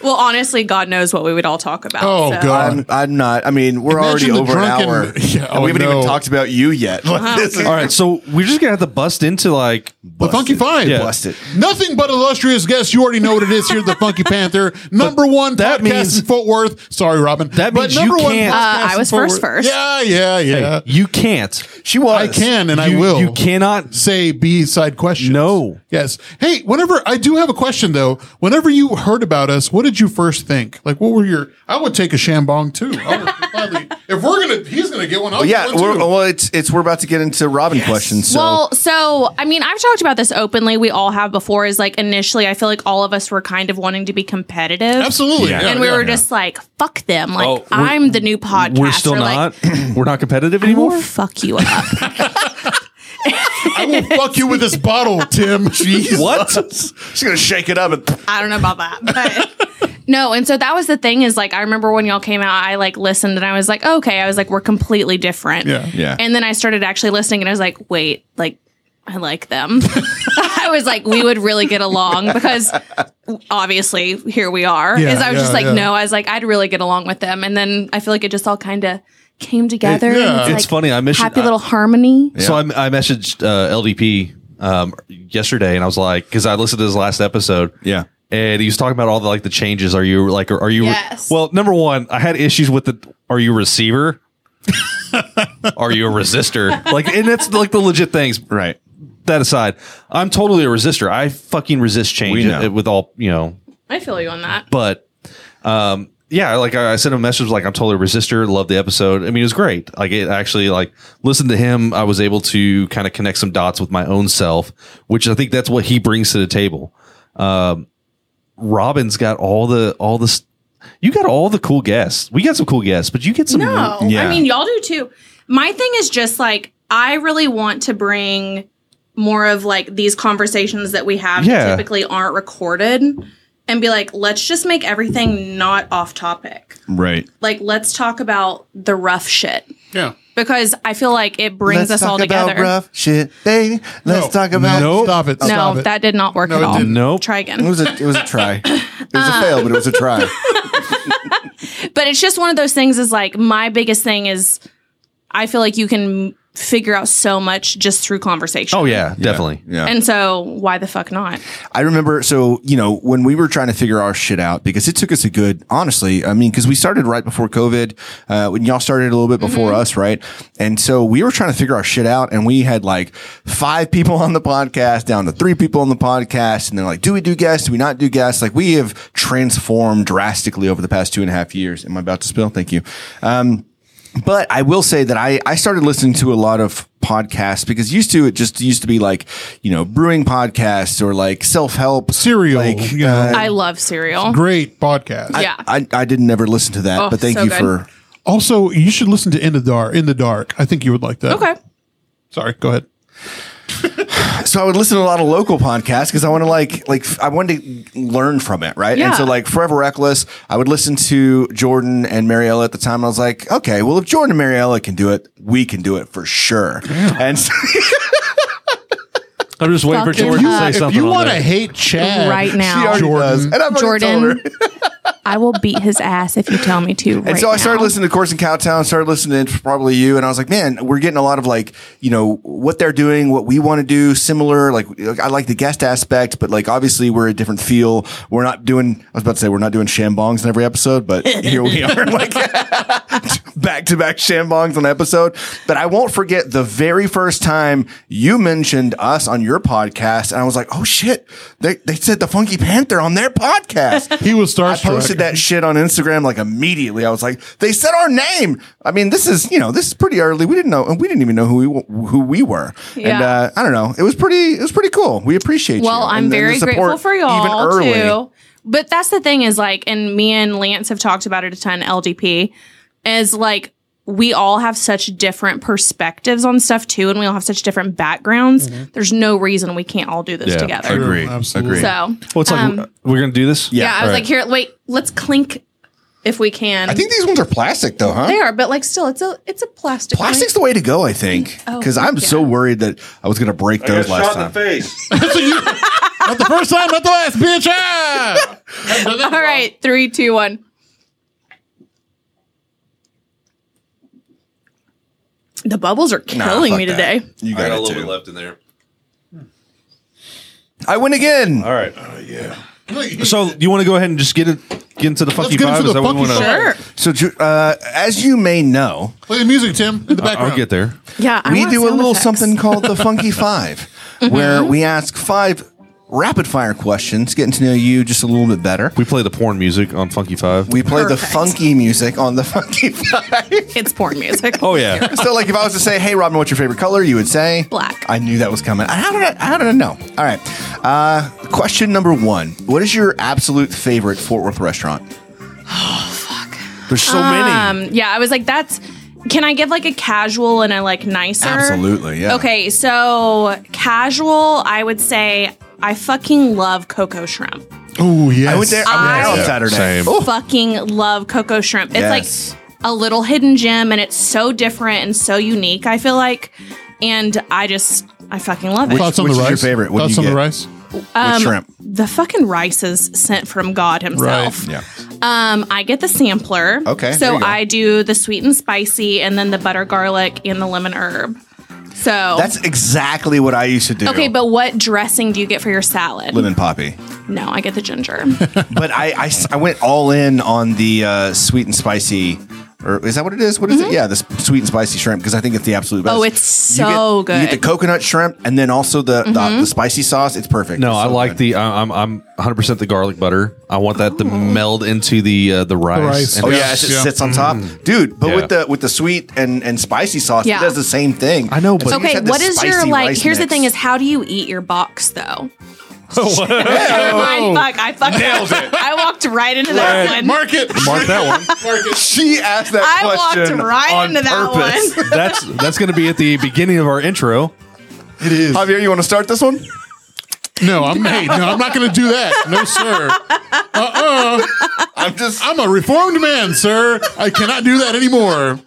S3: Well, honestly, God knows what we would all talk about.
S4: Oh,
S3: so.
S4: God.
S5: I'm, I'm not. I mean, we're
S4: Imagine
S5: already
S4: the
S5: over an
S4: drunken-
S5: hour.
S4: Yeah,
S5: and
S4: oh,
S5: we haven't
S4: no.
S5: even talked about you yet. Like, this is
S6: All right, so we're just gonna have to bust into like
S4: The Funky Five.
S6: Yeah.
S5: busted.
S4: Nothing but illustrious guests. You already know what it is here, at the Funky Panther, number one
S6: that
S4: podcast
S6: means-
S4: in Fort Worth. Sorry, Robin.
S6: That
S4: But
S6: means
S4: number
S6: you
S4: one
S6: can't-
S4: podcast
S3: Uh, I
S4: in
S3: was
S4: Fort
S3: first
S4: Worth.
S3: first.
S4: Yeah, yeah, yeah.
S6: you can't.
S5: She was.
S4: I can and I
S6: You-
S4: will.
S6: You cannot.
S4: say B side questions.
S6: No.
S4: Yes. Hey, whenever I do have a question though, whenever you heard about us, what did you first think? Like, what were your? I would take a shambong too. I would gladly- if we're gonna, he's gonna get one. I'll
S5: Well, yeah,
S4: get one
S5: we're,
S4: too.
S5: well, it's it's we're about to get into Robin questions. So
S3: Well, so I mean, I've talked about this openly. We all have before. Is like initially, I feel like all of us were kind of wanting to be competitive,
S4: absolutely.
S6: Yeah.
S3: and we
S4: yeah.
S3: were just like, "Fuck them!" Like
S6: Oh, we're-
S3: I'm the new podcast.
S6: We're still
S3: Or,
S6: not.
S3: like,
S6: we're not competitive
S3: I will
S6: anymore.
S3: fuck you up.
S4: I will fuck you with this bottle, Tim. Jeez.
S6: What?
S5: she's gonna shake it up. And,
S3: I don't know about that, but no. And so that was the thing is like I remember when y'all came out, I like listened and I was like, okay, I was like, we're completely different.
S4: Yeah.
S5: Yeah.
S3: And then I started actually listening and I was like, wait, like I like them. I was like, we would really get along because obviously here we are.
S4: Yeah,
S3: is I was
S4: yeah,
S3: just like,
S4: yeah.
S3: no, I was like, I'd really get along with them. And then I feel like it just all kind of came together.
S4: It- yeah.
S3: and
S6: It's funny, I miss-
S3: happy
S6: I-
S3: little harmony.
S6: So I, I messaged uh, LDP um, yesterday, and I was like, because I listened to his last episode.
S5: Yeah.
S6: and he was talking about all the like the changes. Are you like, are, are you?
S3: Yes.
S6: Well, number one, I had issues with the. Are you a receiver? are you a resistor? Like, and that's like the legit things.
S5: right.
S6: That aside, I'm totally a resistor. I fucking resist change
S5: We know.
S6: with all you know
S3: I feel you on that.
S6: but um yeah like i, I sent him a message like i'm totally a resistor love the episode i mean it was great like it actually like listen to him i was able to kind of connect some dots with my own self which i think that's what he brings to the table um robin's got all the all the st- you got all the cool guests we got some cool guests but you get some
S3: No, I mean y'all do too. My thing is just like I really want to bring more of like these conversations that we have
S6: Yeah.
S3: that typically aren't recorded and be like let's just make everything not off topic.
S5: Right.
S3: Like let's talk about the rough shit
S4: Yeah.
S3: because I feel like it brings us
S5: Let's
S3: all
S5: talk about
S3: together.
S5: rough shit, baby. Let's
S4: No.
S5: talk about.
S4: Nope. Stop it.
S3: no,
S4: Stop it.
S3: that did not work
S4: No,
S3: at
S4: it
S3: all.
S4: didn't.
S6: Nope.
S3: Try again.
S5: It was a it was a try. It was
S3: Uh,
S5: a fail, but it was a try.
S3: but it's just one of those things is like my biggest thing is I feel like you can figure out so much just through conversation.
S6: oh yeah definitely
S5: Yeah.
S3: And so why the fuck not?
S5: I remember, so, you know, when we were trying to figure our shit out, because it took us a good, honestly, I mean, because we started right before COVID, uh, when y'all started a little bit before us, right? And so we were trying to figure our shit out, and we had like five people on the podcast, down to three people on the podcast, and they're like, do we do guests? Do we not do guests? Like, we have transformed drastically over the past two and a half years. Am I about to spill? Thank you. Um, but I will say that I, I started listening to a lot of podcasts because used to it just used to be like you know brewing podcasts or like self help
S4: Cereal. you know,
S3: I love cereal.
S4: great podcast.
S3: yeah.
S5: I, I didn't ever listen to that,
S3: Oh,
S5: but thank
S3: so
S5: you
S3: good.
S5: for
S4: also, you should listen to In the Dark. In the Dark. I think you would like that.
S3: okay.
S4: Sorry. Go ahead.
S5: so I would listen to a lot of local podcasts because I want to like like I wanted to learn from it, right? And
S3: Yeah.
S5: so like Forever Reckless, I would listen to Jordan and Mariella at the time. And I was like, okay, well if Jordan and Mariella can do it, we can do it for sure. And so,
S6: i'm just waiting for
S3: Fucking
S6: george to say
S3: up.
S6: something
S4: If you
S6: on
S4: want to
S6: there.
S4: hate Chad
S3: Right now. She already
S4: Jordan,
S5: and I fucking told her.
S3: Jordan, I will beat his ass if you tell me to.
S5: And so I started listening to Course in Cowtown, started listening to probably you, and I was like, man, we're getting a lot of like, you know, what they're doing, what we want to do, similar. Like, like, I like the guest aspect, but like, obviously, we're a different feel. We're not doing, I was about to say, we're not doing shambongs in every episode, but here we are, like back to back shambongs on episode. But I won't forget the very first time you mentioned us on your podcast, and I was like, oh shit, they, they said the Funky Panther on their podcast.
S4: he was
S5: I
S4: starstruck.
S5: posted that shit on Instagram like immediately. I was like, they said our name. I mean, this is you know this is pretty early. We didn't know, and we didn't even know who we w- who we were. And
S3: Yeah.
S5: uh, I don't know. It was pretty. It was pretty cool. We appreciate.
S3: Well,
S5: you.
S3: I'm
S5: And- and the
S3: very grateful
S5: support
S3: for y'all too. But that's the thing is like, and me and Lance have talked about it a ton. LDP is like we all have such different perspectives on stuff too, and we all have such different backgrounds.
S5: Mm-hmm.
S3: There's no reason we can't all do this
S6: Yeah,
S3: together. Um,
S6: true.
S4: True,
S6: Agree.
S4: Absolutely.
S3: So
S6: well it's like we're gonna do this
S3: yeah, I was
S6: All right.
S3: like, here, wait, let's clink if we can.
S5: I think these ones are plastic though, huh?
S3: they are, but like still, it's a it's a plastic. one.
S5: Plastic's the way to go,
S3: Oh,
S5: I think, because I'm so worried that I was going to break those last time.
S4: So you, Not the first time, not the last, bitch. Ah!
S3: All right, three, two, one. The bubbles are killing
S5: fuck
S3: me
S5: that.
S3: today.
S5: You
S6: I
S5: got,
S6: got a
S5: it
S6: little
S5: too.
S6: bit left in there.
S5: I win again.
S6: All right. So you want to go ahead and just get it get into the funky
S4: get into
S6: vibe?
S4: the
S6: Is that what we
S4: funky
S6: wanna-
S4: shit.
S3: Sure.
S5: So, Ju- uh, as you may know,
S4: Play the music, Tim, in the background.
S6: I'll get there.
S3: Yeah, I
S5: we
S3: want
S5: do a
S3: sound
S5: little
S3: effects.
S5: something called the Funky 5
S3: Mm-hmm.
S5: where we ask five rapid fire questions, getting to know you just a little bit better.
S6: We play the porn music on Funky Five.
S5: We play the
S3: Perfect.
S5: funky music on the Funky Five.
S3: It's porn music.
S6: oh yeah.
S5: so, like, if I was to say, "Hey, Robin, what's your favorite color?" you would say
S3: Black.
S5: I knew that was coming. How did I? How did I know? All right. Uh, question number one: What is your absolute favorite Fort Worth restaurant? Oh fuck! There's so many.
S3: Um, yeah, I was like, that's. Can I give like a casual and a like nicer?
S5: Absolutely, yeah.
S3: Okay, so casual, I would say I fucking love cocoa shrimp.
S4: Oh, yes.
S5: I went there. I went there on
S3: I-
S5: Saturday.
S6: Same.
S5: Oh,
S3: Fucking love cocoa shrimp. It's
S5: Yes.
S3: like a little hidden gem and it's so different and so unique, I feel like. And I just, I fucking love it.
S4: Thoughts on
S5: Which
S4: the
S5: is your
S4: rice?
S5: favorite? What do
S4: Thoughts
S5: you
S4: on
S5: get?
S4: the rice?
S5: with shrimp.
S3: Um, The fucking rice is sent from God himself.
S5: Yeah.
S3: Um, I get the sampler.
S5: Okay, there
S3: So
S5: you go.
S3: I do the sweet and spicy, and then the butter garlic and the lemon herb. So
S5: That's exactly what I used to do.
S3: okay. But what dressing do you get for your salad?
S5: lemon poppy.
S3: No, I get the ginger.
S5: But I, I s- I went all in on the uh, sweet and spicy. Or is that what it is? What is it? Yeah, the s- sweet and spicy shrimp because I think it's the absolute best.
S3: Mm-hmm. Oh, it's so
S5: you get, You get
S3: good. Mm-hmm.
S5: the coconut shrimp and then also the, the, the spicy sauce. It's perfect.
S6: No,
S5: It's
S6: I
S5: so
S6: like
S5: good.
S6: the I- I'm I'm 100 percent the garlic butter. I want that to meld into the uh, the rice.
S4: rice.
S5: Oh
S6: And
S5: yeah,
S4: Yes,
S5: it just
S4: yeah.
S5: sits on top, dude. But
S6: Mm. Yeah.
S5: with the with the sweet and and spicy sauce,
S3: Yeah.
S5: it does the same thing.
S6: I know, but-
S5: So you just
S3: okay,
S5: have this
S3: what is your
S5: spicy
S3: like?
S5: rice
S3: Here's the
S5: mix.
S3: thing: is how do you eat your box though?
S4: Oh,
S3: Never mind, fuck, I fucked it. I walked right into that one.
S4: Mark it.
S6: Mark that one.
S5: she asked that
S3: I walked
S5: question.
S3: right into that one.
S6: that's that's going to be at the beginning of our intro. Uh,
S4: It is.
S5: Javier, you want to start this one?
S4: No, I'm hey, no, I'm not going to do that. No, sir. Uh-uh.
S5: I'm just.
S4: I'm a reformed man, sir. I cannot do that anymore.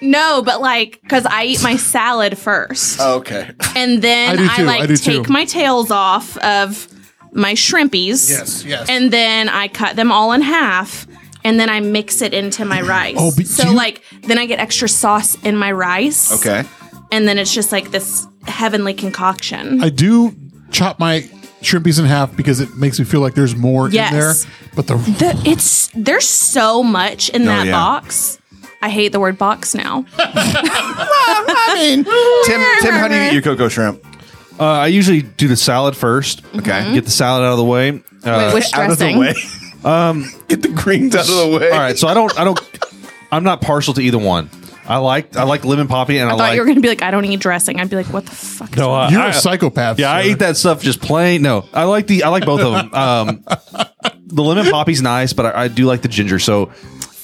S3: No, but like, because I eat my salad first.
S5: Okay.
S3: And
S4: Oh. I
S3: then
S4: do
S3: I,
S4: too,
S3: like
S4: I do
S3: take
S4: too.
S3: my tails off of my shrimpies.
S4: Yes, yes.
S3: And then I cut them all in half. And then I mix it into my rice.
S4: Oh, but
S3: so
S4: do you-
S3: like then I get extra sauce in my rice.
S5: Okay.
S3: And then it's just like this heavenly concoction.
S4: I do chop my shrimpies in half because it makes me feel like there's more
S3: Yes.
S4: in there. But the,
S3: The- it's there's so much
S6: Oh,
S3: in that
S5: yeah.
S3: box. I hate the word box now.
S5: I mean, Tim, Tim, how do you eat your cocoa shrimp?
S6: Uh, I usually do the salad first.
S5: Okay.
S6: Get the salad out of the way. Uh,
S3: Mm-hmm. Wait, which
S5: Out of
S3: dressing?
S5: the way. Um, get the greens out of the way.
S6: all right, so I don't I don't I'm not partial to either one. I like I like lemon poppy and I,
S3: I thought
S6: like
S3: you were gonna be like, I don't eat dressing. I'd be like, what the fuck?
S6: no, I-
S4: you're
S6: I-
S4: a psychopath.
S6: Yeah, I
S4: sir.
S6: eat that stuff just plain. No, I like the I like both of them. Um, the lemon poppy's nice, but I, I do like the ginger. So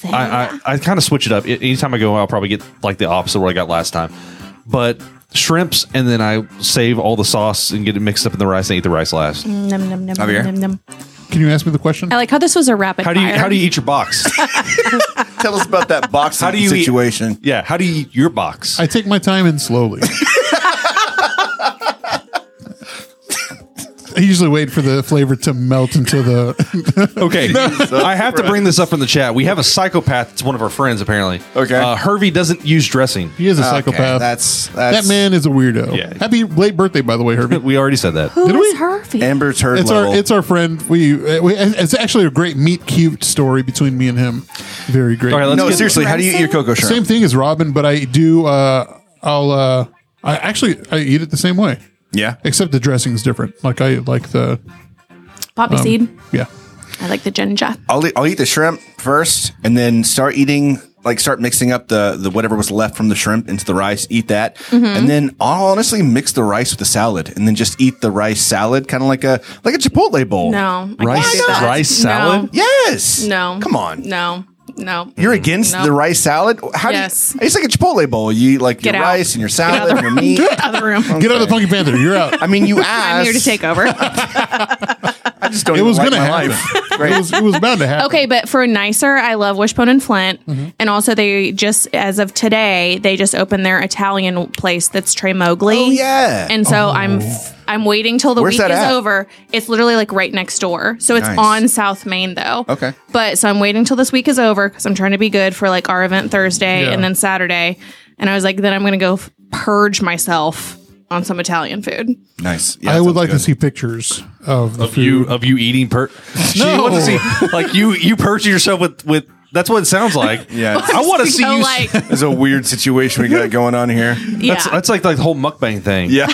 S6: I I, I kind of switch it up. A- anytime I go, I'll probably get like the opposite of what I got last time. But shrimps, and then I save all the sauce and get it mixed up in the rice and eat the rice last.
S5: Mm.
S3: Nom, nom, nom, nom,
S5: Javier?
S3: nom, nom.
S4: Can you ask me the question?
S3: I like how this was a rapid
S6: How do you
S3: fire.
S6: how do you eat your box?
S5: Tell us about that boxing
S6: How do you eat-
S5: situation.
S6: yeah, how do you eat your box?
S4: I take my time and slowly. I usually wait for the flavor to melt into the.
S6: Okay, I have to bring this up from the chat. We have a psychopath. It's one of our friends, apparently.
S5: Okay.
S6: uh, Hervey doesn't use dressing.
S4: He is a
S5: Okay,
S4: psychopath.
S5: that's that's
S4: that man is a weirdo.
S6: Yeah.
S4: Happy late birthday, by the way, Herbie.
S6: We already said that.
S3: Who
S4: Did
S3: is
S4: we-
S3: Hervey?
S5: Amber's herd
S4: It's
S5: level.
S4: our it's our friend. We, uh, we it's actually a great meet cute story between me and him. Very great.
S6: All right, let's
S5: no,
S6: get-
S5: seriously, how do you eat your cocoa shrimp?
S4: same thing as Robin, but I do. Uh, I'll. Uh, I actually I eat it the same way,
S5: Yeah.
S4: except the dressing's different. Like I like the
S3: Poppy
S6: um,
S3: seed.
S4: yeah.
S3: I like the ginger.
S6: Oh,
S5: I'll eat, I'll eat the shrimp first, and then start eating like start mixing up the the whatever was left from the shrimp into the rice. Eat that,
S3: Mm-hmm.
S5: and then I'll honestly mix the rice with the salad, and then just eat the rice salad, kind of like a like a chipotle bowl.
S3: No. I
S6: Rice-
S3: can't do that.
S6: rice salad?
S5: Yes.
S3: No. no.
S5: Come on.
S3: No. No.
S5: You're against
S3: No.
S5: the rice salad? How
S3: Yes.
S5: do you, it's like a chipotle bowl. You eat like
S3: Get
S5: your
S3: out.
S5: rice and your salad
S3: out
S5: and
S3: of
S5: your meat.
S3: Other room.
S4: Get out of the Funky Panther. You're out.
S5: I mean, you asked.
S3: I'm here to take over.
S5: I just don't.
S4: It
S5: even
S4: was
S5: like
S4: gonna
S5: my
S4: happen.
S5: life.
S4: it,
S5: Great.
S4: was, it was bound to happen.
S3: okay, but for nicer, I love Wishbone and Flint,
S5: Mm-hmm.
S3: and also they just as of today they just opened their Italian place that's Trey Mowgli.
S5: Oh, yeah.
S3: And so I'm f- I'm waiting till the
S5: Where's
S3: week
S5: that
S3: is
S5: at?
S3: over. It's literally like right next door. So it's
S5: Nice.
S3: on South Main though.
S5: Okay.
S3: But so I'm waiting till this week is over because I'm trying to be good for like our event Thursday
S4: Yeah.
S3: and then Saturday. And I was like, then I'm gonna go f- purge myself on some Italian food.
S5: Nice. Yeah,
S4: I
S5: that
S4: would
S5: sounds
S4: like
S5: good.
S4: to see pictures of the
S6: of
S4: food.
S6: you of you eating per. She wants to see like you you perching yourself with with. That's what it sounds like.
S5: Yeah, it's-
S6: I want to see
S3: So
S6: you.
S3: like
S5: There's a weird situation we got going on here.
S3: yeah.
S6: that's, that's like like the whole mukbang thing.
S5: Yeah.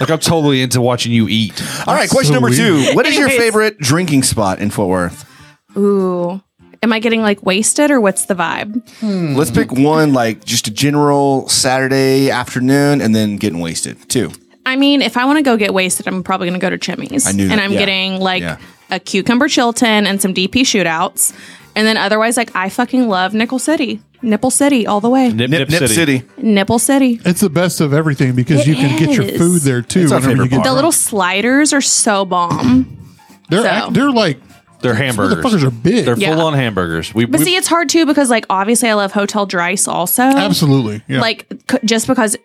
S6: Like I'm totally into watching you eat.
S5: All right. Question
S4: so
S5: number two.
S4: weird.
S5: What is your
S3: Anyways.
S5: favorite drinking spot in Fort Worth?
S3: Ooh. Am I getting like wasted or what's the vibe?
S5: Let's pick one, like just a general Saturday afternoon, and then getting wasted. Two.
S3: I mean, if I want to go get wasted, I'm probably going to go to Chimmy's.
S5: I knew that,
S3: And I'm
S5: yeah.
S3: getting like
S5: Yeah.
S3: a cucumber chilton and some DP shootouts. And then otherwise, like I fucking love Nickel City. Nipple City all the way.
S6: Nip,
S5: Nip, Nip City.
S3: Nipple City.
S4: It's the best of everything because
S3: It
S4: you can get your
S3: is.
S4: food there too.
S5: It's our
S4: whenever you
S5: favorite
S4: get
S5: part.
S3: The
S4: drunk.
S3: little sliders are so bomb.
S4: they're
S3: so-
S4: act- they're like
S6: They're
S4: these
S6: hamburgers.
S4: motherfuckers are big.
S6: They're
S3: Yeah.
S6: full on hamburgers. We,
S3: But
S6: we-
S3: see, it's hard too because like obviously I love Hotel Dries also.
S4: Absolutely, yeah.
S3: Like c- just because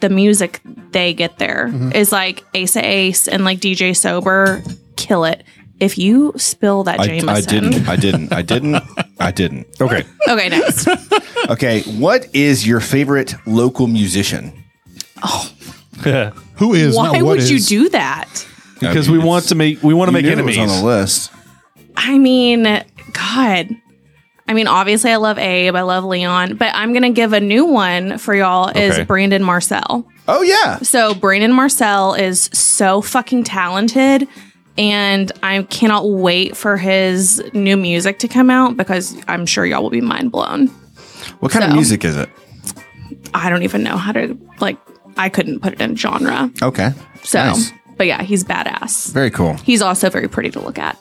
S3: the music they get there is
S5: Mm-hmm.
S3: like Ace of Ace and like DJ Sober kill it. If you spill that Jameson,
S5: I didn't. I didn't. I didn't.
S6: okay.
S3: Okay, next.
S5: Okay. What is your favorite local musician?
S4: who is?
S3: Why
S4: not what
S3: would you
S4: is.
S3: do that?
S6: Because we want to make we want to
S5: You
S6: make
S5: knew it was
S6: enemies.
S5: on the list.
S3: I mean, God. I mean, obviously, I love Abe, I love Leon, but I'm gonna give a new one for y'all.
S6: Okay.
S3: Is Brandon Marcel?
S5: Oh yeah.
S3: So Brandon Marcel is so fucking talented, and I cannot wait for his new music to come out because I'm sure y'all will be mind blown.
S5: What kind of
S3: So.
S5: music is it?
S3: I don't even know how to like. I couldn't put it in genre.
S5: Okay.
S3: So,
S5: Nice.
S3: but yeah, he's badass.
S5: Very cool.
S3: He's also very pretty to look at.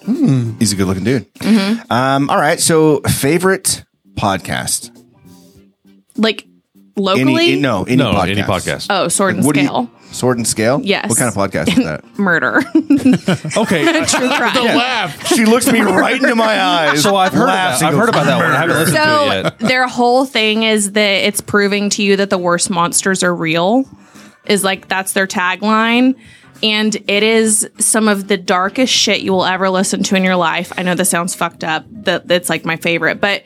S5: He's a good looking dude.
S3: Mm-hmm.
S5: Um, all right. So favorite podcast.
S3: Like
S5: Any,
S3: locally,
S5: any- no, any
S6: No,
S5: podcast.
S6: any podcast.
S3: Oh, sword and
S5: What do you-
S3: scale.
S5: sword and scale?
S3: Yes.
S5: What kind of podcast is that?
S3: Murder.
S6: Okay.
S3: True crime.
S5: she looks me right into my eyes.
S6: So I've heard about,
S5: laughs and
S6: I've heard
S5: goes,
S6: about that one. I haven't listened to it
S3: So
S6: yet.
S3: their whole thing is that it's proving to you that the worst monsters are real. Is like that's their tagline. And it is some of the darkest shit you will ever listen to in your life. I know this sounds fucked up. That that's like my favorite, but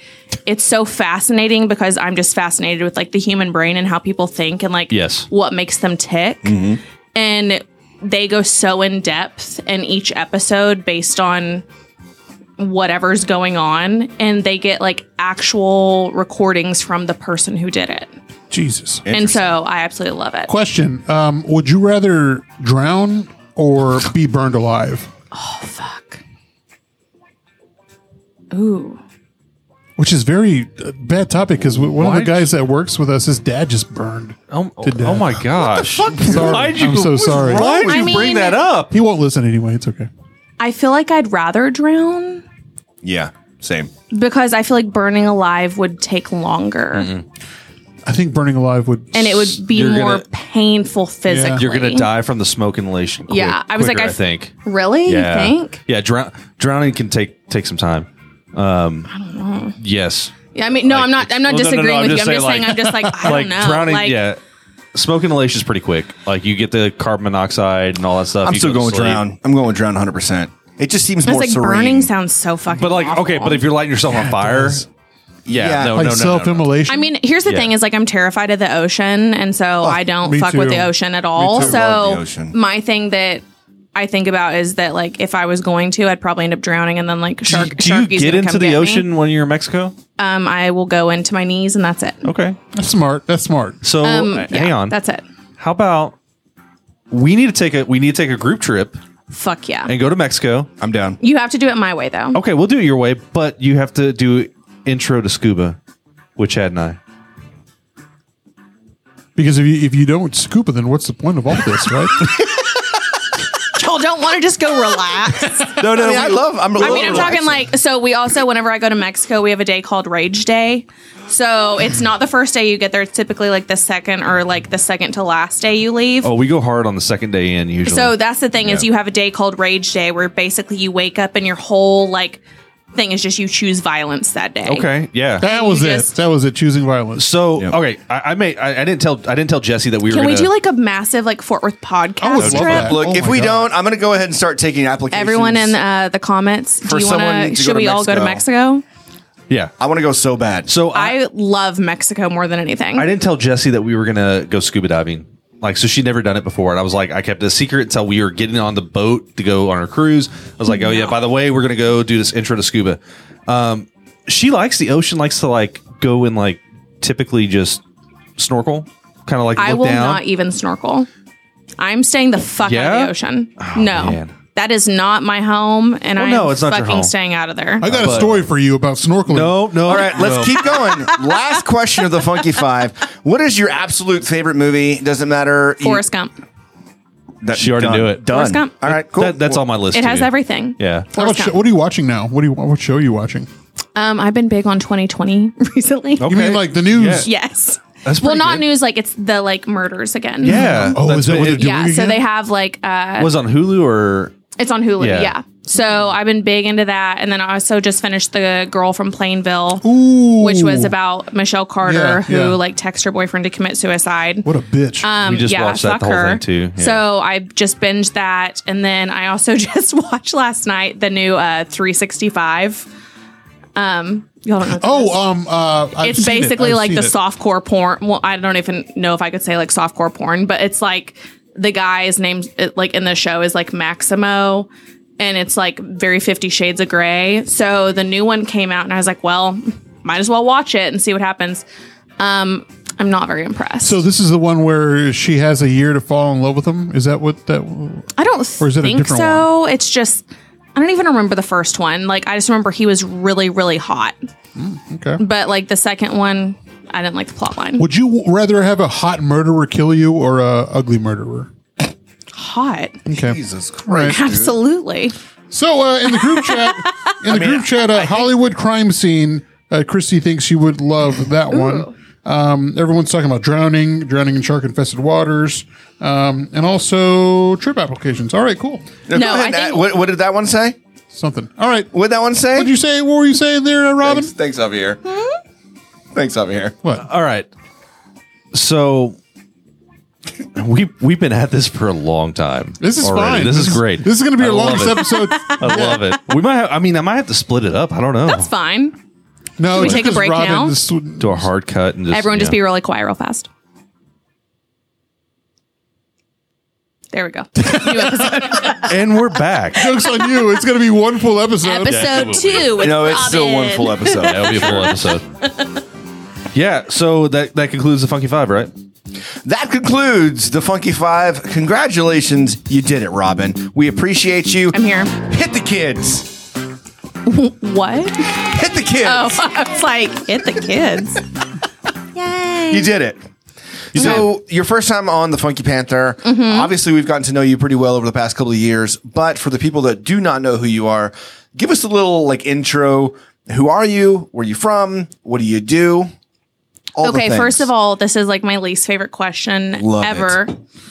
S3: it's so fascinating because I'm just fascinated with like the human brain and how people think and like
S6: Yes.
S3: what makes them tick. And they go so in depth in each episode based on whatever's going on and they get like actual recordings from the person who did it.
S4: Jesus.
S3: And so I absolutely love it.
S4: Question: um, Would you rather drown or be burned alive?
S3: Fuck. Ooh.
S4: Which is very uh, bad topic because one
S6: Why
S4: of the guys that works with us, his dad just burned.
S6: Oh,
S4: To death.
S6: oh my gosh!
S4: Sorry.
S6: Why'd you-
S4: I'm so sorry.
S6: Why would
S3: I
S6: you bring
S3: mean-
S6: that up?
S4: He won't listen anyway. It's okay.
S3: I feel like I'd rather drown
S5: Yeah, same.
S3: because I feel like burning alive would take longer
S4: I think burning alive would.
S3: and it would be
S6: You're
S3: more
S6: gonna-
S3: painful physically.
S6: You're gonna die from the smoke inhalation. quick-
S3: Yeah, I was like,
S6: quicker,
S3: I
S6: I
S3: f-
S6: think.
S3: Really?
S6: Yeah.
S3: You think?
S6: Yeah, drown, drowning can take take some time. Um, I don't know. Yes,
S3: Yeah, I mean no, I'm not I'm not
S6: Well, no, no, no,
S3: disagreeing
S6: I'm
S3: with
S6: just
S3: you. I'm just
S6: saying,
S3: saying I'm just like I
S6: like
S3: don't know.
S6: drowning.
S3: like
S6: yeah, smoke inhalation is pretty quick. Like you get the carbon monoxide and all that stuff.
S5: I'm
S6: you
S5: still
S6: go to
S5: going
S6: sleep.
S5: drown. I'm going with drown 100. percent It just seems
S3: it's
S5: more
S3: like
S5: serene.
S3: burning sounds so fucking
S6: But like,
S3: awful.
S6: okay, but if you're lighting yourself on fire, yeah,
S5: Yeah.
S4: like
S6: no, no, no, no, no,
S4: self-immolation.
S3: I mean, here's the
S6: Yeah. Ah,
S3: thing: is like I'm terrified of the ocean, and so I don't
S4: me
S3: fuck with
S4: too.
S3: the ocean at all.
S4: too.
S3: So
S5: Love the ocean.
S3: my thing that I think about is that like if I was going to, I'd probably end up drowning, and then like shark.
S6: Do you
S3: sharky's
S6: get
S3: gonna
S6: into
S3: come
S6: the
S3: get me.
S6: ocean when you're in Mexico?
S3: Um, I will go into my knees, and that's it.
S6: Okay,
S4: that's smart. That's smart.
S6: so
S3: Um,
S6: uh,
S3: yeah,
S6: hang on.
S3: That's it.
S6: How about we need to take a we need to take a group trip
S3: Fuck yeah.
S6: and go to Mexico.
S5: I'm down.
S3: you have to do it my way though.
S6: Okay, we'll do it your way, but you have to do intro to scuba with Chad and I.
S4: Because if you if you don't scuba, then what's the point of all this, right?
S3: Y'all don't want to just go relax.
S5: No, no, I, mean, I love. I'm. a
S3: I mean,
S5: little
S3: I'm talking like so. We also, whenever I go to Mexico, we have a day called Rage Day. So it's not the first day you get there. It's typically like the second or like the second to last day you leave.
S6: Oh, we go hard on the second day in usually.
S3: So that's the thing is
S6: Yeah.
S3: you have a day called Rage Day where basically you wake up and your whole like thing. It's just you choose violence that day.
S6: Okay. Yeah.
S4: That was
S3: You
S4: it.
S3: just-
S4: that was it. Choosing violence.
S6: So okay, I, I made. I, I didn't tell. I didn't tell Jesse that we were.
S3: Can we
S6: gonna-
S3: do like a massive like Fort Worth
S4: would
S3: podcast
S4: love that.
S3: trip?
S5: Look,
S4: Oh
S5: if
S4: my
S5: we
S4: God.
S5: don't, I'm going to go ahead and start taking applications.
S3: Everyone in uh, the comments, do
S5: For
S3: you
S5: someone
S3: want to?
S5: to go
S3: Should
S5: to
S3: we all go to
S5: Mexico.
S3: Mexico?
S6: Yeah.
S5: I want to go so bad.
S6: So I,
S3: I love Mexico more than anything.
S6: I didn't tell Jesse that we were gonna go scuba diving. Like, so she'd never done it before, and I was like, I kept it a secret until we were getting on the boat to go on our cruise. I was like, oh yeah, by the way, we're gonna go do this intro to scuba. Um, she likes the ocean, likes to like go and like typically just snorkel, kind of like
S3: I
S6: look
S3: will
S6: down.
S3: not even snorkel. I'm staying the fuck out of
S6: Yeah? Oh,
S3: the ocean. no,
S6: man.
S3: that is not my home, and
S6: Well,
S3: I'm
S6: no, it's not your
S3: fucking
S6: home.
S3: staying out of there.
S4: I got a
S6: But-
S4: story for you about snorkeling.
S6: uh, no, no.
S5: All right, let's keep going. Last question of the Funky Five. What is your absolute favorite movie? Doesn't matter. You-
S3: Forrest Gump.
S5: that-
S6: She already
S5: done.
S6: knew it.
S5: Done.
S3: Forrest Gump.
S5: All right, cool.
S6: That, that's on my list.
S3: It has
S6: too.
S3: everything.
S6: Yeah.
S4: How about
S3: Forrest
S4: sh-
S3: Gump.
S4: what are you watching now? What do you? What show are you watching?
S3: Um, I've been big on 2020 recently.
S4: You mean like the news?
S3: Yes.
S6: That's
S3: well,
S6: pretty
S3: not
S6: good.
S3: news. Like it's the like murders again.
S6: Yeah.
S4: Oh, is that what they're doing?
S3: Yeah. So
S4: again?
S3: they have like uh,
S6: was on Hulu or
S3: it's on Hulu.
S6: Yeah.
S3: Yeah. So I've been big into that, and then I also just finished the girl from Plainville,
S4: Ooh.
S3: which was about Michelle Carter
S4: Yeah,
S3: who
S4: yeah.
S3: like texted her boyfriend to commit suicide.
S4: What a bitch.
S3: Um,
S6: We just watched that
S3: fuck
S6: the whole
S3: her.
S6: thing, too. Yeah.
S3: So I just binged that, and then I also just watched last night the new uh, 365. Um, y'all don't know. what that is.
S4: oh, um, uh, I've
S3: it's
S4: seen it.
S3: basically
S4: I've
S3: like
S4: seen
S3: the
S4: it.
S3: softcore porn. Well, I don't even know if I could say like softcore porn, but it's like the guy's name, it- like in the show, is like Maximo, and it's like very Fifty Shades of Grey. So the new one came out, and I was like, well, might as well watch it and see what happens. Um, I'm not very impressed.
S4: So this is the one where she has a year to fall in love with him. Is that what that?
S3: I don't
S4: Or is it a
S3: think
S4: different
S3: so. It's just I don't even remember the first one. Like I just remember he was really, really hot.
S4: Okay.
S3: But like the second one, I didn't like the plot line.
S4: Would you rather have a hot murderer kill you or a ugly murderer?
S3: Hot.
S4: Okay.
S5: Jesus Christ.
S4: Right.
S3: Absolutely.
S4: So uh, in the group chat, in the group chat, uh, Hollywood crime scene. Uh, Christy thinks she would love that one. Um, everyone's talking about drowning, drowning in shark infested waters, um, and also trip applications. All right, cool.
S5: go
S3: No,
S5: ahead
S3: I
S5: and
S3: think-
S5: a- what, what did that one say?
S4: Something. All right. What
S5: What did that one say?
S4: did you say? What were you saying there, uh, Robin?
S5: Thanks, thanks over here. Hmm? Thanks over here.
S4: What?
S6: all right. So we we've been at this for a long time.
S4: This is
S6: already.
S4: fine.
S6: This, is great.
S4: This is going to be
S6: I
S4: our
S6: love
S4: longest episode.
S6: it. I love it. We might. Have, I mean, I might have to split it up. I don't know.
S3: That's fine.
S4: No,
S3: Should we
S4: it's
S3: take a
S4: just
S3: break
S4: Robin.
S3: now?
S4: This-
S6: Do a hard cut and just
S3: Everyone just
S6: yeah.
S3: be really quiet real fast. There we go. New episode.
S6: And we're back.
S4: Jokes on you. It's going to be one full episode.
S3: episode two with
S5: No, it's still one
S3: Robin.
S5: full episode.
S6: That'll be a full episode. Yeah. So that that concludes the Funky Five, right?
S5: That concludes the Funky Five. Congratulations, you did it, Robin. We appreciate you.
S3: I'm here.
S5: Hit the kids.
S3: What?
S5: Hit the kids.
S3: Oh, I was like, hit the kids.
S5: You did it. so your first time on the Funky Panther.
S3: Mm-hmm.
S5: Obviously, we've gotten to know you pretty well over the past couple of years. But for the people that do not know who you are, give us a little like intro. Who are you? Where are you from? What do you do? All the
S3: Okay,
S5: things.
S3: first of all, this is like my least favorite question
S5: Love it.
S3: ever.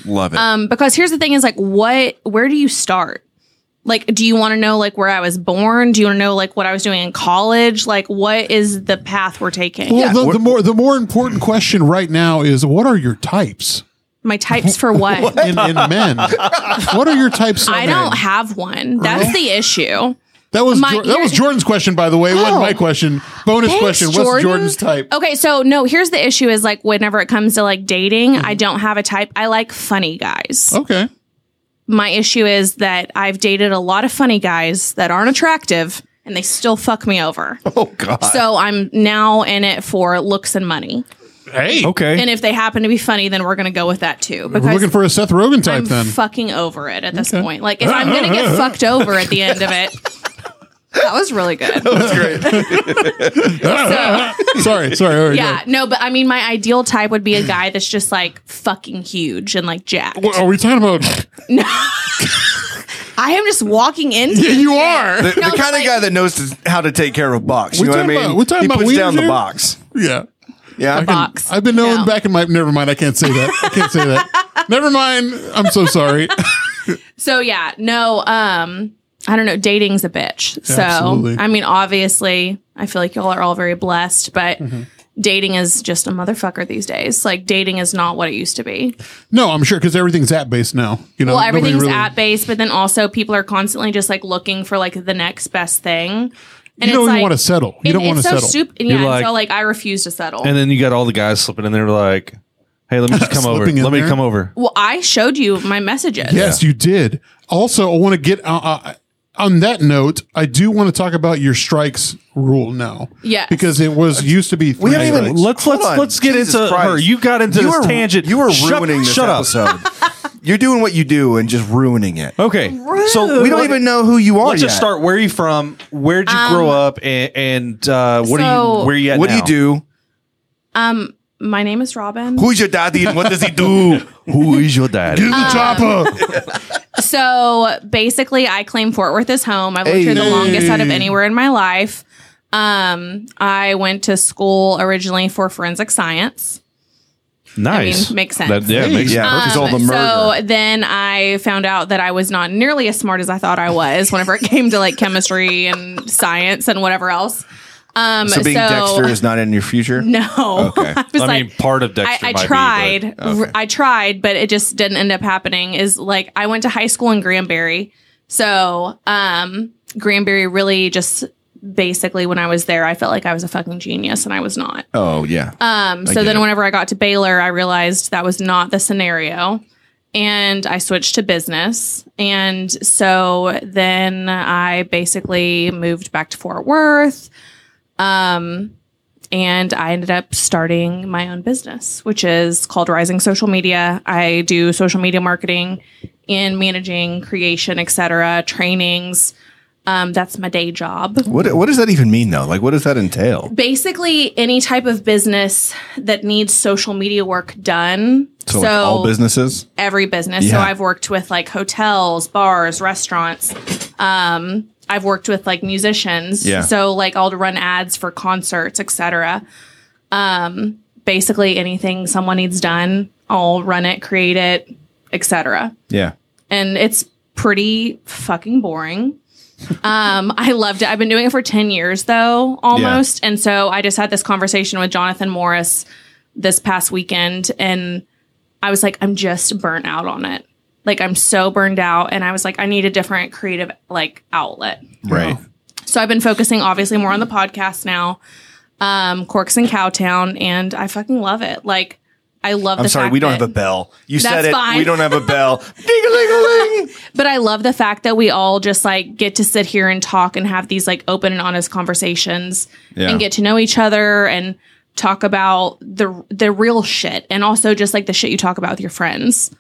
S5: love it.
S3: Um, because here's the thing is like what where do you start? Like, do you want to know like where I was born? Do you want to know like what I was doing in college? Like what is the path we're taking?
S4: Well, the, the more the more important question right now is what are your types
S3: My types for what?
S4: in, in men? what are your types? in
S3: I
S4: men?
S3: don't have one. That's the issue.
S4: That was
S3: My-
S4: Jor- that was Jordan's question, by the way. It wasn't
S3: Oh.
S4: my question. Bonus
S3: Thanks,
S4: question: What's
S3: Jordan.
S4: Jordan's type?
S3: Okay, so no, here's the issue is like whenever it comes to like dating,
S4: Mm-hmm.
S3: I don't have a type. I like funny guys.
S4: Okay.
S3: my issue is that I've dated a lot of funny guys that aren't attractive and they still fuck me over.
S5: oh God.
S3: So I'm now in it for looks and money.
S4: Hey,
S6: Okay.
S3: And if they happen to be funny, then we're going to go with that too.
S4: we're
S3: Because
S4: looking for a Seth Rogen type
S3: I'm
S4: then.
S3: fucking over it at this point. Like if I'm going to get fucked over at the end of it, that was really good.
S4: sorry, sorry. all right,
S3: Yeah. No, but I mean, my ideal type would be a guy that's just like fucking huge and like jacked.
S4: go. Are we talking about?
S3: I am just walking into
S4: Yeah, you are.
S5: the,
S3: No,
S5: the kind of
S3: like-
S5: guy that knows to, how to take care of a box.
S4: We're
S5: You know what I
S4: talking
S5: mean?
S4: about- we're talking
S5: he
S4: about
S5: puts
S4: weed
S5: down the
S4: here?
S5: box.
S4: Yeah.
S5: Yeah.
S3: box.
S4: I've been known
S3: No.
S4: back in my. Never mind. I can't say that. I can't say that. Never mind. I'm so sorry.
S3: So yeah, no, um, I don't know, dating's a bitch. So,
S4: Absolutely.
S3: I mean, obviously, I feel like y'all are all very blessed, but
S4: Mm-hmm.
S3: dating is just a motherfucker these days. Like, dating is not what it used to be.
S4: No, I'm sure because everything's app based now. You know,
S3: Well,
S4: nobody
S3: everything's
S4: really-
S3: app based, but then also people are constantly just like looking for like the next best thing. And
S4: You don't even wanna settle. You
S3: and
S4: don't wanna
S3: it's so
S4: settle.
S3: Stupid.
S6: You're
S3: Yeah,
S6: like-
S3: and so like I refuse to settle.
S6: And then you got all the guys slipping in there like, hey, let me just come over.
S4: Slipping in
S6: Let me
S4: there.
S6: come over.
S3: well, I showed you my messages.
S4: Yes, you did. Also, I want to get uh, uh, on that note. I do want to talk about your strikes rule now.
S3: Yes.
S4: because it was used to be. Three
S5: We haven't even-
S4: strikes.
S6: Let's let's
S5: Hold on.
S6: let's get
S5: Jesus
S6: into
S5: Christ.
S6: her. You got into
S5: You
S6: this
S5: are-
S6: tangent.
S5: You are
S6: Shut-
S5: ruining this
S6: shut up.
S5: episode. You're doing what you do and just ruining it.
S6: Okay, so
S5: We don't even know who you are
S6: Let's
S5: yet.
S6: just start. Where are you from? Where would you grow up? And, and uh, what are
S3: Um, so-
S6: you? Where are you at?
S5: What do
S6: now?
S5: you do?
S3: My name is Robin.
S5: Who's your daddy and what does he do? who is your
S6: daddy?
S3: Uh,
S4: Give the chopper.
S3: So basically, I claim Fort Worth is home. I've lived here the
S5: Hey.
S3: longest out of anywhere in my life. Um, I went to school originally for forensic science.
S6: Nice.
S3: I mean, makes sense.
S6: That- yeah,
S4: Hey.
S6: makes
S5: Yeah,
S6: perfect
S5: because
S6: sense.
S5: all the murder.
S3: Um, So then I found out that I was not nearly as smart as I thought I was whenever it came to like chemistry and science and whatever else. Um,
S5: So being Dexter is not in your future.
S3: no,
S5: Okay.
S3: I was
S6: I
S3: like,
S6: mean, part of Dexter.
S3: I, I
S6: might be,
S3: tried.
S6: but-
S3: r- I tried, but it just didn't end up happening. Is like I went to high school in Granbury, so um, Granbury really just basically when I was there, I felt like I was a fucking genius, and I was not.
S5: Oh yeah.
S3: Um, so then whenever I got to Baylor, I realized that was not the scenario. And I switched to business. And so then I basically moved back to Fort Worth. Um, and I ended up starting my own business, which is called Rising Social Media. I do social media marketing and managing creation, et cetera, trainings. Um, that's my day job
S5: what what does that even mean though? Like what does that entail?
S3: basically any type of business that needs social media work done. So,
S5: So, like, all businesses.
S3: every business. So
S5: Yeah.
S3: I've worked with like hotels, bars, restaurants. Um, I've worked with like musicians.
S5: Yeah.
S3: So like I'll run ads for concerts, etc. Um, basically anything someone needs done, I'll run it, create it, etc.
S5: Yeah.
S3: And it's pretty fucking boring. um, I loved it. I've been doing it for 10 years though, almost. And so I just had this conversation with Jonathan Morris this past weekend and I was like, I'm just burnt out on it. Like I'm so burned out. And I was like, I need a different creative like outlet.
S5: Right.
S3: So I've been focusing obviously more on the podcast now, um, Corks and Cowtown, and I fucking love it. Like I love.
S5: I'm
S3: the
S5: sorry,
S3: fact
S5: we don't
S3: that-
S5: have a bell. You
S3: That's
S5: said it.
S3: fine.
S5: We don't have a bell. Ding-a-ling-a-ling.
S3: But I love the fact that we all just like get to sit here and talk and have these like open and honest conversations
S5: Yeah.
S3: and get to know each other and talk about the the real shit and also just like the shit you talk about with your friends.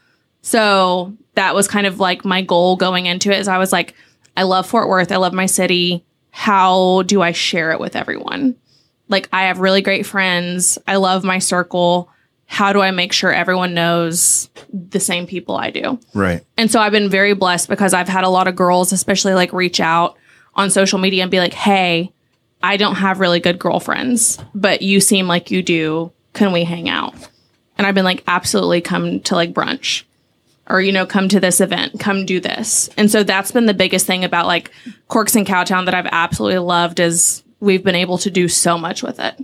S3: So that was kind of like my goal going into it is I was like, I love Fort Worth, I love my city. How do I share it with everyone? Like I have really great friends. I love my circle. How do I make sure everyone knows the same people I do?
S5: Right.
S3: And so I've been very blessed because I've had a lot of girls, especially like reach out on social media and be like, hey, I don't have really good girlfriends, but you seem like you do. Can we hang out? And I've been like, absolutely come to like brunch or, you know, come to this event, come do this. And so that's been the biggest thing about like Corks and Cowtown that I've absolutely loved is we've been able to do so much with it.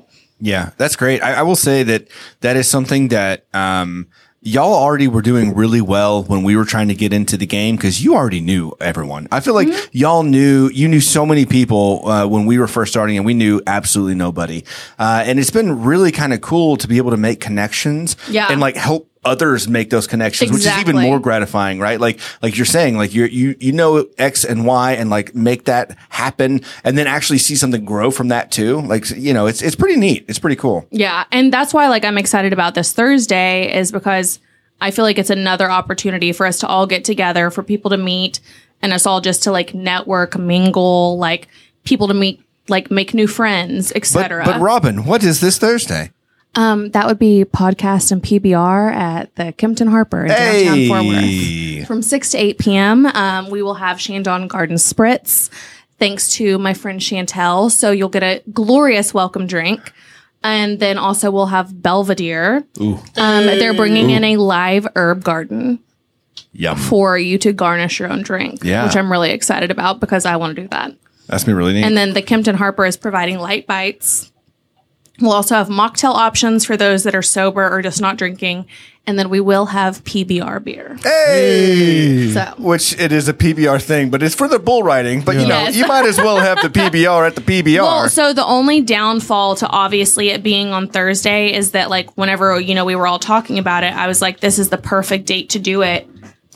S5: Yeah, that's great. I, I will say that that is something that um, y'all already were doing really well when we were trying to get into the game because you already knew everyone. I feel like y'all knew you knew so many people uh, when we were first starting, and we knew absolutely nobody. Uh, and it's been really kind of cool to be able to make connections
S3: Yeah.
S5: and like help others make those connections, which is even
S3: Exactly.
S5: more gratifying, right? Like, like you're saying, like you you, you know X and Y and like make that happen and then actually see something grow from that too. Like, you know, it's, it's pretty neat. It's pretty cool.
S3: Yeah, and that's why like I'm excited about this Thursday is because I feel like it's another opportunity for us to all get together, for people to meet and us all just to like network, mingle, like people to meet like make new friends,
S5: But,
S3: etc.
S5: but Robin, what is this Thursday?
S3: um that would be podcast and PBR at the Kempton Harper in downtown Fort Worth
S5: Hey,
S3: from 6 to 8 p.m. Um, we will have Shandon Garden Spritz, thanks to my friend Chantel. So you'll get a glorious welcome drink. And then also we'll have Belvedere. Um, they're bringing in a live herb garden.
S5: Yum.
S3: for you to garnish your own drink,
S5: Yeah.
S3: which I'm really excited about because I want to do that.
S5: That's me really neat.
S3: And then the Kempton Harper is providing light bites. We'll also have mocktail options for those that are sober or just not drinking. And then we will have PBR beer.
S5: hey!
S4: Mm.
S3: So
S5: Which it is a PBR thing, but it's for the bull riding. But you know,
S3: Yes.
S5: you might as well have the PBR at the PBR.
S3: Well, so the only downfall to obviously it being on Thursday is that like whenever you know we were all talking about it, I was like, this is the perfect date to do it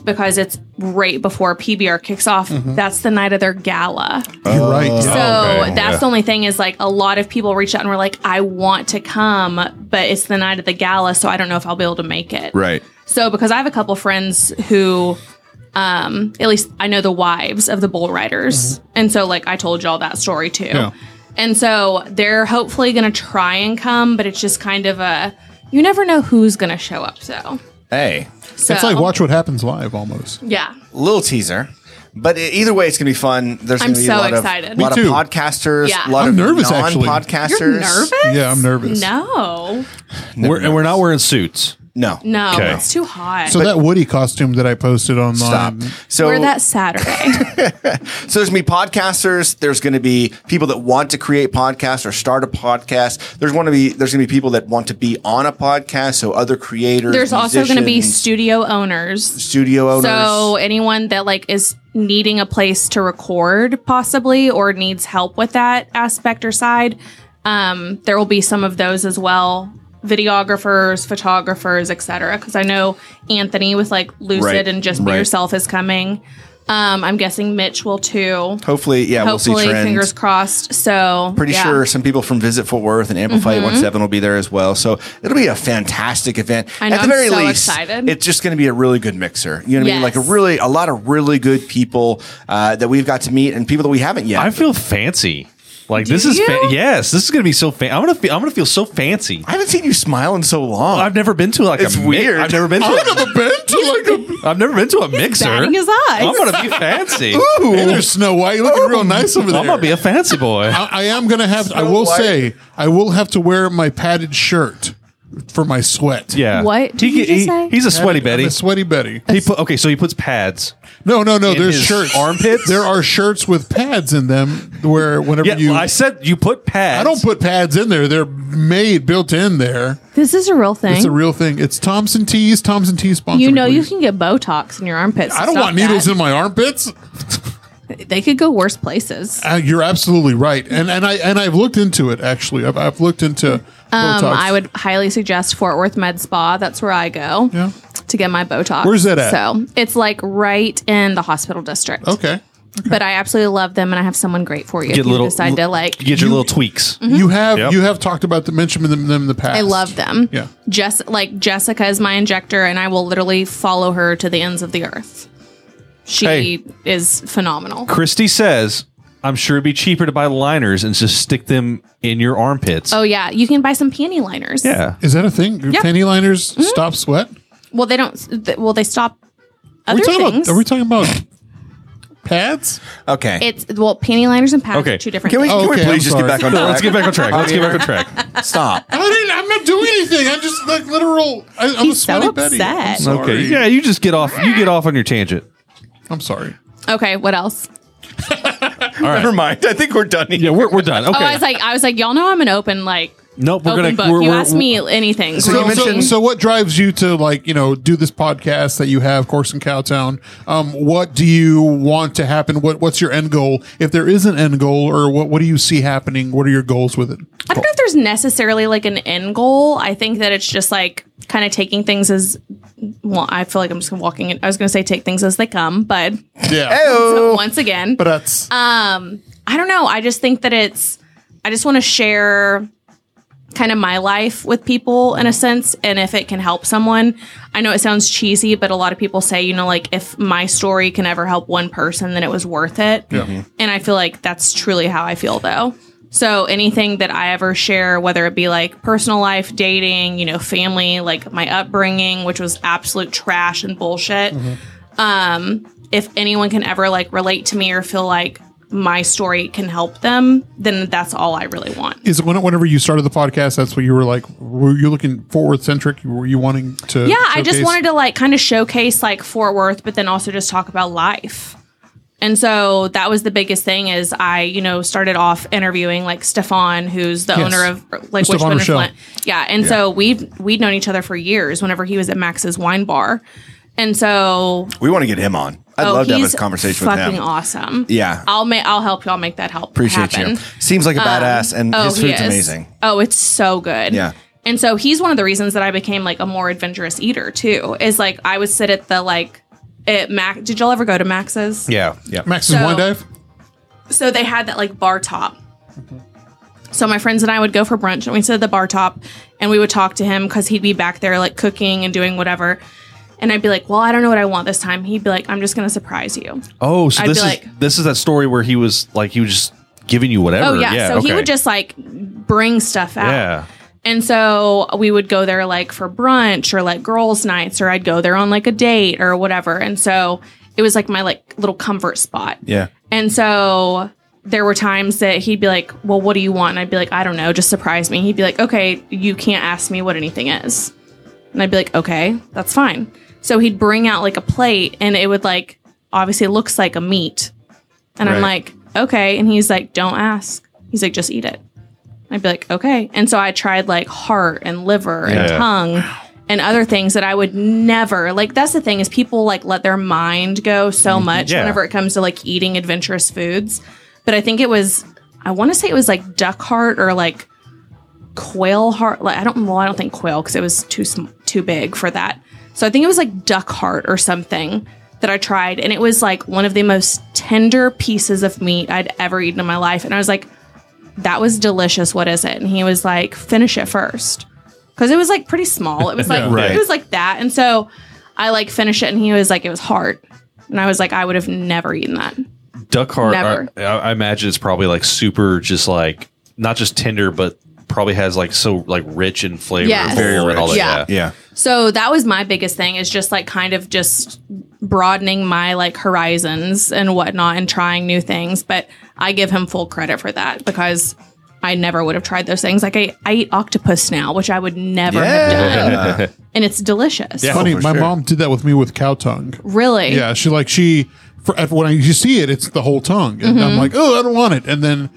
S3: because it's right before PBR kicks off. That's the night of their gala.
S4: You're right. yeah.
S3: So
S6: okay.
S3: that's
S6: Yeah.
S3: the only thing is like a lot of people reach out and were like, I want to come, but it's the night of the gala, so I don't know if I'll be able to make it.
S5: right.
S3: So because I have a couple friends who um at least I know the wives of the bull riders. And so like I told y'all that story too.
S4: Yeah.
S3: And so they're hopefully gonna try and come, but it's just kind of a you never know who's gonna show up so.
S5: Hey,
S3: so
S4: It's like watch what happens live almost.
S3: Yeah.
S5: little teaser. But e- either way, it's gonna be fun. There's
S3: I'm
S5: gonna be
S3: so
S5: a lot
S3: excited.
S5: of
S3: Me
S5: lot
S4: too.
S5: of podcasters,
S3: Yeah.
S5: a lot
S4: I'm
S5: of
S4: nervous, actually.
S5: non-podcasters.
S3: You're nervous?
S4: Yeah, I'm nervous.
S3: No.
S6: We're, and we're not wearing suits.
S5: No,
S3: No,
S6: Okay.
S3: it's too hot.
S4: So that Woody costume that I posted online.
S5: Stop. So
S3: We're that Saturday.
S5: So there's going to be podcasters. There's going to be people that want to create podcasts or start a podcast. There's going to be there's going to be people that want to be on a podcast. So other creators.
S3: There's also going to be
S5: musicians,
S3: studio owners.
S5: studio owners.
S3: So anyone that like is needing a place to record possibly or needs help with that aspect or side, um, there will be some of those as well. Videographers, photographers, etc. Because I know Anthony with like Lucid
S5: Right,
S3: and Just Be
S5: right.
S3: Yourself is coming. Um, I'm guessing Mitch will too.
S5: hopefully, yeah, we'll
S3: Hopefully,
S5: see trends.
S3: fingers crossed. So
S5: Pretty
S3: yeah. Mm-hmm.
S5: sure some people from Visit Fort Worth and Amplify 107 will be there as well. So it'll be a fantastic event.
S3: I know,
S5: At the
S3: I'm
S5: very
S3: so
S5: least,
S3: excited.
S5: it's just going to be a really good mixer. You know what I mean? Like
S3: Yes.
S5: a really, a lot of really good people uh, that we've got to meet and people that we haven't yet.
S6: I feel fancy. Like this is fa-
S3: you?
S6: yes, this is gonna be so. Fa- I'm gonna feel, I'm gonna feel so fancy.
S5: I haven't seen you smile in so long.
S6: I've never been to like
S5: It's
S6: a mi-
S5: weird.
S6: I've never been to. I've never been to like a. I've never been to a mixer.
S3: batting his eyes.
S6: I'm gonna be fancy.
S4: Hey, there's Snow White. You're looking
S5: Oh.
S4: real nice over there.
S6: I'm gonna be a fancy boy.
S4: I, I am gonna have. I will
S5: White.
S4: say, I will have to wear my padded shirt for my sweat.
S6: Yeah.
S3: What did you just say?
S6: He's a sweaty Betty.
S4: I'm a sweaty Betty.
S6: He put okay, so he puts pads.
S4: No, no, no.
S6: In
S4: there's
S6: his
S4: shirts.
S6: armpits?
S4: There are shirts with pads in them. Where whenever
S6: Yeah,
S4: you,
S6: I said you put pads.
S4: I don't put pads in there. They're made built in there.
S3: this is a real thing.
S4: It's a real thing. It's Thompson Tees. Thompson Tees sponsor.
S3: you
S4: me,
S3: know, you
S4: please.
S3: can get Botox in your armpits.
S4: I don't want needles in my armpits.
S3: in. They could go worse places.
S4: Uh, you're absolutely right, and and I and I've looked into it actually. I've, I've looked into Botox.
S3: Um, I would highly suggest Fort Worth Med Spa. That's where I go
S4: Yeah.
S3: to get my Botox.
S4: Where's that at?
S3: So it's like right in the hospital district.
S4: Okay.
S3: But I absolutely love them, and I have someone great for you
S6: get
S3: if
S6: little
S3: you Mm-hmm. decide to like.
S6: you get your little tweaks.
S4: You have
S6: Yep.
S4: you have talked about the mention of them, them in the past.
S3: I love them.
S4: Yeah.
S3: Jess, like Jessica is my injector, and I will literally follow her to the ends of the earth. She
S6: Hey.
S3: is phenomenal.
S6: Christy says, I'm sure it'd be cheaper to buy liners and just stick them in your armpits.
S3: Oh yeah, you can buy some panty liners.
S6: yeah.
S4: Is that a thing? Do
S3: Yeah. Mm-hmm.
S4: Panty liners stop sweat.
S3: Well, they don't. Th- well, they stop
S4: Are
S3: other
S4: we talking
S3: things.
S4: about? Are we talking about pads?
S5: okay.
S3: it's well, panty liners and pads
S6: Okay.
S3: are two different.
S5: can we,
S3: things.
S5: can we
S4: Okay, I'm
S5: please just
S4: sorry.
S5: get back on
S6: No,
S5: track?
S6: let's get back on track. Let's get back on track.
S5: Stop.
S4: I didn't, I'm not doing anything. I'm just like literal. I, I'm
S3: He's
S4: a sweaty
S3: so
S4: Betty. I'm
S3: upset.
S4: sorry.
S6: Okay. Yeah, you just get off you get off on your tangent.
S4: I'm sorry.
S3: Okay, what else?
S5: Never mind. I think we're done. here.
S6: Yeah, we're, we're done. Okay.
S3: Oh, I was like, I was like, y'all know I'm an open like
S6: nope, we're
S3: open
S6: gonna
S3: book.
S6: we're,
S3: you
S6: we're-
S3: ask me anything.
S5: So you
S4: So, so,
S5: mentioned-
S4: so what drives you to like you know do this podcast that you have, Course in Cowtown? Um, what do you want to happen? What what's your end goal? If there is an end goal, or what what do you see happening? What are your goals with it?
S3: I don't know if there's necessarily like an end goal. I think that it's just like kind of taking things as well. I feel like I'm just walking. In, I was gonna say take things as they come, but
S4: Yeah,
S6: Oh.
S3: so once again,
S4: but that's
S3: Um, I don't know. I just think that it's, I just want to share kind of my life with people in a sense. And if it can help someone, I know it sounds cheesy, but a lot of people say, you know, like if my story can ever help one person, then it was worth it. And I feel like that's truly how I feel though. So anything that I ever share, whether it be like personal life, dating, you know, family, like my upbringing, which was absolute trash and bullshit. Um, if anyone can ever like relate to me or feel like my story can help them, then that's all I really want.
S4: Is it when- whenever you started the podcast? That's what you were like. Were you looking forward centric? Were you wanting to?
S3: Yeah, I just
S4: showcase-
S3: wanted to like kind of showcase like Fort Worth, but then also just talk about life. And so that was the biggest thing is I, you know, started off interviewing like Stefan, who's the
S4: Yes.
S3: owner of like
S4: Stefan
S3: Witchbender
S4: Rochelle.
S3: Flint. Yeah. And so we've we'd known each other for years whenever he was at Max's wine bar. And so
S5: We want to get him on. I'd
S3: oh,
S5: love to have
S3: he's
S5: this conversation with
S3: fucking
S5: him.
S3: awesome.
S5: Yeah.
S3: I'll make I'll help y'all make that help.
S5: Appreciate
S3: happen.
S5: you. Seems like a badass, and
S3: Oh,
S5: his
S3: he
S5: food's
S3: is.
S5: amazing.
S3: Oh, it's so good.
S5: Yeah.
S3: And so he's one of the reasons that I became like a more adventurous eater too. Is like I would sit at the like at Mac. Did y'all ever go to Max's?
S6: Yeah, yeah.
S4: Max's
S3: So-
S4: wine dive.
S3: So they had that like bar top. So my friends and I would go for brunch and we'd sit at the bar top and we would talk to him because he'd be back there like cooking and doing whatever. And I'd be like, well, I don't know what I want this time. He'd be like, I'm just going to surprise you.
S6: Oh, so
S3: I'd
S6: this
S3: be
S6: is
S3: like-
S6: this is that story where he was like he was just giving you whatever.
S3: Oh, yeah. so he
S6: okay.
S3: would just uh, like bring stuff out.
S6: yeah.
S3: And so we would go there like for brunch or like girls' nights, or I'd go there on like a date or whatever. And so it was like my like little comfort spot.
S5: Yeah.
S3: And so there were times that he'd be like, Well, what do you want? And I'd be like, I don't know, just surprise me. He'd be like, Okay, you can't ask me what anything is. And I'd be like, Okay, that's fine. So he'd bring out like a plate and it would like obviously it looks like a meat. And I'm
S5: Right.
S3: like, Okay. And he's like, Don't ask. He's like, just eat it. I'd be like, okay. And so I tried like heart and liver and
S6: Yeah.
S3: tongue and other things that I would never like. That's the thing is people like let their mind go so much
S6: Yeah.
S3: whenever it comes to like eating adventurous foods. But I think it was, I want to say it was like duck heart or like quail heart. Like I don't, well, I don't think quail because it was too sm- too big for that. So I think it was like duck heart or something that I tried, and it was like one of the most tender pieces of meat I'd ever eaten in my life. And I was like, that was delicious. What is it? And he was like, finish it first. Cause it was like pretty small. It was like,
S5: Right.
S3: it was like that. And so I like finished it and he was like, it was hard. And I was like, I would have never eaten that.
S6: Duck heart.
S3: Never.
S6: I, I imagine it's probably like super, just like not just tender, but probably has like so like rich in flavor.
S3: Yes.
S6: Very
S3: Very
S6: rich. All that,
S3: rich.
S6: yeah.
S3: Yeah.
S5: Yeah.
S3: So that was my biggest thing is just like kind of just broadening my like horizons and whatnot and trying new things. But I give him full credit for that because I never would have tried those things. Like I, I eat octopus now, which I would never have done. And it's delicious.
S6: Yeah.
S4: Funny,
S6: for
S4: my
S6: sure.
S4: mom did that with me with cow tongue.
S3: Really?
S4: Yeah, she like she for when I, you see it, it's the whole tongue, and
S3: Mm-hmm.
S4: I'm like, oh, I don't want it. And then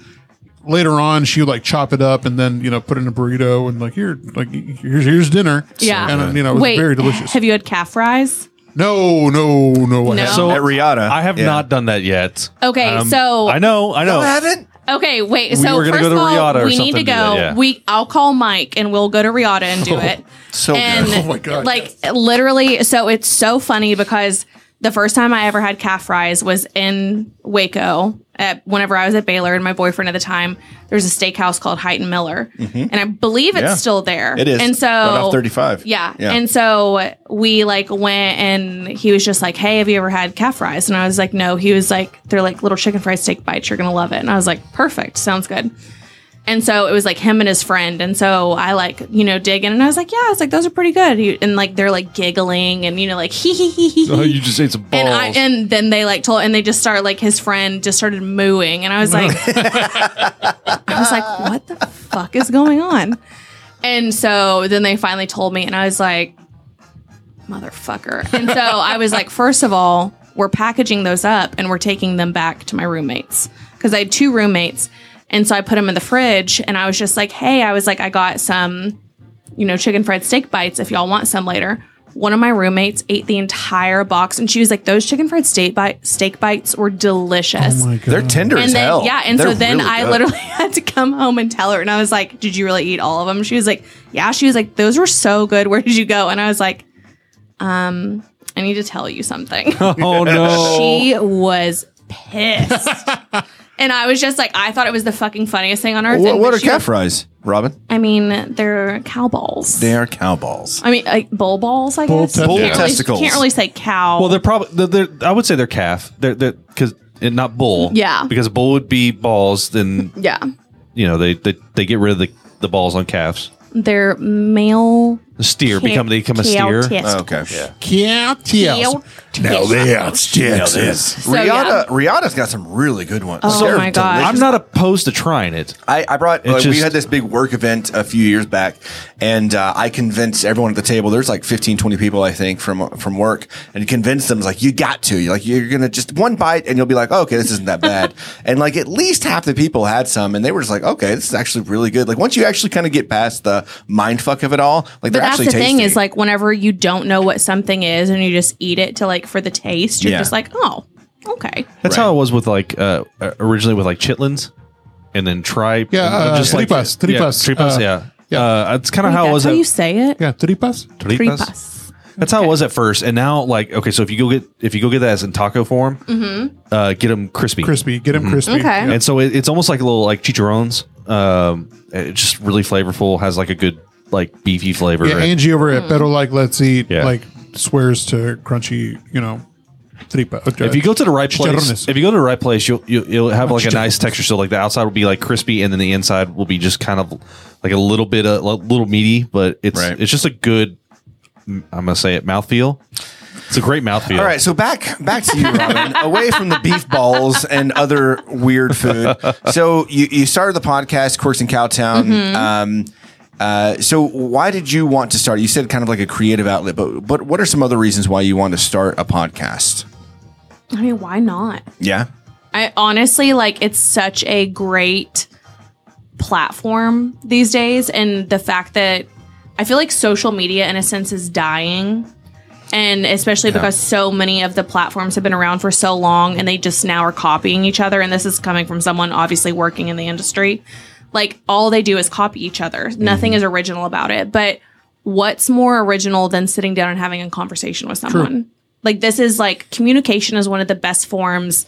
S4: later on, she would like chop it up and then you know put it in a burrito and like here, like here's here's dinner.
S3: Yeah.
S4: and um, you know it was
S3: Wait,
S4: very delicious.
S3: Have you had calf fries?
S4: no, no, no, I
S3: No.
S4: haven't.
S6: So
S5: At Riata.
S6: I have
S5: Yeah.
S6: not done that yet. Um,
S3: Okay, so-
S6: I know, I know.
S5: I haven't.
S3: Okay, wait. So
S6: were gonna
S3: first
S6: go to
S3: of all,
S6: Riata or
S3: we need to
S6: something,
S3: go.
S6: but yeah.
S3: We I'll call Mike and we'll go to Riata and do it.
S5: So
S3: and
S5: good.
S4: Oh my God,
S3: like literally, so it's so funny because the first time I ever had calf fries was in Waco at whenever I was at Baylor and my boyfriend at the time. There was a steakhouse called Height and Miller, and I believe it's
S5: Yeah.
S3: still there.
S5: It is.
S3: and so
S5: Right off 35.
S3: yeah.
S5: Yeah.
S3: And so we like went and he was just like, Hey, have you ever had calf fries? And I was like, No. He was like, They're like little chicken fried steak bites. You're going to love it. And I was like, Perfect. Sounds good. And so it was like him and his friend. And so I like, you know, dig in and I was like, Yeah, it's like, those are pretty good. He- And like, they're like giggling and, you know, like, hee hee hee hee. hee.
S6: just ate some balls.
S3: And I and then they like told and they just started like his friend just started mooing and I was like I was like what the fuck is going on? And so then they finally told me and I was like motherfucker. And so I was like first of all, we're packaging those up and we're taking them back to my roommates cuz I had two roommates and so I put them in the fridge and I was just like, "Hey, I was like I got some you know, chicken fried steak bites if y'all want some later. One of my roommates ate the entire box and she was like, those chicken fried steak, bite, steak bites were delicious.
S4: Oh my God.
S5: They're tender as
S3: and then,
S5: hell.
S3: yeah. And so
S5: They're
S3: then
S5: really
S3: I
S5: good.
S3: literally had to come home and tell her. And I was like, did you really eat all of them? She was like, yeah. She was like, those were so good. Where did you go? And I was like, um, I need to tell you something.
S6: oh no.
S3: she was pissed. and I was just like, I thought it was the fucking funniest thing on earth.
S5: What,
S3: And
S5: what
S3: when
S5: are
S3: she-
S5: calf fries, Robin?
S3: I mean, they're cow balls.
S5: They are cow balls.
S3: I mean, like bull balls. I
S4: Bull
S3: guess
S4: testicles.
S5: Bull
S3: can't really-
S5: testicles.
S3: can't really say cow.
S6: Well, they're probably they're, they're- I would say they're calf. They're they're because and not bull.
S3: Yeah.
S6: because bull would be balls. Then
S3: yeah,
S6: you know they they, they get rid of the, the balls on calves.
S3: they're male
S6: A steer become they become a steer.
S5: Oh, Okay.
S4: Can't
S3: Now
S5: that's Texas. Rihanna,
S3: yeah.
S5: Rihanna's got some really good ones.
S3: Oh
S5: They're
S3: my God.
S5: delicious.
S6: I'm not opposed to trying it.
S5: I, I brought.
S6: It
S5: like, we
S6: just-
S5: had this big work event a few years back, and uh, I convinced everyone at the table. There's like 15, 20 people, I think, from from work, and convinced them like you got to. You're like you're gonna just one bite, and you'll be like, oh, okay, this isn't that bad. and like at least half the people had some, and they were just like, okay, this is actually really good. Like once you actually kind of get past the mind fuck of it all, like
S3: But
S5: they're
S3: that's the
S5: actually tasty.
S3: thing is like whenever you don't know what something is and you just eat it to like for the taste, you're
S5: Yeah.
S3: just like, oh, okay.
S6: That's how it was with like uh, originally with like chitlins, and then try
S4: Yeah, uh,
S6: just like
S4: tripas,
S6: yeah,
S4: tripas,
S6: tripas,
S4: uh,
S6: yeah.
S4: yeah.
S6: Uh, that's kind of how it
S3: that's
S6: was.
S3: how
S6: at-
S3: you say it.
S4: Yeah, tripas.
S6: tripas?
S3: Tripas.
S6: That's how it was at first, and now like okay, so if you go get if you go get that as in taco form,
S3: Mm-hmm.
S6: uh, get them crispy,
S4: Crispy. Get
S6: Mm-hmm.
S4: him crispy.
S3: Okay.
S6: and so it, it's almost like a little like chicharrones. Um, it's just really flavorful, has like a good like beefy flavor.
S4: Yeah, Angie over at Better Like Let's Eat
S6: Yeah.
S4: like swears to crunchy, you know, tripa.
S6: if you go to the right
S4: Chicharrones.
S6: place, if you go to the right place, you'll you'll, you'll have like a nice
S4: Chicharrones.
S6: texture. So like the outside will be like crispy, and then the inside will be just kind of like a little bit a little meaty, but it's
S5: Right.
S6: it's just a good. I'm gonna say it mouthfeel. It's a great mouthfeel.
S5: All right, so back back to you, Robin. Away from the beef balls and other weird food. So you, you started the podcast, Quirks in Cowtown. Um, uh, so why did you want to start? You said kind of like a creative outlet, but but what are some other reasons why you want to start a podcast?
S3: I mean, why not?
S5: Yeah,
S3: I honestly like it's such a great platform these days and the fact that I feel like social media in a sense is dying and especially because so many of the platforms have been around for so long and they just now are copying each other and this is coming from someone obviously working in the industry like all they do is copy each other nothing is original about it but what's more original than sitting down and having a conversation with someone like this is like communication is one of the best forms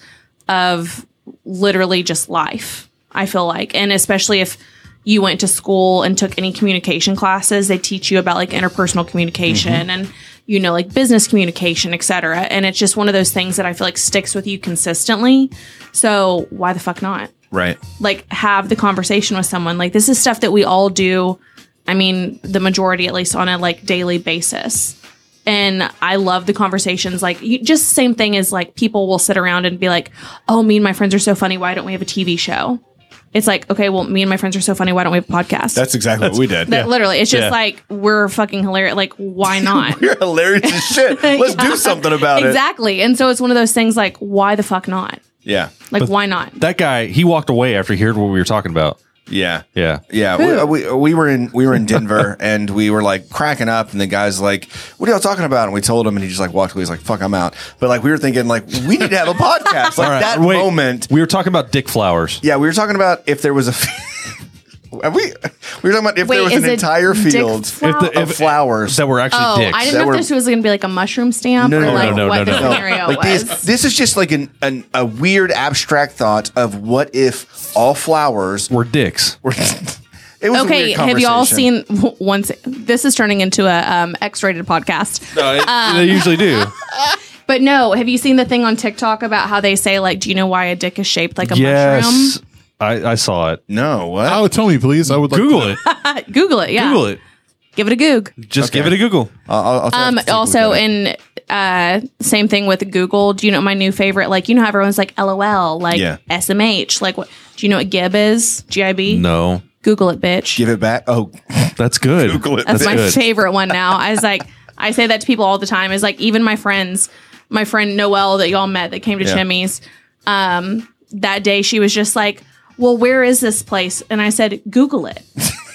S3: of literally just life, I feel like. And especially if you went to school and took any communication classes, they teach you about like interpersonal communication and, you know, like business communication, et cetera. And it's just one of those things that I feel like sticks with you consistently. So why the fuck not?
S5: right.
S3: like have the conversation with someone like this is stuff that we all do i mean the majority at least on a like daily basis and i love the conversations like you, just same thing as like people will sit around and be like oh me and my friends are so funny why don't we have a tv show it's like okay well me and my friends are so funny why don't we have a podcast
S5: That's exactly what we did.
S3: That- literally it's just
S6: Yeah.
S3: like we're fucking hilarious like why not
S5: You're hilarious as shit. Let's do something about it.
S3: exactly and so it's one of those things like why the fuck not
S5: Yeah,
S3: like why not
S6: That guy, he walked away after he heard what we were talking about.
S5: yeah,
S6: Yeah.
S5: Yeah, we, we, we were in we were in Denver and we were like cracking up, and the guy's like, "What are y'all talking about?" And we told him, and he just like walked away. He's like, "Fuck, I'm out." But like we were thinking, like we need to have a podcast. Like
S6: All right,
S5: that
S6: wait.
S5: moment,
S6: We were talking about dick flowers.
S5: yeah, we were talking about if there was a. f- Have we we were talking about if there
S3: Wait,
S5: was
S3: is
S5: an
S3: it
S5: entire
S3: dick
S5: field
S3: flower? If
S6: the-
S5: of flowers.
S6: That were actually
S3: Oh,
S6: dicks.
S3: I
S5: That
S3: didn't know
S5: were-
S3: if this was going to be like a mushroom stamp
S5: No,
S3: or
S5: no, no,
S3: like
S6: no,
S3: what
S6: no,
S3: the
S6: no.
S3: scenario
S5: like
S3: was.
S5: these, this is just like an, an a weird abstract thought of what if all flowers
S6: were dicks.
S5: were. it was a
S3: okay,
S5: weird
S3: have y'all
S5: conversation.
S3: seen once? This is turning into a um, X-rated podcast.
S6: No, it-
S3: Uh,
S6: they usually do.
S3: But no, have you seen the thing on TikTok about how they say like, do you know why a dick is shaped like a
S6: yes. I, I saw it.
S5: No, what?
S4: Oh, tell me, please. I would like
S6: Google it.
S3: mushroom? Google it. Yeah,
S6: Google it.
S3: Give it a goog.
S6: Just give it a Google.
S5: I'll- I'll- I'll
S3: Um,
S5: take a look
S3: also,
S5: at it.
S3: in uh, same thing with Google. Do you know what my new favorite? Like, you know how everyone's like LOL, like
S5: Yeah.
S3: SMH, like what? Do you know what GIB is? GIB.
S6: No.
S3: Google it, bitch.
S5: give it back. Oh,
S6: That's good.
S5: Google it.
S3: That's, my
S6: good.
S3: favorite one now. I was like, I say that to people all the time. Is like even my friends, my friend Noelle that y'all met that came to
S5: Yeah.
S3: Chimmy's, um, that day she was just like, "Well, where is this place?" And I said, "Google it."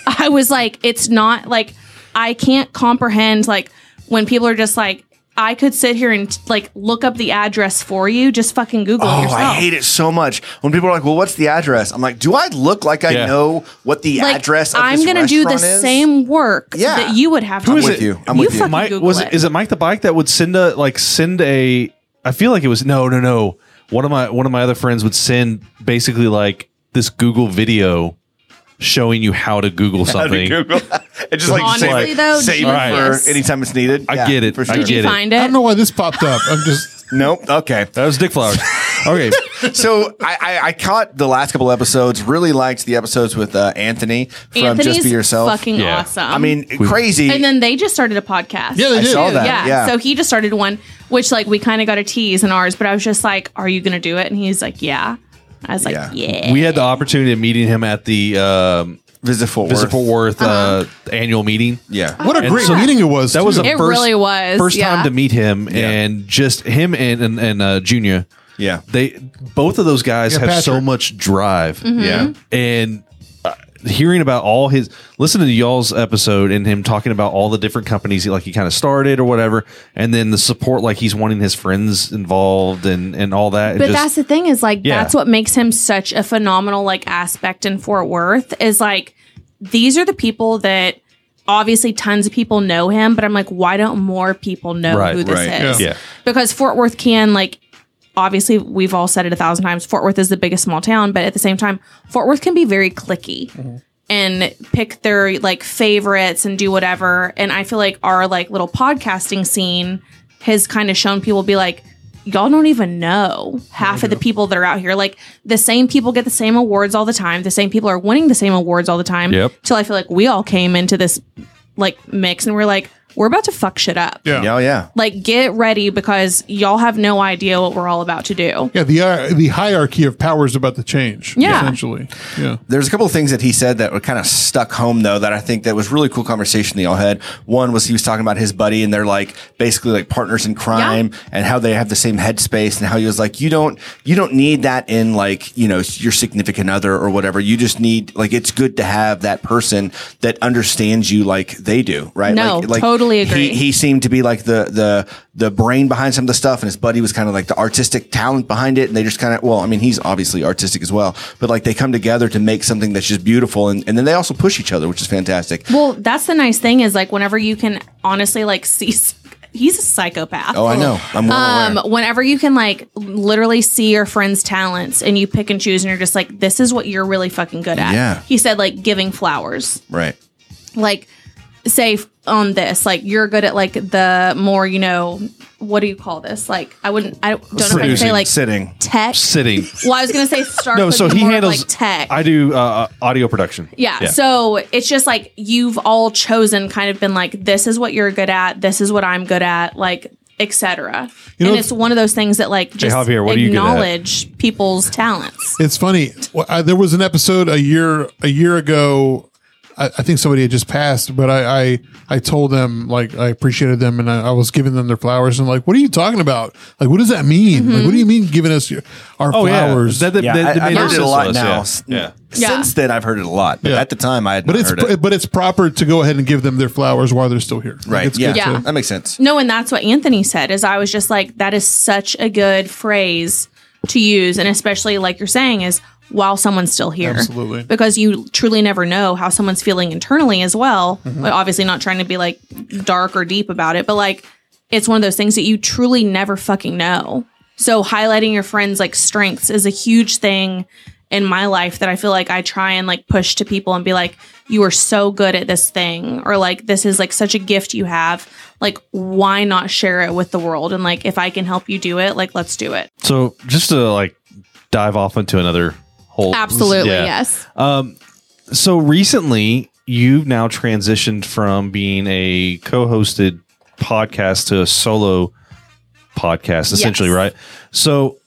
S3: I was like, "It's not like I can't comprehend like when people are just like." I could sit here and like look up the address for you. Just fucking Google it
S5: Oh,
S3: yourself.
S5: I hate it so much when people are like, "Well, what's the address?" I'm like, "Do I look like I
S6: Yeah.
S5: know what the
S3: Like,
S5: address?" Of
S3: I'm
S5: this
S3: gonna do the
S5: restaurant is?
S3: same work
S5: Yeah.
S3: that you would have to.
S5: I'm
S3: do.
S5: with you. I'm with you.
S3: fucking
S6: Mike
S3: Google
S6: was
S3: it.
S6: it. is it Mike the bike that would send a like send a I feel like it was no no no one of my one of my other friends would send basically like this Google video showing you how to Google something.
S5: Google. It's just like
S3: Honestly,
S5: save it,
S3: though,
S5: save it
S3: genius.
S5: for anytime it's needed.
S6: I
S5: Yeah,
S6: get it.
S5: For
S6: I
S5: sure.
S3: Did you
S6: get it.
S3: find
S4: I
S3: it?
S4: don't know why this popped up. I'm just
S5: Nope. Okay.
S6: That was Dick Flowers. okay,
S5: so I, I, I caught the last couple episodes. Really liked the episodes with uh, Anthony from
S3: Anthony's
S5: Just Be Yourself.
S3: fucking
S6: Yeah.
S3: awesome.
S5: I mean, crazy.
S3: and then they just started a podcast.
S4: Yeah, they
S5: I
S4: did.
S5: saw that.
S3: yeah.
S5: yeah.
S3: So he just started one, which like we kind of got a tease in ours, but I was just like, "Are you gonna do it?" And he's like, "Yeah." I was like,
S5: Yeah.
S3: "Yeah."
S6: We had the opportunity of meeting him at the um,
S5: Visit Fort
S6: Visit
S5: Worth.
S6: Fort Worth uh, annual meeting.
S5: Yeah.
S4: What a
S6: And
S4: great
S6: so-
S4: meeting it was.
S6: That was
S4: too.
S6: the
S3: Uh-huh. It
S6: first,
S3: really was,
S6: first
S3: yeah.
S6: time to meet him, and just him and and, and uh, Junior.
S5: Yeah.
S6: they both of those guys
S4: Yeah,
S6: have so
S4: Patrick.
S6: much drive.
S3: Mm-hmm.
S5: Yeah.
S6: and uh, hearing about all his listening to y'all's episode and him talking about all the different companies he like he kind of started or whatever, and then the support like he's wanting his friends involved and and all that.
S3: But
S6: It just-
S3: that's the thing is like
S6: Yeah.
S3: that's what makes him such a phenomenal like aspect in Fort Worth is like these are the people that obviously tons of people know him, but I'm like, why don't more people know
S6: Right,
S3: who this
S5: right,
S3: is?
S6: yeah. Yeah.
S3: Because Fort Worth can like obviously we've all said it a thousand times, Fort Worth is the biggest small town, but at the same time, Fort Worth can be very clicky. And pick their like favorites and do whatever. And I feel like our like little podcasting scene has kind of shown people be like, y'all don't even know half of the people that are out here. Like the same people get the same awards all the time. The same people are winning the same awards all the time.
S6: Yep.
S3: Till I feel like we all came into this like mix and we're like, we're about to fuck shit up.
S4: yeah.
S5: Yeah,
S4: yeah.
S5: oh, yeah.
S3: Like get ready because y'all have no idea what we're all about to do.
S4: the uh, the hierarchy of power is about to change.
S3: Yeah.
S4: essentially. Yeah,
S5: There's a couple of things that he said that were kind of stuck home though that I think that was really cool conversation they all had. One was he was talking about his buddy and they're like basically like partners in crime and how they have the same headspace and how he was like you don't you don't need that in like you know your significant other or whatever. You just need like it's good to have that person that understands you like they do, right?
S3: No,
S5: like, like
S3: totally
S5: he-
S3: agree.
S5: He, seemed to be like the the the brain behind some of the stuff and his buddy was kind of like the artistic talent behind it and they just kind of well i mean he's obviously artistic as well but like they come together to make something that's just beautiful and, and then they also push each other which is fantastic
S3: Well, that's the nice thing is like whenever you can honestly like see he's a psychopath.
S5: oh i know i'm well
S3: um
S5: aware
S3: whenever you can like literally see your friend's talents and you pick and choose and you're just like this is what you're really fucking good at
S5: Yeah.
S3: he said like giving flowers
S5: right
S3: like say f- on this like you're good at like the more you know what do you call this like i wouldn't i don't know if i can say like
S5: sitting
S3: tech
S6: sitting.
S3: well i was gonna say start
S6: No, so he handles
S3: like tech
S6: I do uh, audio production.
S3: yeah, So it's just like you've all chosen, kind of been like, this is what you're good at, this is what I'm good at, like, etc.
S4: know,
S3: And it's one of those things that like just
S6: Javier, what are you good at?
S3: acknowledge people's talents.
S4: it's funny. Well, I, there was an episode a year a year ago. I, I think somebody had just passed, but I, I I told them like I appreciated them and I, I was giving them their flowers and like, what are you talking about? Like, what does that mean? Like, what do you mean giving us your, our
S6: Oh
S4: flowers?
S6: yeah, that, that,
S5: yeah,
S6: that- that
S5: I, have
S6: made
S5: heard it a
S6: sense to
S5: lot
S6: us,
S5: now.
S6: Yeah.
S3: Yeah.
S5: Since then, I've heard it a lot. But
S4: Yeah.
S5: at the time, I had
S4: but
S5: not
S4: it's
S5: heard
S4: pr-
S5: it.
S4: but it's proper to go ahead and give them their flowers while they're still here. Like,
S5: Right.
S4: it's
S5: Yeah.
S4: good
S3: Yeah.
S4: to-
S5: That makes sense.
S3: No, and that's what Anthony said. Is I was just like, that is such a good phrase to use, and especially like you're saying is while someone's still here,
S4: Absolutely.
S3: because you truly never know how someone's feeling internally as well. But Obviously, not trying to be like dark or deep about it, but like it's one of those things that you truly never fucking know. So highlighting your friends' like strengths is a huge thing in my life that I feel like I try and like push to people and be like, you are so good at this thing, or like, this is like such a gift you have. Like, why not share it with the world? And like, if I can help you do it, like, let's do it.
S6: So just to like dive off into another whole
S3: Absolutely.
S6: Yeah.
S3: Yes.
S6: So recently, you've now transitioned from being a co-hosted podcast to a solo podcast, essentially,
S3: Yes.
S6: right? So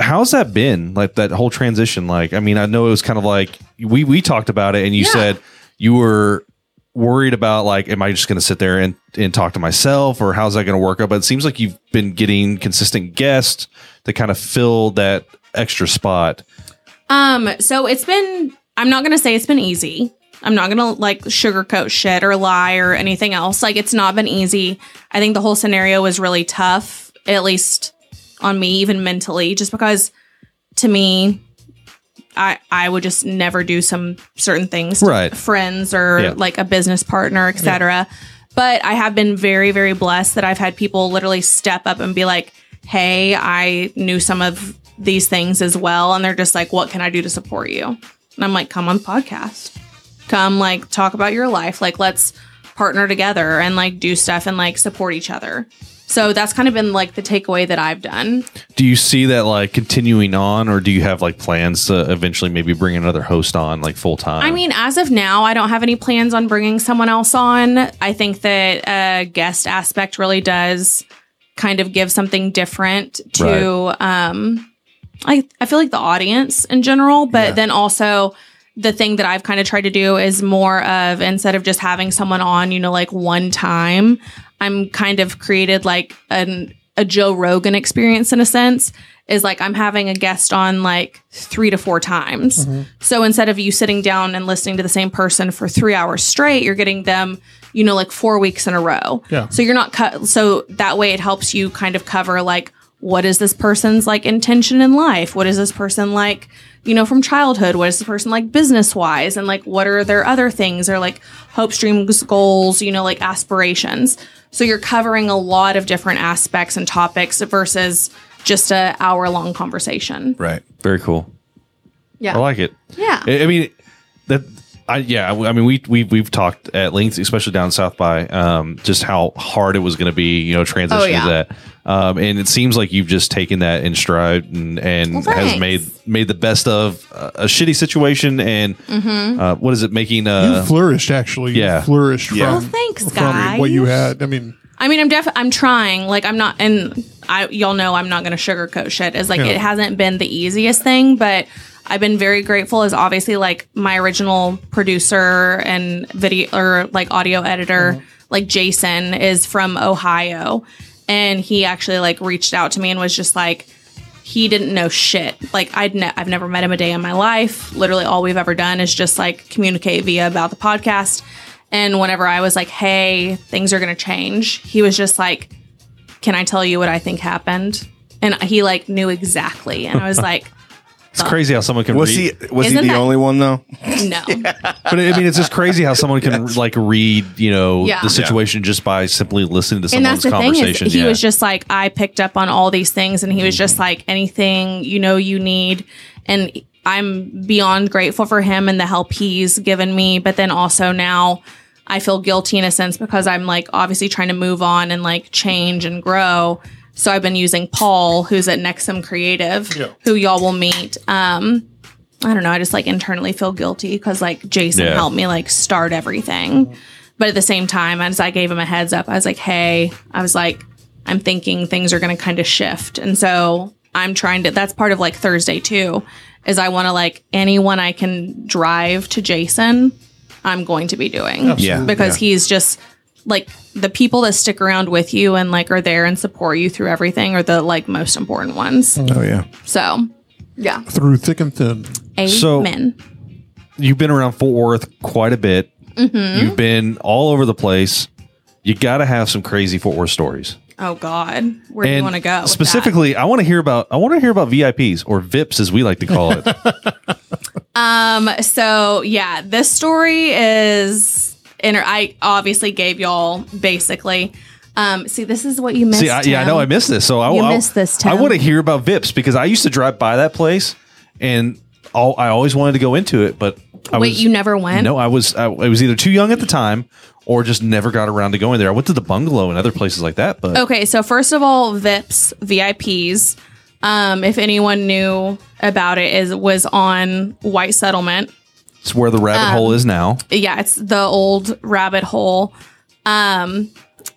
S6: how's that been? Like that whole transition? Like, I mean, I know it was kind of like we we talked about it, and you
S3: Yeah.
S6: said you were worried about like am i just going to sit there and, and talk to myself or how's that going to work out but it seems like you've been getting consistent guests to kind of fill that extra spot
S3: Um, so it's been I'm not gonna say it's been easy. I'm not gonna like sugarcoat shit or lie or anything else. Like it's not been easy. I think the whole scenario was really tough, at least on me, even mentally, just because to me, I I would just never do some certain things to
S6: Right.
S3: friends or
S6: Yeah.
S3: like a business partner, etc. But I have been very, very blessed that I've had people literally step up and be like, "Hey, I knew some of these things as well," and they're just like, "What can I do to support you?" And I'm like, "Come on podcast, come like talk about your life, like let's partner together and like do stuff and like support each other." So that's kind of been like the takeaway that I've done.
S6: Do you see that like continuing on, or do you have like plans to eventually maybe bring another host on like full time?
S3: I mean, as of now, I don't have any plans on bringing someone else on. I think that uh, guest aspect really does kind of give something different to. Um, I I feel like the audience in general, but then also the thing that I've kind of tried to do is more of instead of just having someone on, you know, like one time, I'm kind of created like an a Joe Rogan experience in a sense is like I'm having a guest on like 3 to 4 times. So instead of you sitting down and listening to the same person for 3 hours straight, you're getting them, you know, like 4 weeks in a row.
S4: Yeah.
S3: So you're not cut so that way it helps you kind of cover like what is this person's like intention in life? What is this person like, you know, from childhood? What is this person like business wise? And like, what are their other things or like hopes, dreams, goals, you know, like aspirations? So you're covering a lot of different aspects and topics versus just a hour long conversation.
S5: Right.
S6: very cool.
S3: Yeah.
S6: I like it.
S3: Yeah.
S6: I, I mean, that. I yeah. I mean, we we we've talked at length, especially down south by, um, just how hard it was going to be, you know, transition
S3: Oh, yeah.
S6: to that. Um, and it seems like you've just taken that in stride and and
S3: Well,
S6: has
S3: thanks.
S6: made made the best of uh, a shitty situation and
S3: Mm-hmm.
S6: uh, what is it making
S4: You
S6: uh
S4: flourished, actually. You
S6: yeah.
S4: flourished from,
S5: Yeah.
S3: Well, thanks,
S4: from what you had. I mean,
S3: I mean, I'm def I'm trying. Like, I'm not, and I y'all know I'm not going to sugarcoat shit. It's like
S4: Yeah.
S3: it hasn't been the easiest thing, but I've been very grateful. Is obviously like my original producer and video or like audio editor, like Jason, is from Ohio, and he actually like reached out to me and was just like, he didn't know shit. Like I'd ne- I've never met him a day in my life. Literally all we've ever done is just like communicate via about the podcast. And whenever I was like, "Hey, things are going to change." He was just like, "Can I tell you what I think happened?" And he like knew exactly. And I was like,
S6: it's crazy how someone can
S5: Was
S6: read-
S5: he was
S3: Isn't
S5: he the
S3: that-
S5: only one though?
S3: "No."
S6: But I mean, it's just crazy how someone can like read, you know,
S3: Yeah.
S6: the situation just by simply listening to
S3: And
S6: someone's
S3: that's the thing is
S6: conversation.
S3: he
S6: yeah.
S3: was just like, "I picked up on all these things." And he was just like, "Anything, you know, you need." And I'm beyond grateful for him and the help he's given me, but then also now I feel guilty in a sense because I'm like obviously trying to move on and like change and grow. So I've been using Paul, who's at Nexum Creative, who y'all will meet. Um, I don't know. I just like internally feel guilty because like Jason
S6: Yeah.
S3: helped me like start everything. But at the same time, as I gave him a heads up, I was like, hey, I was like, I'm thinking things are going to kind of shift. And so I'm trying to, that's part of like Thursday too, is I want to like anyone I can drive to Jason, I'm going to be doing
S5: Yeah.
S3: because he's just like the people that stick around with you and like are there and support you through everything are the like most important ones.
S4: Mm-hmm.
S5: Oh yeah.
S3: So, yeah.
S4: through thick and thin.
S6: So-
S3: Amen.
S6: you've been around Fort Worth quite a bit.
S3: Mm-hmm.
S6: You've been all over the place. You got to have some crazy Fort Worth stories.
S3: oh God, where do you want to go? with that?
S6: specifically, I want to hear about I want to hear about VIPs or VIPs as we like to call it.
S3: so yeah, this story is inter- I obviously gave y'all basically. Um, see, this is what you missed.
S6: See, I, yeah, I
S3: Tim.
S6: know I missed this. So I,
S3: You
S6: I,
S3: missed this,
S6: I
S3: Tim.
S6: want to hear about VIPs because I used to drive by that place and all, I always wanted to go into it, but I
S3: Wait,
S6: was,
S3: you never went?
S6: No, I was I, I was either too young at the time or just never got around to going there. I went to the bungalow and other places like that, but
S3: Okay, so first of all, VIPs, VIPs. Um, if anyone knew about it, is was on White Settlement.
S6: it's where the
S3: um,
S6: rabbit hole is now.
S3: yeah, it's the old rabbit hole. Um,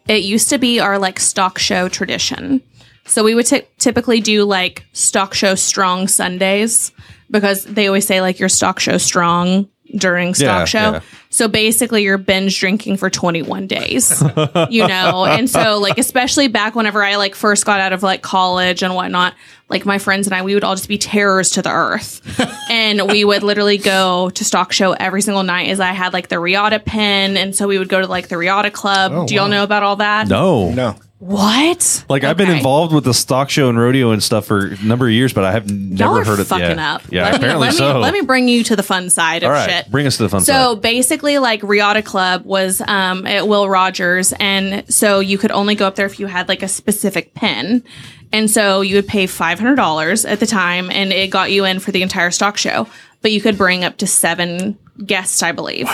S3: it used to be our like stock show tradition. So we would ty- typically do like stock show strong Sundays because they always say like your stock show strong during stock
S6: Yeah,
S3: show.
S6: yeah.
S3: So basically you're binge drinking for 21 days, you know? And so like, especially back whenever I like first got out of like college and whatnot, like my friends and I, we would all just be terrors to the earth and we would literally go to stock show every single night as I had like the Riata pin. And so we would go to like the Riata club. Do y'all know about all that?
S6: Oh, No.
S5: No.
S3: What?
S6: Like I've been
S3: Okay.
S6: involved with the stock show and rodeo and stuff for a number of years, but I have never
S3: Y'all are
S6: heard of
S3: fucking
S6: yeah.
S3: up.
S6: Yeah,
S3: let
S6: apparently
S3: me, let
S6: so.
S3: Me, let me bring you to the fun side of
S6: All right,
S3: shit.
S6: bring us to the fun
S3: So
S6: side.
S3: basically, like Riata Club was um, at Will Rogers, and so you could only go up there if you had like a specific pin, and so you would pay five hundred dollars at the time, and it got you in for the entire stock show. But you could bring up to seven guests, I believe.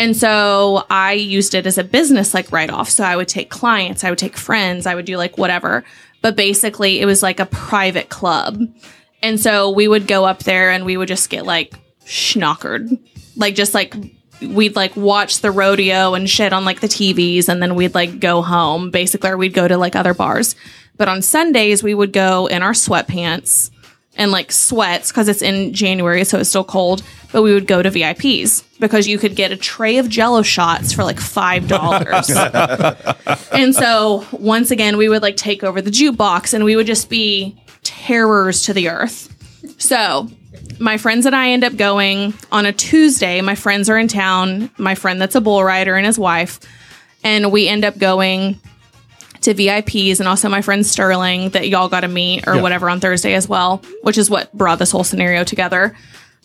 S3: And so I used it as a business like write off. So I would take clients, I would take friends, I would do like whatever. But basically, it was like a private club. And so we would go up there and we would just get like schnockered. Like just like we'd like watch the rodeo and shit on like the TVs and then we'd like go home basically or we'd go to like other bars. But on Sundays we would go in our sweatpants and like sweats because it's in January so it's still cold, but we would go to VIPs because you could get a tray of jello shots for like $5. And so once again, we would like take over the jukebox and we would just be terrors to the earth. So my friends and I end up going on a Tuesday. My friends are in town, my friend that's a bull rider and his wife. And we end up going to VIPs and also my friend Sterling that y'all got to meet or whatever on Thursday as well, which is what brought this whole scenario together.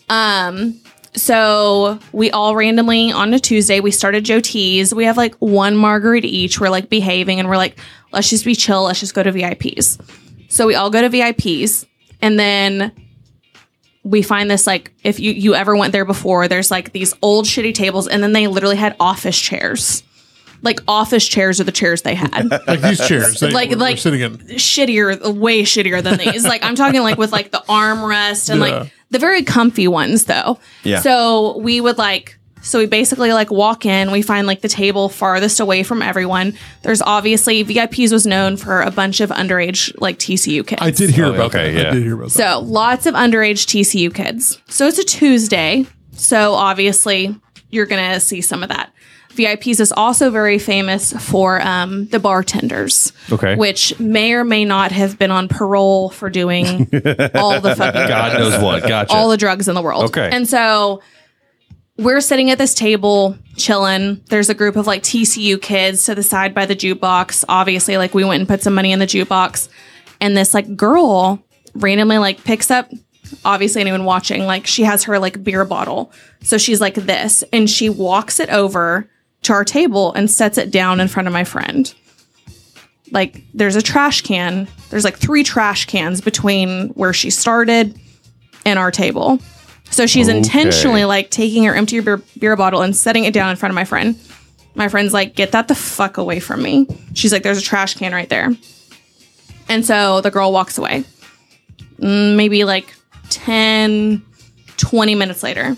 S3: Um, so we all randomly on a Tuesday, we started Joe T's. We have like one margarita each. We're like behaving and we're like, let's just be chill. Let's just go to VIPs. So we all go to VIPs and then we find this like if you you ever went there before there's like these old shitty tables and then they literally had office chairs like office chairs are the chairs they had
S4: Like these chairs, that
S3: Like-
S4: we're- we're
S3: like-
S4: sitting in.
S3: shittier, way shittier than these. like I'm talking like with like the armrest and
S4: Yeah.
S3: like the very comfy ones though.
S5: Yeah.
S3: So we would like so we basically like walk in, we find like the table farthest away from everyone. There's obviously VIPs was known for a bunch of underage like TCU kids.
S4: I did hear about
S6: okay,
S4: that.
S6: yeah.
S4: I did hear about that.
S3: So lots of underage TCU kids. So it's a Tuesday. So obviously you're going to see some of that. VIPs is also very famous for um, the bartenders,
S6: Okay.
S3: which may or may not have been on parole for doing all the fucking
S6: God knows what. Gotcha.
S3: all the drugs in the world.
S6: Okay.
S3: And so we're sitting at this table chilling. There's a group of like TCU kids to the side by the jukebox. Obviously, like we went and put some money in the jukebox. And this like girl randomly like picks up, obviously, anyone watching, like she has her like beer bottle. So she's like this and she walks it over to our table and sets it down in front of my friend like there's a trash can there's like three trash cans between where she started and our table so she's intentionally like taking her empty beer, beer bottle and setting it down in front of my friend my friend's like get that the fuck away from me she's like there's a trash can right there and so the girl walks away Mm, maybe like 10 20 minutes later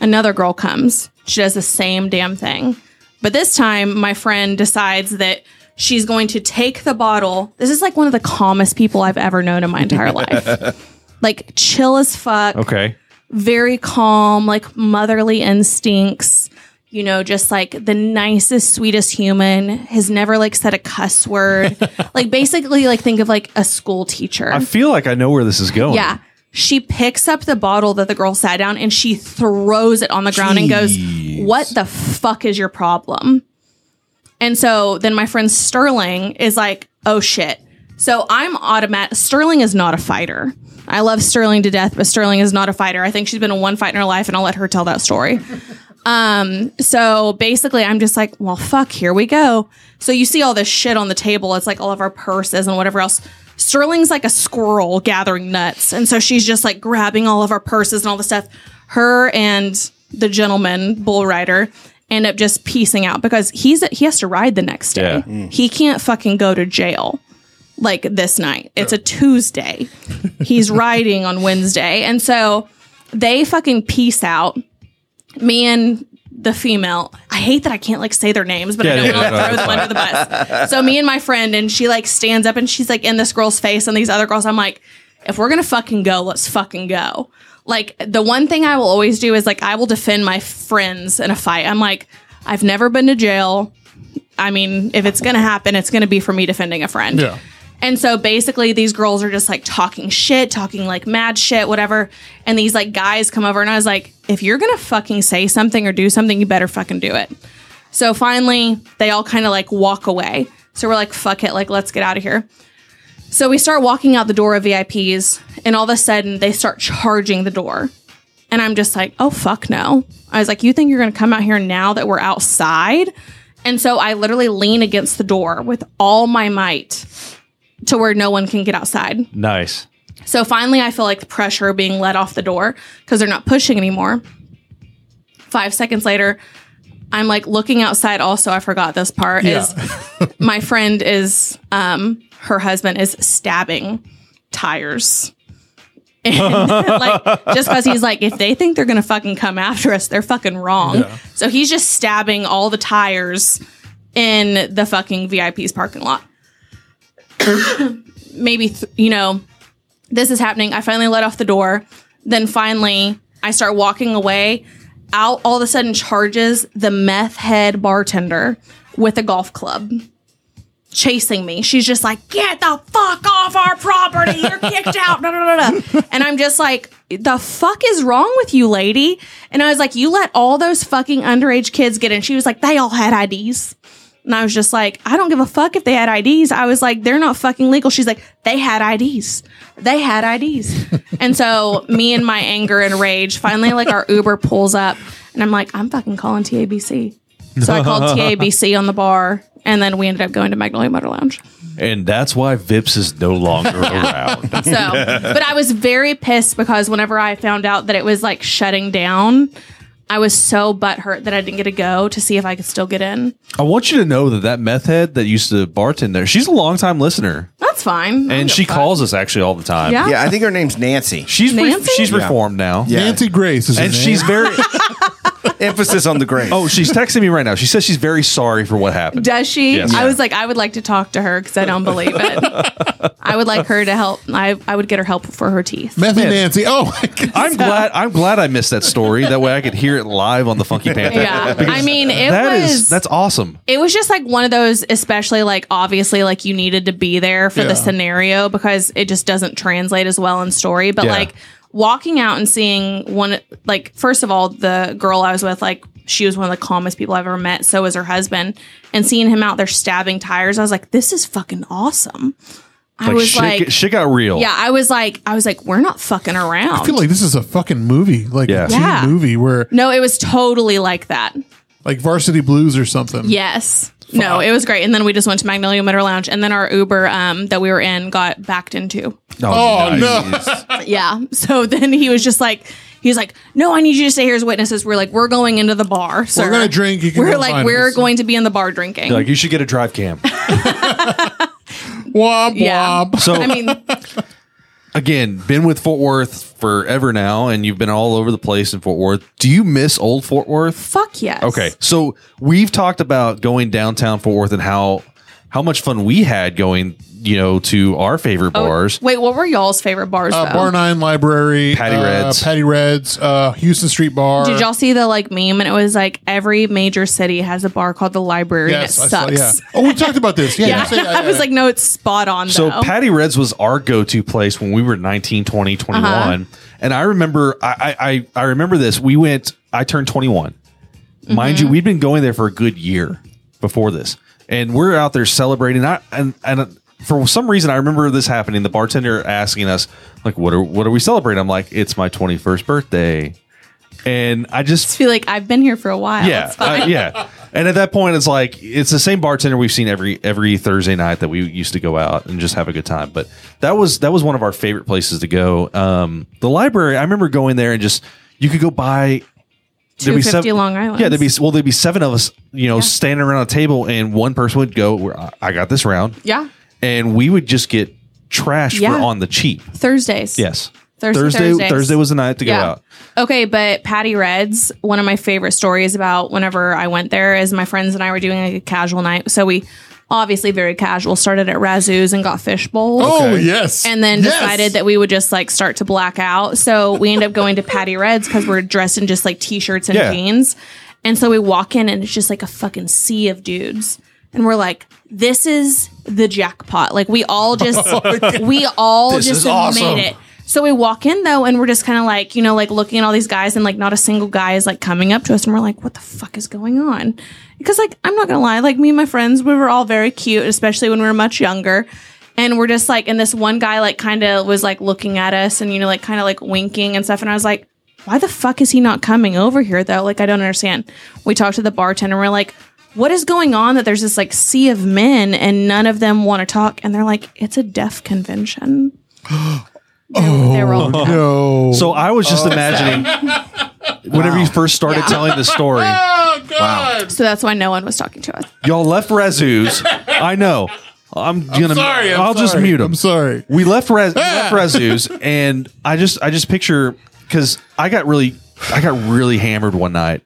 S3: another girl comes she does the same damn thing but this time, my friend decides that she's going to take the bottle. This is like one of the calmest people I've ever known in my entire life. Like chill as fuck,
S6: okay.
S3: very calm, like motherly instincts, you know, just like the nicest, sweetest human, has never like said a cuss word. like basically like think of like a school teacher.
S6: I feel like I know where this is going.
S3: Yeah. She picks up the bottle that the girl sat down and she throws it on the ground and goes, What the fuck is your problem? And so then my friend Sterling is like, Oh shit. So I'm automatic. Sterling is not a fighter. I love Sterling to death, but Sterling is not a fighter. I think she's been in one fight in her life, and I'll let her tell that story. Um, so basically, I'm just like, well, fuck, here we go. So you see all this shit on the table. It's like all of our purses and whatever else. Sterling's like a squirrel gathering nuts. And so she's just like grabbing all of our purses and all the stuff. Her and the gentleman, bull rider, end up just piecing out because he's he has to ride the next day.
S6: Yeah.
S3: He can't fucking go to jail like this night. It's a Tuesday. He's riding on Wednesday. And so they fucking peace out. Me and the female, I hate that I can't like say their names, but I
S6: Yeah,
S3: don't
S6: yeah,
S3: want
S6: no,
S3: to throw
S6: that's
S3: them under the bus. So me and my friend, and she like stands up and she's like in this girl's face and these other girls. I'm like, if we're gonna fucking go, let's fucking go. Like the one thing I will always do is like I will defend my friends in a fight. I'm like, I've never been to jail. I mean, if it's gonna happen, it's gonna be for me defending a friend.
S4: Yeah.
S3: And so basically, these girls are just like talking shit, talking like mad shit, whatever. And these like guys come over, and I was like, if you're gonna fucking say something or do something, you better fucking do it. So finally, they all kind of like walk away. So we're like, fuck it, like, let's get out of here. So we start walking out the door of VIPs, and all of a sudden, they start charging the door. And I'm just like, oh, fuck no. I was like, you think you're going to come out here now that we're outside? And so I literally lean against the door with all my might to where no one can get outside.
S6: Nice.
S3: So finally, I feel like the pressure being let off the door because they're not pushing anymore. Five seconds later, I'm like looking outside. Also, I forgot this part is my friend is um her husband is stabbing tires. And like just because he's like, if they think they're gonna fucking come after us, they're fucking wrong. So he's just stabbing all the tires in the fucking VIP's parking lot. Maybe th- you know, this is happening. I finally let off the door. Then finally, I start walking away. Out all of a sudden charges the meth head bartender with a golf club, chasing me. She's just like, "Get the fuck off our property! You're kicked out!" Da, da, da, da. And I'm just like, "The fuck is wrong with you, lady?" And I was like, "You let all those fucking underage kids get in." She was like, "They all had IDs." And I was just like, I don't give a fuck if they had IDs. I was like, they're not fucking legal. She's like, they had IDs. They had IDs. and so me and my anger and rage, finally like our Uber pulls up and I'm like, I'm fucking calling TABC. So I called TABC on the bar and then we ended up going to Magnolia Motor Lounge.
S6: And that's why Vips is no longer around.
S3: So, but I was very pissed because whenever I found out that it was like shutting down, I was so butthurt that I didn't get to go to see if I could still get in.
S6: I want you to know that that meth head that used to bartend there, she's a longtime listener,
S3: That's fine. I don't
S6: and
S3: give
S6: she
S3: a fuck.
S6: calls us actually all the time.
S3: Yeah.
S5: Yeah, I think her name's Nancy.
S6: she's re-
S3: Nancy?
S6: she's reformed now.
S5: Yeah.
S4: Nancy Grace is her
S6: and
S4: name.
S6: she's very.
S5: Emphasis on the grace.
S6: Oh, she's texting me right now. She says she's very sorry for what happened.
S3: Does she?
S6: Yes.
S3: I was like, I would like to talk to her because I don't believe it. I would like her to help. I, I would get her help for her teeth.
S4: Meth and Nancy. Oh my god.
S6: I'm glad. I'm glad I missed that story. That way I could hear it live on the Funky Panther.
S3: Yeah. I mean, it
S6: That
S3: was.
S6: is that's awesome.
S3: it was just like one of those, especially like obviously like you needed to be there for
S4: Yeah.
S3: the scenario because it just doesn't translate as well in story. But
S6: Yeah.
S3: like walking out and seeing one, like first of all, the girl I was with, like she was one of the calmest people I've ever met. So was her husband, and seeing him out there stabbing tires, I was like, this is fucking awesome. I was
S6: shit,
S3: like,
S6: get- shit got real.
S3: Yeah, I was like, I was like, we're not fucking around.
S4: I feel like this is a fucking movie, like
S6: Yeah.
S4: a teen
S3: Yeah.
S4: movie where
S3: no, it was totally like that.
S4: like Varsity Blues or something.
S3: Yes. No, it was great. And then we just went to Magnolia Motor Lounge, and then our Uber um, that we were in got backed into.
S4: Oh,
S6: no!
S3: Yeah. So then he was just like, he was like, no, I need you to stay here as witnesses. We're like, we're going into the bar. So
S4: gonna drink, you can
S3: we're
S4: go
S3: like,
S4: find
S3: we're
S4: us."
S3: going to be in the bar drinking.
S6: like you should get a drive cam.
S4: Womp
S3: yeah.
S4: womp.
S6: So
S3: I mean,
S6: again, been with Fort Worth forever now, and you've been all over the place in Fort Worth. Do you miss old Fort Worth?
S3: fuck yes.
S6: Okay, so we've talked about going downtown Fort Worth and how how much fun we had going, you know, to our favorite
S3: Oh,
S6: bars.
S3: Wait, what were y'all's favorite bars?
S4: Uh,
S3: though?
S4: Bar Nine Library,
S6: Patty
S4: uh,
S6: Reds.
S4: Patty Reds, uh, Houston Street Bar.
S3: Did y'all see the like meme? And it was like every major city has a bar called the library,
S4: Yes,
S3: and
S4: I
S3: it
S4: saw-
S3: sucks.
S4: yeah. Oh, we talked about this. Yeah, uh,
S3: Yeah.
S4: you said-
S3: I was like, no, it's spot on.
S6: So
S3: though.
S6: Patty Reds was our go-to place when we were 19, 20, 21. And I remember I, I I I remember this. We went I turned 21. Mind you, we'd been going there for a good year before this. And we're out there celebrating I, and and for some reason I remember this happening. The bartender asking us like what are what are we celebrating? I'm like it's my 21st birthday. And I just
S3: I feel like I've been here for a while.
S6: yeah,
S3: It's fine.
S6: uh, yeah. And at that point, it's like it's the same bartender we've seen every every Thursday night that we used to go out and just have a good time. But that was that was one of our favorite places to go. Um, the library, I remember going there and just you could go buy. there'd
S3: 250 Long Islands.
S6: Yeah, there'd be well, there'd be seven of us, you know, standing around a table, and one person would go, "Where- I- "I got this round,"
S3: Yeah.
S6: and we would just get trashed
S3: Yeah.
S6: for on the cheap.
S3: Thursdays.
S6: Yes,
S3: Thursday-
S6: Thursday,
S3: Thursdays.
S6: Thursday was the night to go out.
S3: Okay, but Patty Reds, one of my favorite stories about whenever I went there is my friends and I were doing like a casual night. So we obviously very casual started at Razoo's and got fish bowls.
S4: oh yes.
S3: And then
S4: Yes.
S3: decided that we would just like start to black out. So we end up going to Patty Reds because we're dressed in just like t shirts and
S6: Yeah.
S3: jeans. And so we walk in and it's just like a fucking sea of dudes. And we're like, this is the jackpot. Like we all just, we all
S6: Oh, This is
S3: just
S6: awesome.
S3: made it. So we walk in though, and we're just kind of like, you know, like looking at all these guys, and like not a single guy is like coming up to us, and we're like, what the fuck is going on? Because like I'm not gonna lie, like me and my friends, we were all very cute, especially when we were much younger, and we're just like, and this one guy like kind of was like looking at us, and you know, like kind of like winking and stuff, and I was like, why the fuck is he not coming over here though? Like I don't understand. We talked to the bartender, and we're like. What is going on that there's this like sea of men and none of them want to talk? And they're like, it's a deaf convention. They were all deaf.
S4: no. Oh.
S6: So I was just imagining whenever you first started telling the story.
S4: Oh God.
S3: So that's why no one was talking to us.
S6: Y'all left Rezus. I know. I'm gonna.
S4: sorry, I'm
S6: will just
S4: sorry.
S6: mute him.
S4: I'm sorry.
S6: We left Rez, we left Rezus, and I just, I just picture because I got really, I got really hammered one night.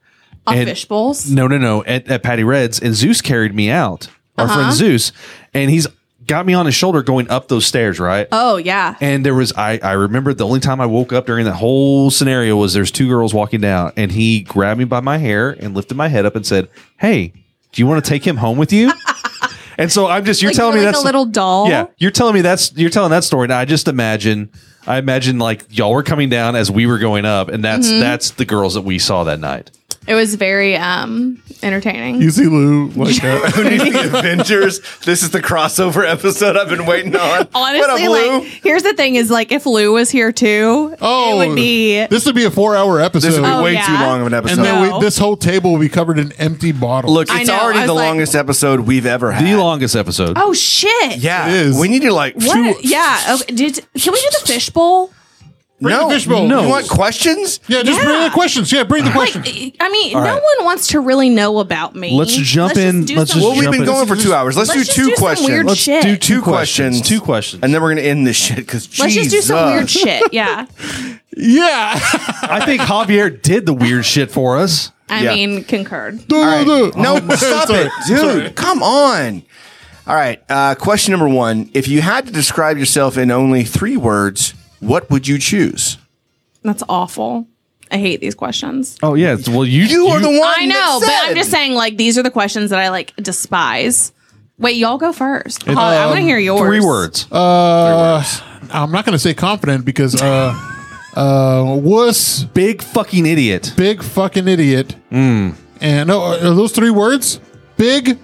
S3: On
S6: And-
S3: fish bowls.
S6: No, no, no. At, at Patty Red's, and Zeus carried me out. Our friend Zeus, and he's got me on his shoulder going up those stairs, right?
S3: Oh yeah.
S6: And there was I I remember the only time I woke up during that whole scenario was there's two girls walking down and he grabbed me by my hair and lifted my head up and said, "Hey, do you want to take him home with you?" and so I'm just you're
S3: Like,
S6: telling
S3: you're
S6: me
S3: like
S6: that's
S3: a little doll.
S6: Yeah, you're telling me that's you're telling that story. And I just imagine I imagine like y'all were coming down as we were going up and that's
S3: Mm-hmm.
S6: that's the girls that we saw that night.
S3: It was very um entertaining.
S4: You see Lou like uh,
S5: the Avengers. This is the crossover episode I've been waiting on.
S3: Honestly,
S5: what up,
S3: like
S5: Lou?
S3: here's the thing: is like if Lou was here too,
S4: Oh,
S3: it would be
S4: this would be a four hour
S5: This
S4: episode.
S5: would be
S3: Oh,
S5: way
S3: yeah.
S5: too long of an
S4: and
S5: episode.
S4: then
S3: No.
S4: we, this whole table will be covered in empty bottles.
S5: Look,
S3: I
S5: it's
S3: know, I
S5: already
S3: was
S5: the
S3: like-
S5: longest episode we've ever had.
S6: The longest episode.
S3: oh shit.
S5: Yeah,
S4: It is.
S5: we need to like.
S3: What? yeah. Okay, did can we do the fishbowl?
S4: bring
S5: no,
S4: the fishbowl.
S5: No, you want questions?
S4: yeah, just bring
S3: Yeah.
S4: the questions. Yeah, bring the questions.
S3: I mean, no one wants to really know about me.
S6: Let's jump
S3: just
S6: in.
S3: do
S6: Let's
S3: some-
S6: just
S5: Well, we've
S6: jump
S5: been
S6: in.
S5: going for two hours. Let's,
S3: Let's
S5: do
S3: just
S5: two
S3: do some
S5: questions.
S3: weird
S6: Let's
S3: shit.
S6: do two,
S5: Two questions.
S6: questions. Two questions.
S5: and then we're gonna end this shit because
S3: Let's just do some weird
S6: uh.
S3: shit. Yeah.
S4: Yeah.
S6: I think Javier did the weird shit for us.
S3: I
S5: Yeah.
S3: mean, concurred.
S4: Do, do, do.
S5: No,
S4: Oh,
S5: stop
S4: sorry.
S5: it, dude. Come on. All right. Uh, question number one: If you had to describe yourself in only three words, what would you choose?
S3: That's awful. I hate these questions.
S6: Oh yeah. it's- Well, you
S5: You are the one.
S3: I know,
S5: that
S3: but
S5: said-
S3: I'm just saying, like, these are the questions that I like despise. Wait, y'all go first. Holly, I
S6: um,
S3: want to hear yours.
S6: Three words.
S4: Uh, I'm not going to say confident because uh, uh, wuss,
S6: Big fucking idiot.
S4: big fucking idiot, and no, are are those three words? Big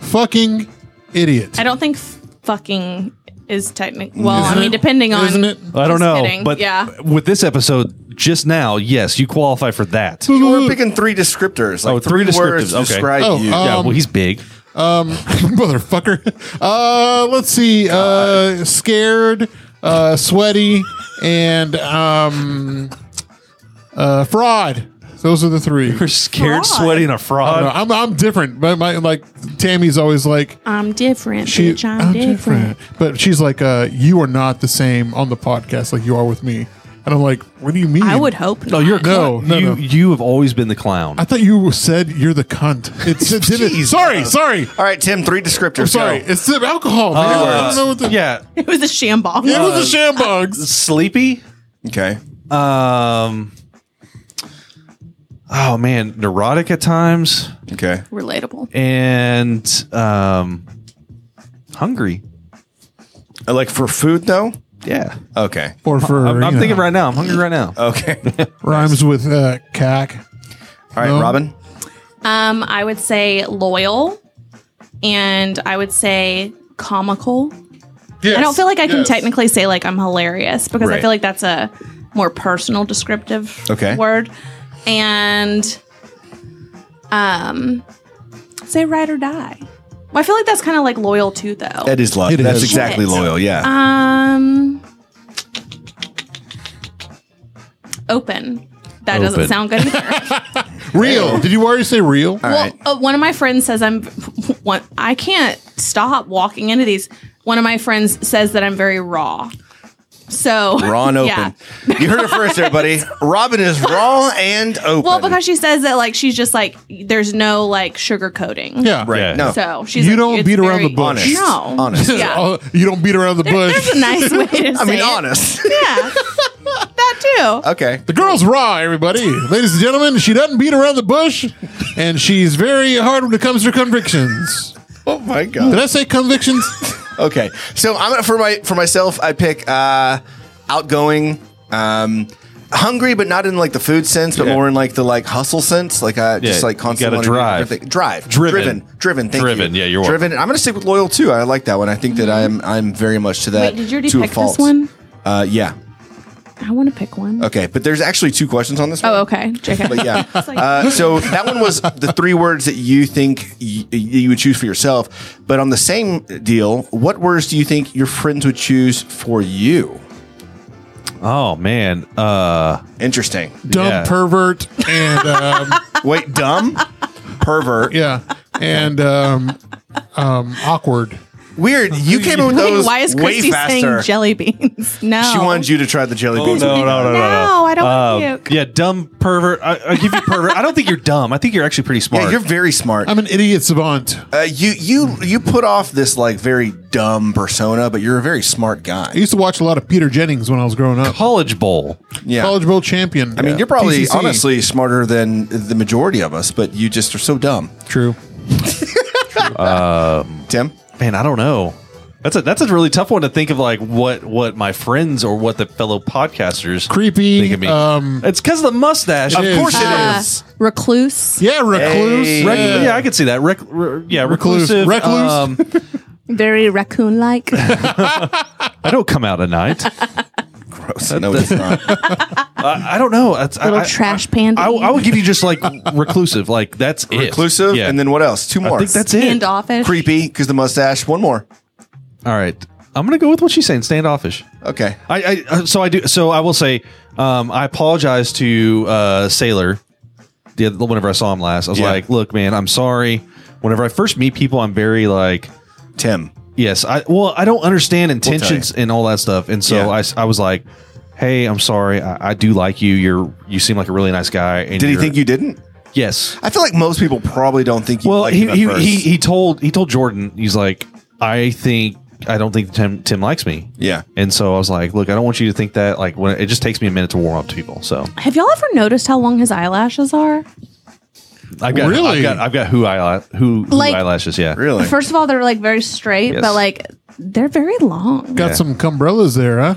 S4: fucking idiot.
S3: I don't think f- fucking is technically. Well,
S4: Isn't
S3: I mean,
S4: it?
S3: depending on.
S4: Isn't it?
S6: I don't
S3: Just
S6: know,
S3: kidding.
S6: but
S3: Yeah.
S6: with this episode just now, yes, you qualify for that.
S5: You were picking three descriptors. Like
S6: Oh, three
S5: words
S6: descriptives,
S5: to
S6: okay.
S5: Describe
S4: Oh,
S5: you.
S4: uh,
S6: yeah,
S4: um,
S6: well, he's big.
S4: motherfucker. Uh, let's see. Uh, scared, uh, sweaty, and um, uh, fraud. Those are the three.
S3: Fraud.
S6: Scared, sweaty, and a
S4: I don't know.
S6: fraud.
S4: I'm I'm different, but my like Tammy's always like
S3: I'm different.
S4: she.
S3: bitch, I'm, different.
S4: but she's like, uh, you are not the same on the podcast like you are with me, and I'm like, what do you mean?
S3: I would hope not.
S4: no, Oh, no,
S6: you,
S4: no.
S6: you have always been the clown.
S4: I thought you said you're the cunt. It's it did it.
S5: Jeez.
S4: Sorry, sorry,
S5: All right, Tim. Three descriptors.
S4: I'm sorry.
S5: Go.
S4: It's the alcohol. man. I don't know what the.
S6: Uh, yeah, uh,
S3: It was a shambong.
S4: It was the shambugs.
S6: sleepy.
S5: Okay.
S6: Um. Oh man, neurotic at times
S5: Okay.
S3: Relatable.
S6: and um, hungry.
S5: Uh, Like for food though.
S6: Yeah,
S5: Okay.
S4: Or for
S6: uh, I'm, I'm
S4: you know,
S6: thinking right now. I'm hungry right now.
S5: Okay. All
S4: rhymes with uh, cack.
S5: right,
S4: No.
S5: Robin.
S3: Um, I would say loyal, and I would say comical. I don't feel like I can technically say like I'm hilarious because
S5: Right.
S3: I feel like that's a more personal descriptive
S5: Okay.
S3: word. And um say ride or die. Well, I feel like that's kind of like loyal too though.
S5: That is love.
S4: It
S5: That's
S4: is.
S5: exactly
S3: Shit. Uh,
S5: loyal. Yeah.
S3: um open. That
S6: Open.
S3: doesn't sound good either.
S4: Real. Did you already say real?
S3: well, uh, one of my friends says I'm one I can't stop walking into these. One of my friends says that I'm very raw. So
S5: raw and open.
S3: yeah.
S5: You heard it first, everybody. Robin is raw and open.
S3: Well, because she says that like she's just like there's no like sugar coating.
S4: Yeah.
S5: right.
S6: Yeah.
S5: No.
S3: So she's
S4: You
S3: like,
S4: don't
S3: it's
S4: beat around
S3: very-
S4: the bush.
S5: honest.
S3: No.
S5: Honest.
S3: Yeah.
S4: Oh, you don't beat around the bush.
S3: That's a nice way to say
S5: I mean,
S3: it.
S5: honest.
S3: Yeah. that too.
S5: okay.
S4: the girl's raw, everybody. Ladies and gentlemen, she doesn't beat around the bush, and she's very hard when it comes to convictions.
S5: Oh my
S4: Did
S5: god.
S4: I say convictions?
S5: Okay. So I'm gonna for my for myself. I pick uh, outgoing, um, hungry, but not in like the food sense, but
S6: Yeah.
S5: more in like the like hustle sense. Like uh,
S6: Yeah,
S5: just like
S6: you
S5: constantly
S6: gotta
S5: wanting to do
S6: drive.
S5: different thing- drive,
S6: Driven.
S5: driven, driven. Thank
S6: Driven,
S5: you.
S6: yeah, you're
S5: driven. I'm gonna stick with loyal too. I like that one. I think that I'm I'm very much to that.
S3: Mm-hmm. Wait, did you already
S5: to a
S3: pick
S5: fault.
S3: this one?
S5: Uh, yeah.
S3: I want to pick one.
S5: Okay, but there's actually two questions on this. one.
S3: Oh, okay. JK.
S5: But yeah.
S3: like-
S5: Uh, so that one was the three words that you think you, you would choose for yourself. But on the same deal, what words do you think your friends would choose for you?
S6: Oh man. Uh,
S5: Interesting.
S4: Dumb
S6: Yeah.
S4: pervert and um,
S5: Wait, dumb? pervert.
S4: Yeah, and um, um, awkward.
S5: Weird. You came in with
S3: Wait,
S5: those
S3: why is
S5: way
S3: Christy saying
S5: faster.
S3: jelly beans? No.
S5: She wanted you to try the jelly
S6: Oh,
S5: beans.
S6: no, no, no, no, no.
S3: No, I don't wanna
S6: Uh,
S3: puke.
S6: Yeah, dumb pervert. I, I give you pervert. I don't think you're dumb. I think you're actually pretty smart.
S5: Yeah, you're very smart.
S4: I'm an idiot savant.
S5: Uh, you you you put off this like very dumb persona, but you're a very smart
S4: I
S5: guy.
S4: used to watch a lot of Peter Jennings when I was growing up.
S6: college bowl.
S5: Yeah.
S4: College Bowl champion.
S5: I mean, you're probably
S4: TCC.
S5: honestly smarter than the majority of us, but you just are so dumb.
S4: true.
S5: Tim,
S6: Man, I don't know. That's a that's a really tough one to think of like what what my friends or what the fellow podcasters
S4: Creepy,
S6: think of me.
S4: um,
S6: it's because of the mustache.
S4: Of is. course it
S5: Uh,
S3: Recluse.
S4: Yeah, recluse.
S5: Hey.
S6: Rec-
S4: yeah.
S6: yeah. I could see that. Rec- re- yeah,
S4: Recluse.
S6: reclusive. um,
S4: Recluse.
S3: Very raccoon like.
S6: I don't come out at night.
S5: gross. No, it's not.
S6: I, I don't know. That's,
S3: Little
S6: I, I-
S3: trash panda.
S6: I, I would give you just like reclusive. Like that's it.
S5: Reclusive,
S6: Yeah.
S5: and then what else? Two more.
S6: I think that's it.
S3: Standoffish.
S5: creepy because the mustache. One more.
S6: All right. I'm gonna go with what she's saying. Standoffish.
S5: Okay.
S6: I, I uh, so I do so I will say um, I apologize to uh, Sailor. The other- whenever I saw him last, I was
S5: Yeah.
S6: like, "Look, man, I'm sorry." Whenever I first meet people, I'm very like,
S5: Tim.
S6: "Yes, I well, I don't understand intentions and all that stuff," and so
S5: Yeah.
S6: I, s- I was like, "Hey, I'm sorry. I, I do like you. You're you seem like a really nice guy." And
S5: Did he
S6: you're-
S5: think you didn't?
S6: Yes.
S5: I feel like most people probably don't think you.
S6: Well,
S5: liked
S6: he
S5: him at
S6: he,
S5: first.
S6: he he told he told Jordan he's like, "I think I don't think Tim Tim likes me."
S5: Yeah.
S6: And so I was like, "Look, I don't want you to think that. Like, when it just takes me a minute to warm up to people." So
S3: Have y'all ever noticed how long his eyelashes are?
S6: I've got
S4: Really?
S6: I've got, I've got who eyelash who, who
S3: Like-
S6: eyelashes. Yeah,
S5: really.
S3: First of all, they're like very straight,
S6: Yes.
S3: but like they're very long.
S4: Got some cumbrellas there, huh?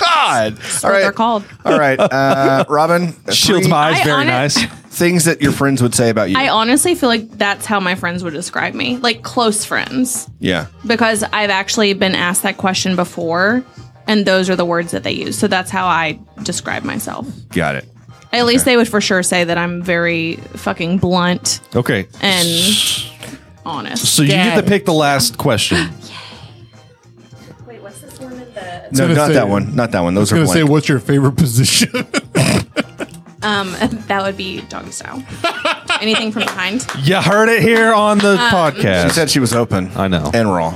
S5: God. all
S3: what
S5: right.
S3: they're called.
S5: All right, uh, Robin.
S6: shields
S5: three
S6: my eyes.
S3: I
S6: very
S3: hon-
S6: nice.
S5: Things that your friends would say about you.
S3: I honestly feel like that's how my friends would describe me, like close friends,
S5: yeah.
S3: because I've actually been asked that question before, and those are the words that they use. So that's how I describe myself.
S5: Got it.
S3: At least they would for sure say that I'm very fucking blunt
S6: Okay,
S3: and honest.
S6: so you get to pick the last question.
S3: Wait, what's this one in the?
S5: No,
S4: gonna
S5: not
S4: say-
S5: that one. Not that one. Those
S4: I
S5: are
S4: was gonna say,
S5: blank.
S4: what's your favorite position?
S3: Um, that would be doggy style. Anything from behind.
S6: You heard it here on the
S3: Uh,
S6: podcast.
S5: She said she was open.
S6: I know.
S5: And raw.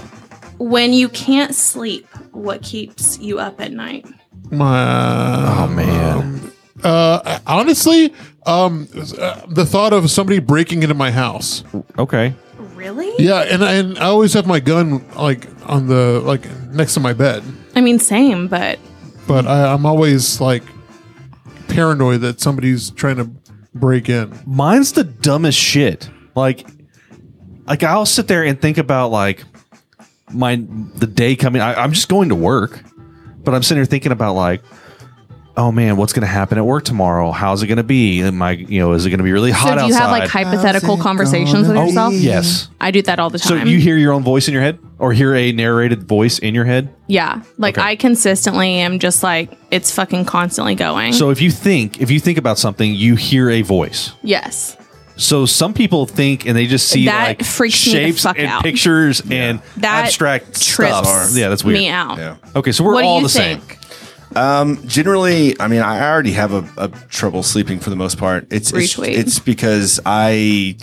S3: When you can't sleep, what keeps you up at night?
S4: My-
S6: "Oh man,
S4: uh, honestly, um, uh, the thought of somebody breaking into my house.
S6: okay,
S3: Really?
S4: Yeah, and and I always have my gun like on the like next to my bed,
S3: I mean, same, but
S4: but I, I'm always like paranoid that somebody's trying to break in.
S6: mine's the dumbest shit. Like, like I'll sit there and think about like my the day coming. I, I'm just going to work, but I'm sitting here thinking about like. Oh man, what's going to happen at work tomorrow? How's it going to be? Am I, you know, is it going to be really
S3: so
S6: hot
S3: do
S6: outside? Oh,
S3: you have like hypothetical conversations with yourself?
S6: yes.
S3: I do that all the
S6: So
S3: time.
S6: you hear your own voice in your head, or hear a narrated voice in your head.
S3: yeah, like
S6: Okay.
S3: I consistently am just like it's fucking constantly going.
S6: So if you think, if you think about something, you hear a voice.
S3: yes,
S6: So some people think and they just see
S3: That
S6: like
S3: freaks me the
S6: shapes
S3: fuck
S6: and
S3: out.
S6: pictures and
S3: that
S6: abstract
S3: trips
S6: stuff. Yeah, that's weird.
S3: Me out.
S5: Yeah.
S6: Okay, so we're
S3: What
S6: all
S3: do you
S6: the
S3: think?
S6: same.
S5: Generally, I mean, I already have a, a trouble sleeping for the most part. It's it's,
S3: Retweet.
S5: it's because I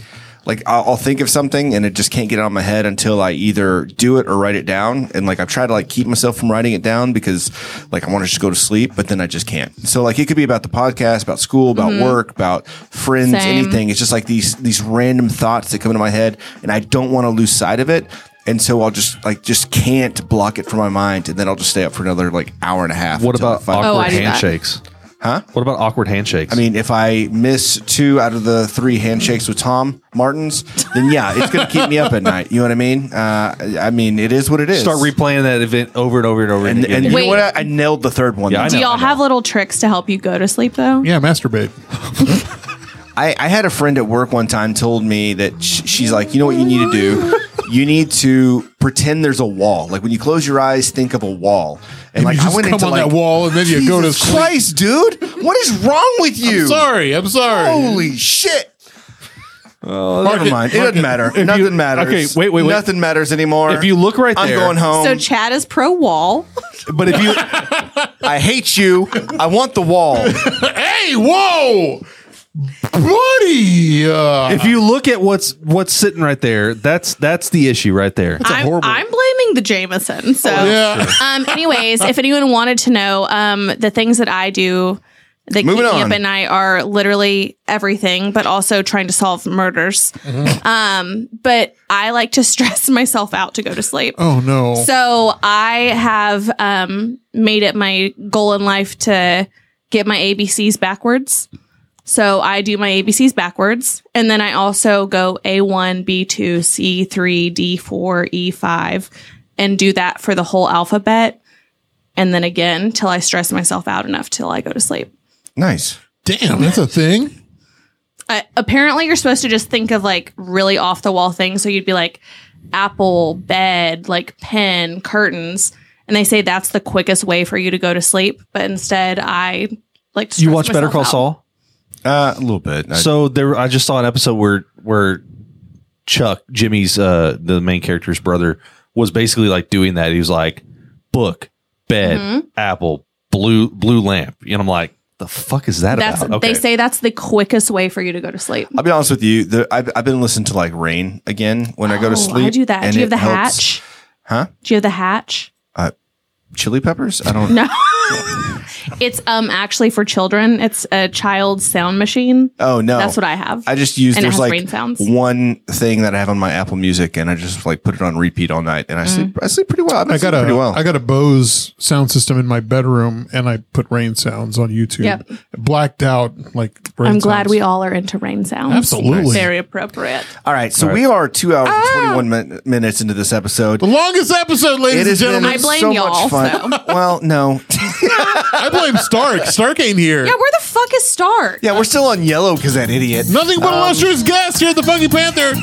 S5: like I'll, I'll think of something and it just can't get out of my head until I either do it or write it down. And like I've tried to like keep myself from writing it down because like I want to just go to sleep, but then I just can't. So like it could be about the podcast, about school, about work, about friends,
S3: Mm-hmm. Same.
S5: anything. It's just like these these random thoughts that come into my head, and I don't want to lose sight of it. And so I'll just like just can't block it from my mind, and then I'll just stay up for another like hour and a half.
S6: What
S5: until I
S6: about
S5: finally-
S3: Oh, I
S6: awkward
S3: do that.
S6: handshakes? Huh? What about awkward handshakes?
S5: I mean, if I miss two out of the three handshakes with Tom Martins, then yeah, it's going to keep me up at night. You know what I mean? Uh, I mean, it is what it is.
S6: start replaying that event over and over and over
S5: And,
S6: again.
S5: and you know
S3: Wait.
S5: what? I, I nailed the third one.
S6: Yeah, I
S3: Do
S6: know,
S3: y'all
S6: know.
S3: have little tricks to help you go to sleep though?
S4: Yeah, masturbate.
S5: I, I had a friend at work one time told me that sh- she's like, you know what you need to do? You need to pretend there's a wall. Like when you close your eyes, think of a wall. And, like
S4: you
S5: I
S4: just
S5: went
S4: come
S5: into
S4: on
S5: like
S4: that wall and then you go to
S5: Jesus
S4: sleep.
S5: Christ, dude! What is wrong with you?
S4: Sorry, I'm sorry.
S5: Holy shit!
S4: Mark
S5: Never
S4: it,
S5: mind. It
S4: mark
S5: doesn't matter.
S6: you-
S5: Nothing matters.
S6: okay, wait, wait, wait.
S5: Nothing matters anymore.
S6: If you look right
S5: I'm
S6: there-
S5: going home.
S3: So Chad is pro wall.
S6: but if you
S5: I hate you. I want the wall.
S4: Hey, whoa! buddy. Uh,
S6: If
S5: Uh-huh.
S6: you look at what's what's sitting right there, that's that's the issue right there.
S3: I'm,
S4: horrible- Oh,
S3: I'm blaming the Jameson. So,
S4: yeah.
S3: um, anyways, if anyone wanted to know, um, the things that I do that
S5: Moving
S3: keep me
S5: on.
S3: up at night are literally everything, but also trying to solve murders. Um, but I like to stress myself out to go to sleep.
S4: Oh no.
S3: So I have um, made it my goal in life to get my ABCs backwards. So I do my ABCs backwards, and then I also go A1, B2, C3, D4, E5, E and do that for the whole alphabet, and then again till I stress myself out enough till I go to sleep.
S5: Nice.
S4: Damn, that's a thing.
S3: I, apparently, you're supposed to just think of like really off the wall things. So you'd be like apple, bed, like pen, curtains. And they say that's the quickest way for you to go to sleep. But instead, I like to
S6: You
S3: stress
S6: watch Better
S3: myself
S6: Call
S3: out.
S6: Saul?
S5: Uh, a little bit. I-
S6: So there, I just saw an episode where where Chuck, Jimmy's uh, the main character's brother, was basically like doing that. He was like, book, bed,
S3: Mm-hmm.
S6: apple, blue blue lamp, and I'm like, the fuck is that
S3: That's
S6: about?
S3: they say that's the quickest way for you to go to sleep.
S5: I'll be honest with you. The, I've, I've been listening to like rain again when I go to
S3: Oh,
S5: sleep.
S3: I do that.
S5: and
S3: Do you
S5: it
S3: have the
S5: helps.
S3: hatch?
S5: Huh?
S3: Do you have the hatch?
S5: Chili peppers? I don't.
S3: No. it's um actually for children. It's a child sound machine.
S5: Oh no.
S3: That's what I have.
S5: I just use
S3: And it
S5: there's
S3: has
S5: like
S3: rain sounds.
S5: one thing that I have on my Apple Music, and I just like put it on repeat all night,
S3: Mm.
S5: and I sleep. I sleep pretty well. I've been
S4: I got
S5: sleeping
S4: a
S5: pretty well.
S4: I got a Bose sound system in my bedroom, and I put rain sounds on YouTube.
S3: Yep.
S4: Blacked out like. Rain
S3: I'm glad
S4: sounds.
S3: we all are into rain sounds.
S4: Absolutely.
S3: Very appropriate.
S5: all right, so we are two hours
S3: Ah.
S5: and 21 min- minutes into this episode.
S4: The longest episode, ladies and gentlemen.
S3: I blame y'all,
S5: well, no.
S4: I blame Stark. Stark ain't here.
S3: Yeah, where the fuck is Stark?
S5: yeah, we're still on yellow because that idiot.
S4: Nothing but illustrious guests here at the Funky Panther.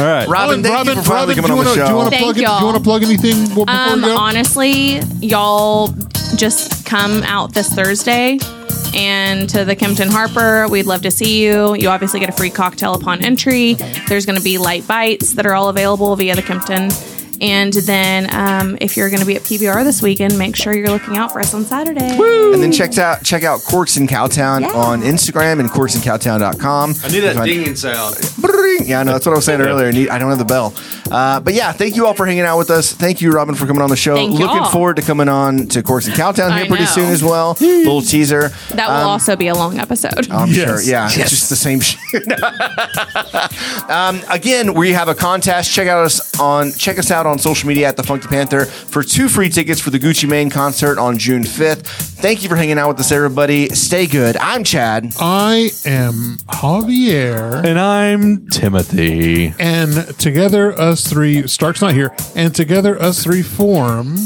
S6: All right,
S4: Oh,
S5: Robin,
S4: and
S5: thank you for finally coming
S4: do
S5: on
S4: you wanna- Do
S5: the
S4: you
S5: show.
S4: want to
S3: Thank
S4: plug? it- Do you
S3: y'all.
S4: want to plug anything before
S3: Um,
S4: we go?
S3: honestly, y'all just come out this Thursday and to the Kempton Harper. We'd love to see you. You obviously get a free cocktail upon entry. There's going to be light bites that are all available via the Kempton. And then um, if you're going to be at PBR this weekend, make sure you're looking out for us on Saturday.
S5: And then check out check out Corks and Cowtown on Instagram and corksandcowtown.com. I
S6: need that dinging sound.
S5: Yeah, I know. That's what I was saying earlier. I need- I don't have the bell. Uh, but yeah, thank you all for hanging out with us. Thank you, Robin, for coming on the show.
S3: Thank
S5: Looking
S3: y'all.
S5: forward to coming on to Corks and Cowtown here
S3: I
S5: pretty
S3: know.
S5: soon as well. Little teaser.
S3: That
S4: Um,
S3: will also be a long episode.
S5: I'm
S4: Yes.
S5: sure. Yeah, it's just the same shit. um, again, we have a contest. Check out us on check us out on social media at the Funky Panther for two free tickets for the Gucci Mane concert on June 5th. Thank you for hanging out with us, everybody. Stay good. I'm Chad.
S4: I am Javier.
S6: and I'm Timothy.
S4: and together us three stark's not here and together us three form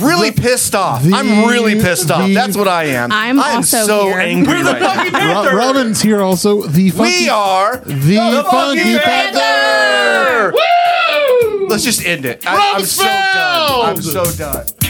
S5: Really pissed off.
S4: The-
S5: I'm really pissed off.
S4: the-
S5: That's what I am.
S3: I'm
S5: I am
S3: also
S5: so
S3: here.
S5: angry.
S6: We're the
S5: right now.
S6: Funky
S4: Ro-
S6: Panther.
S4: robin's here also the funky
S5: We are the,
S4: Funky
S5: Panther. Let's just end it. I, I'm so done. I'm so done.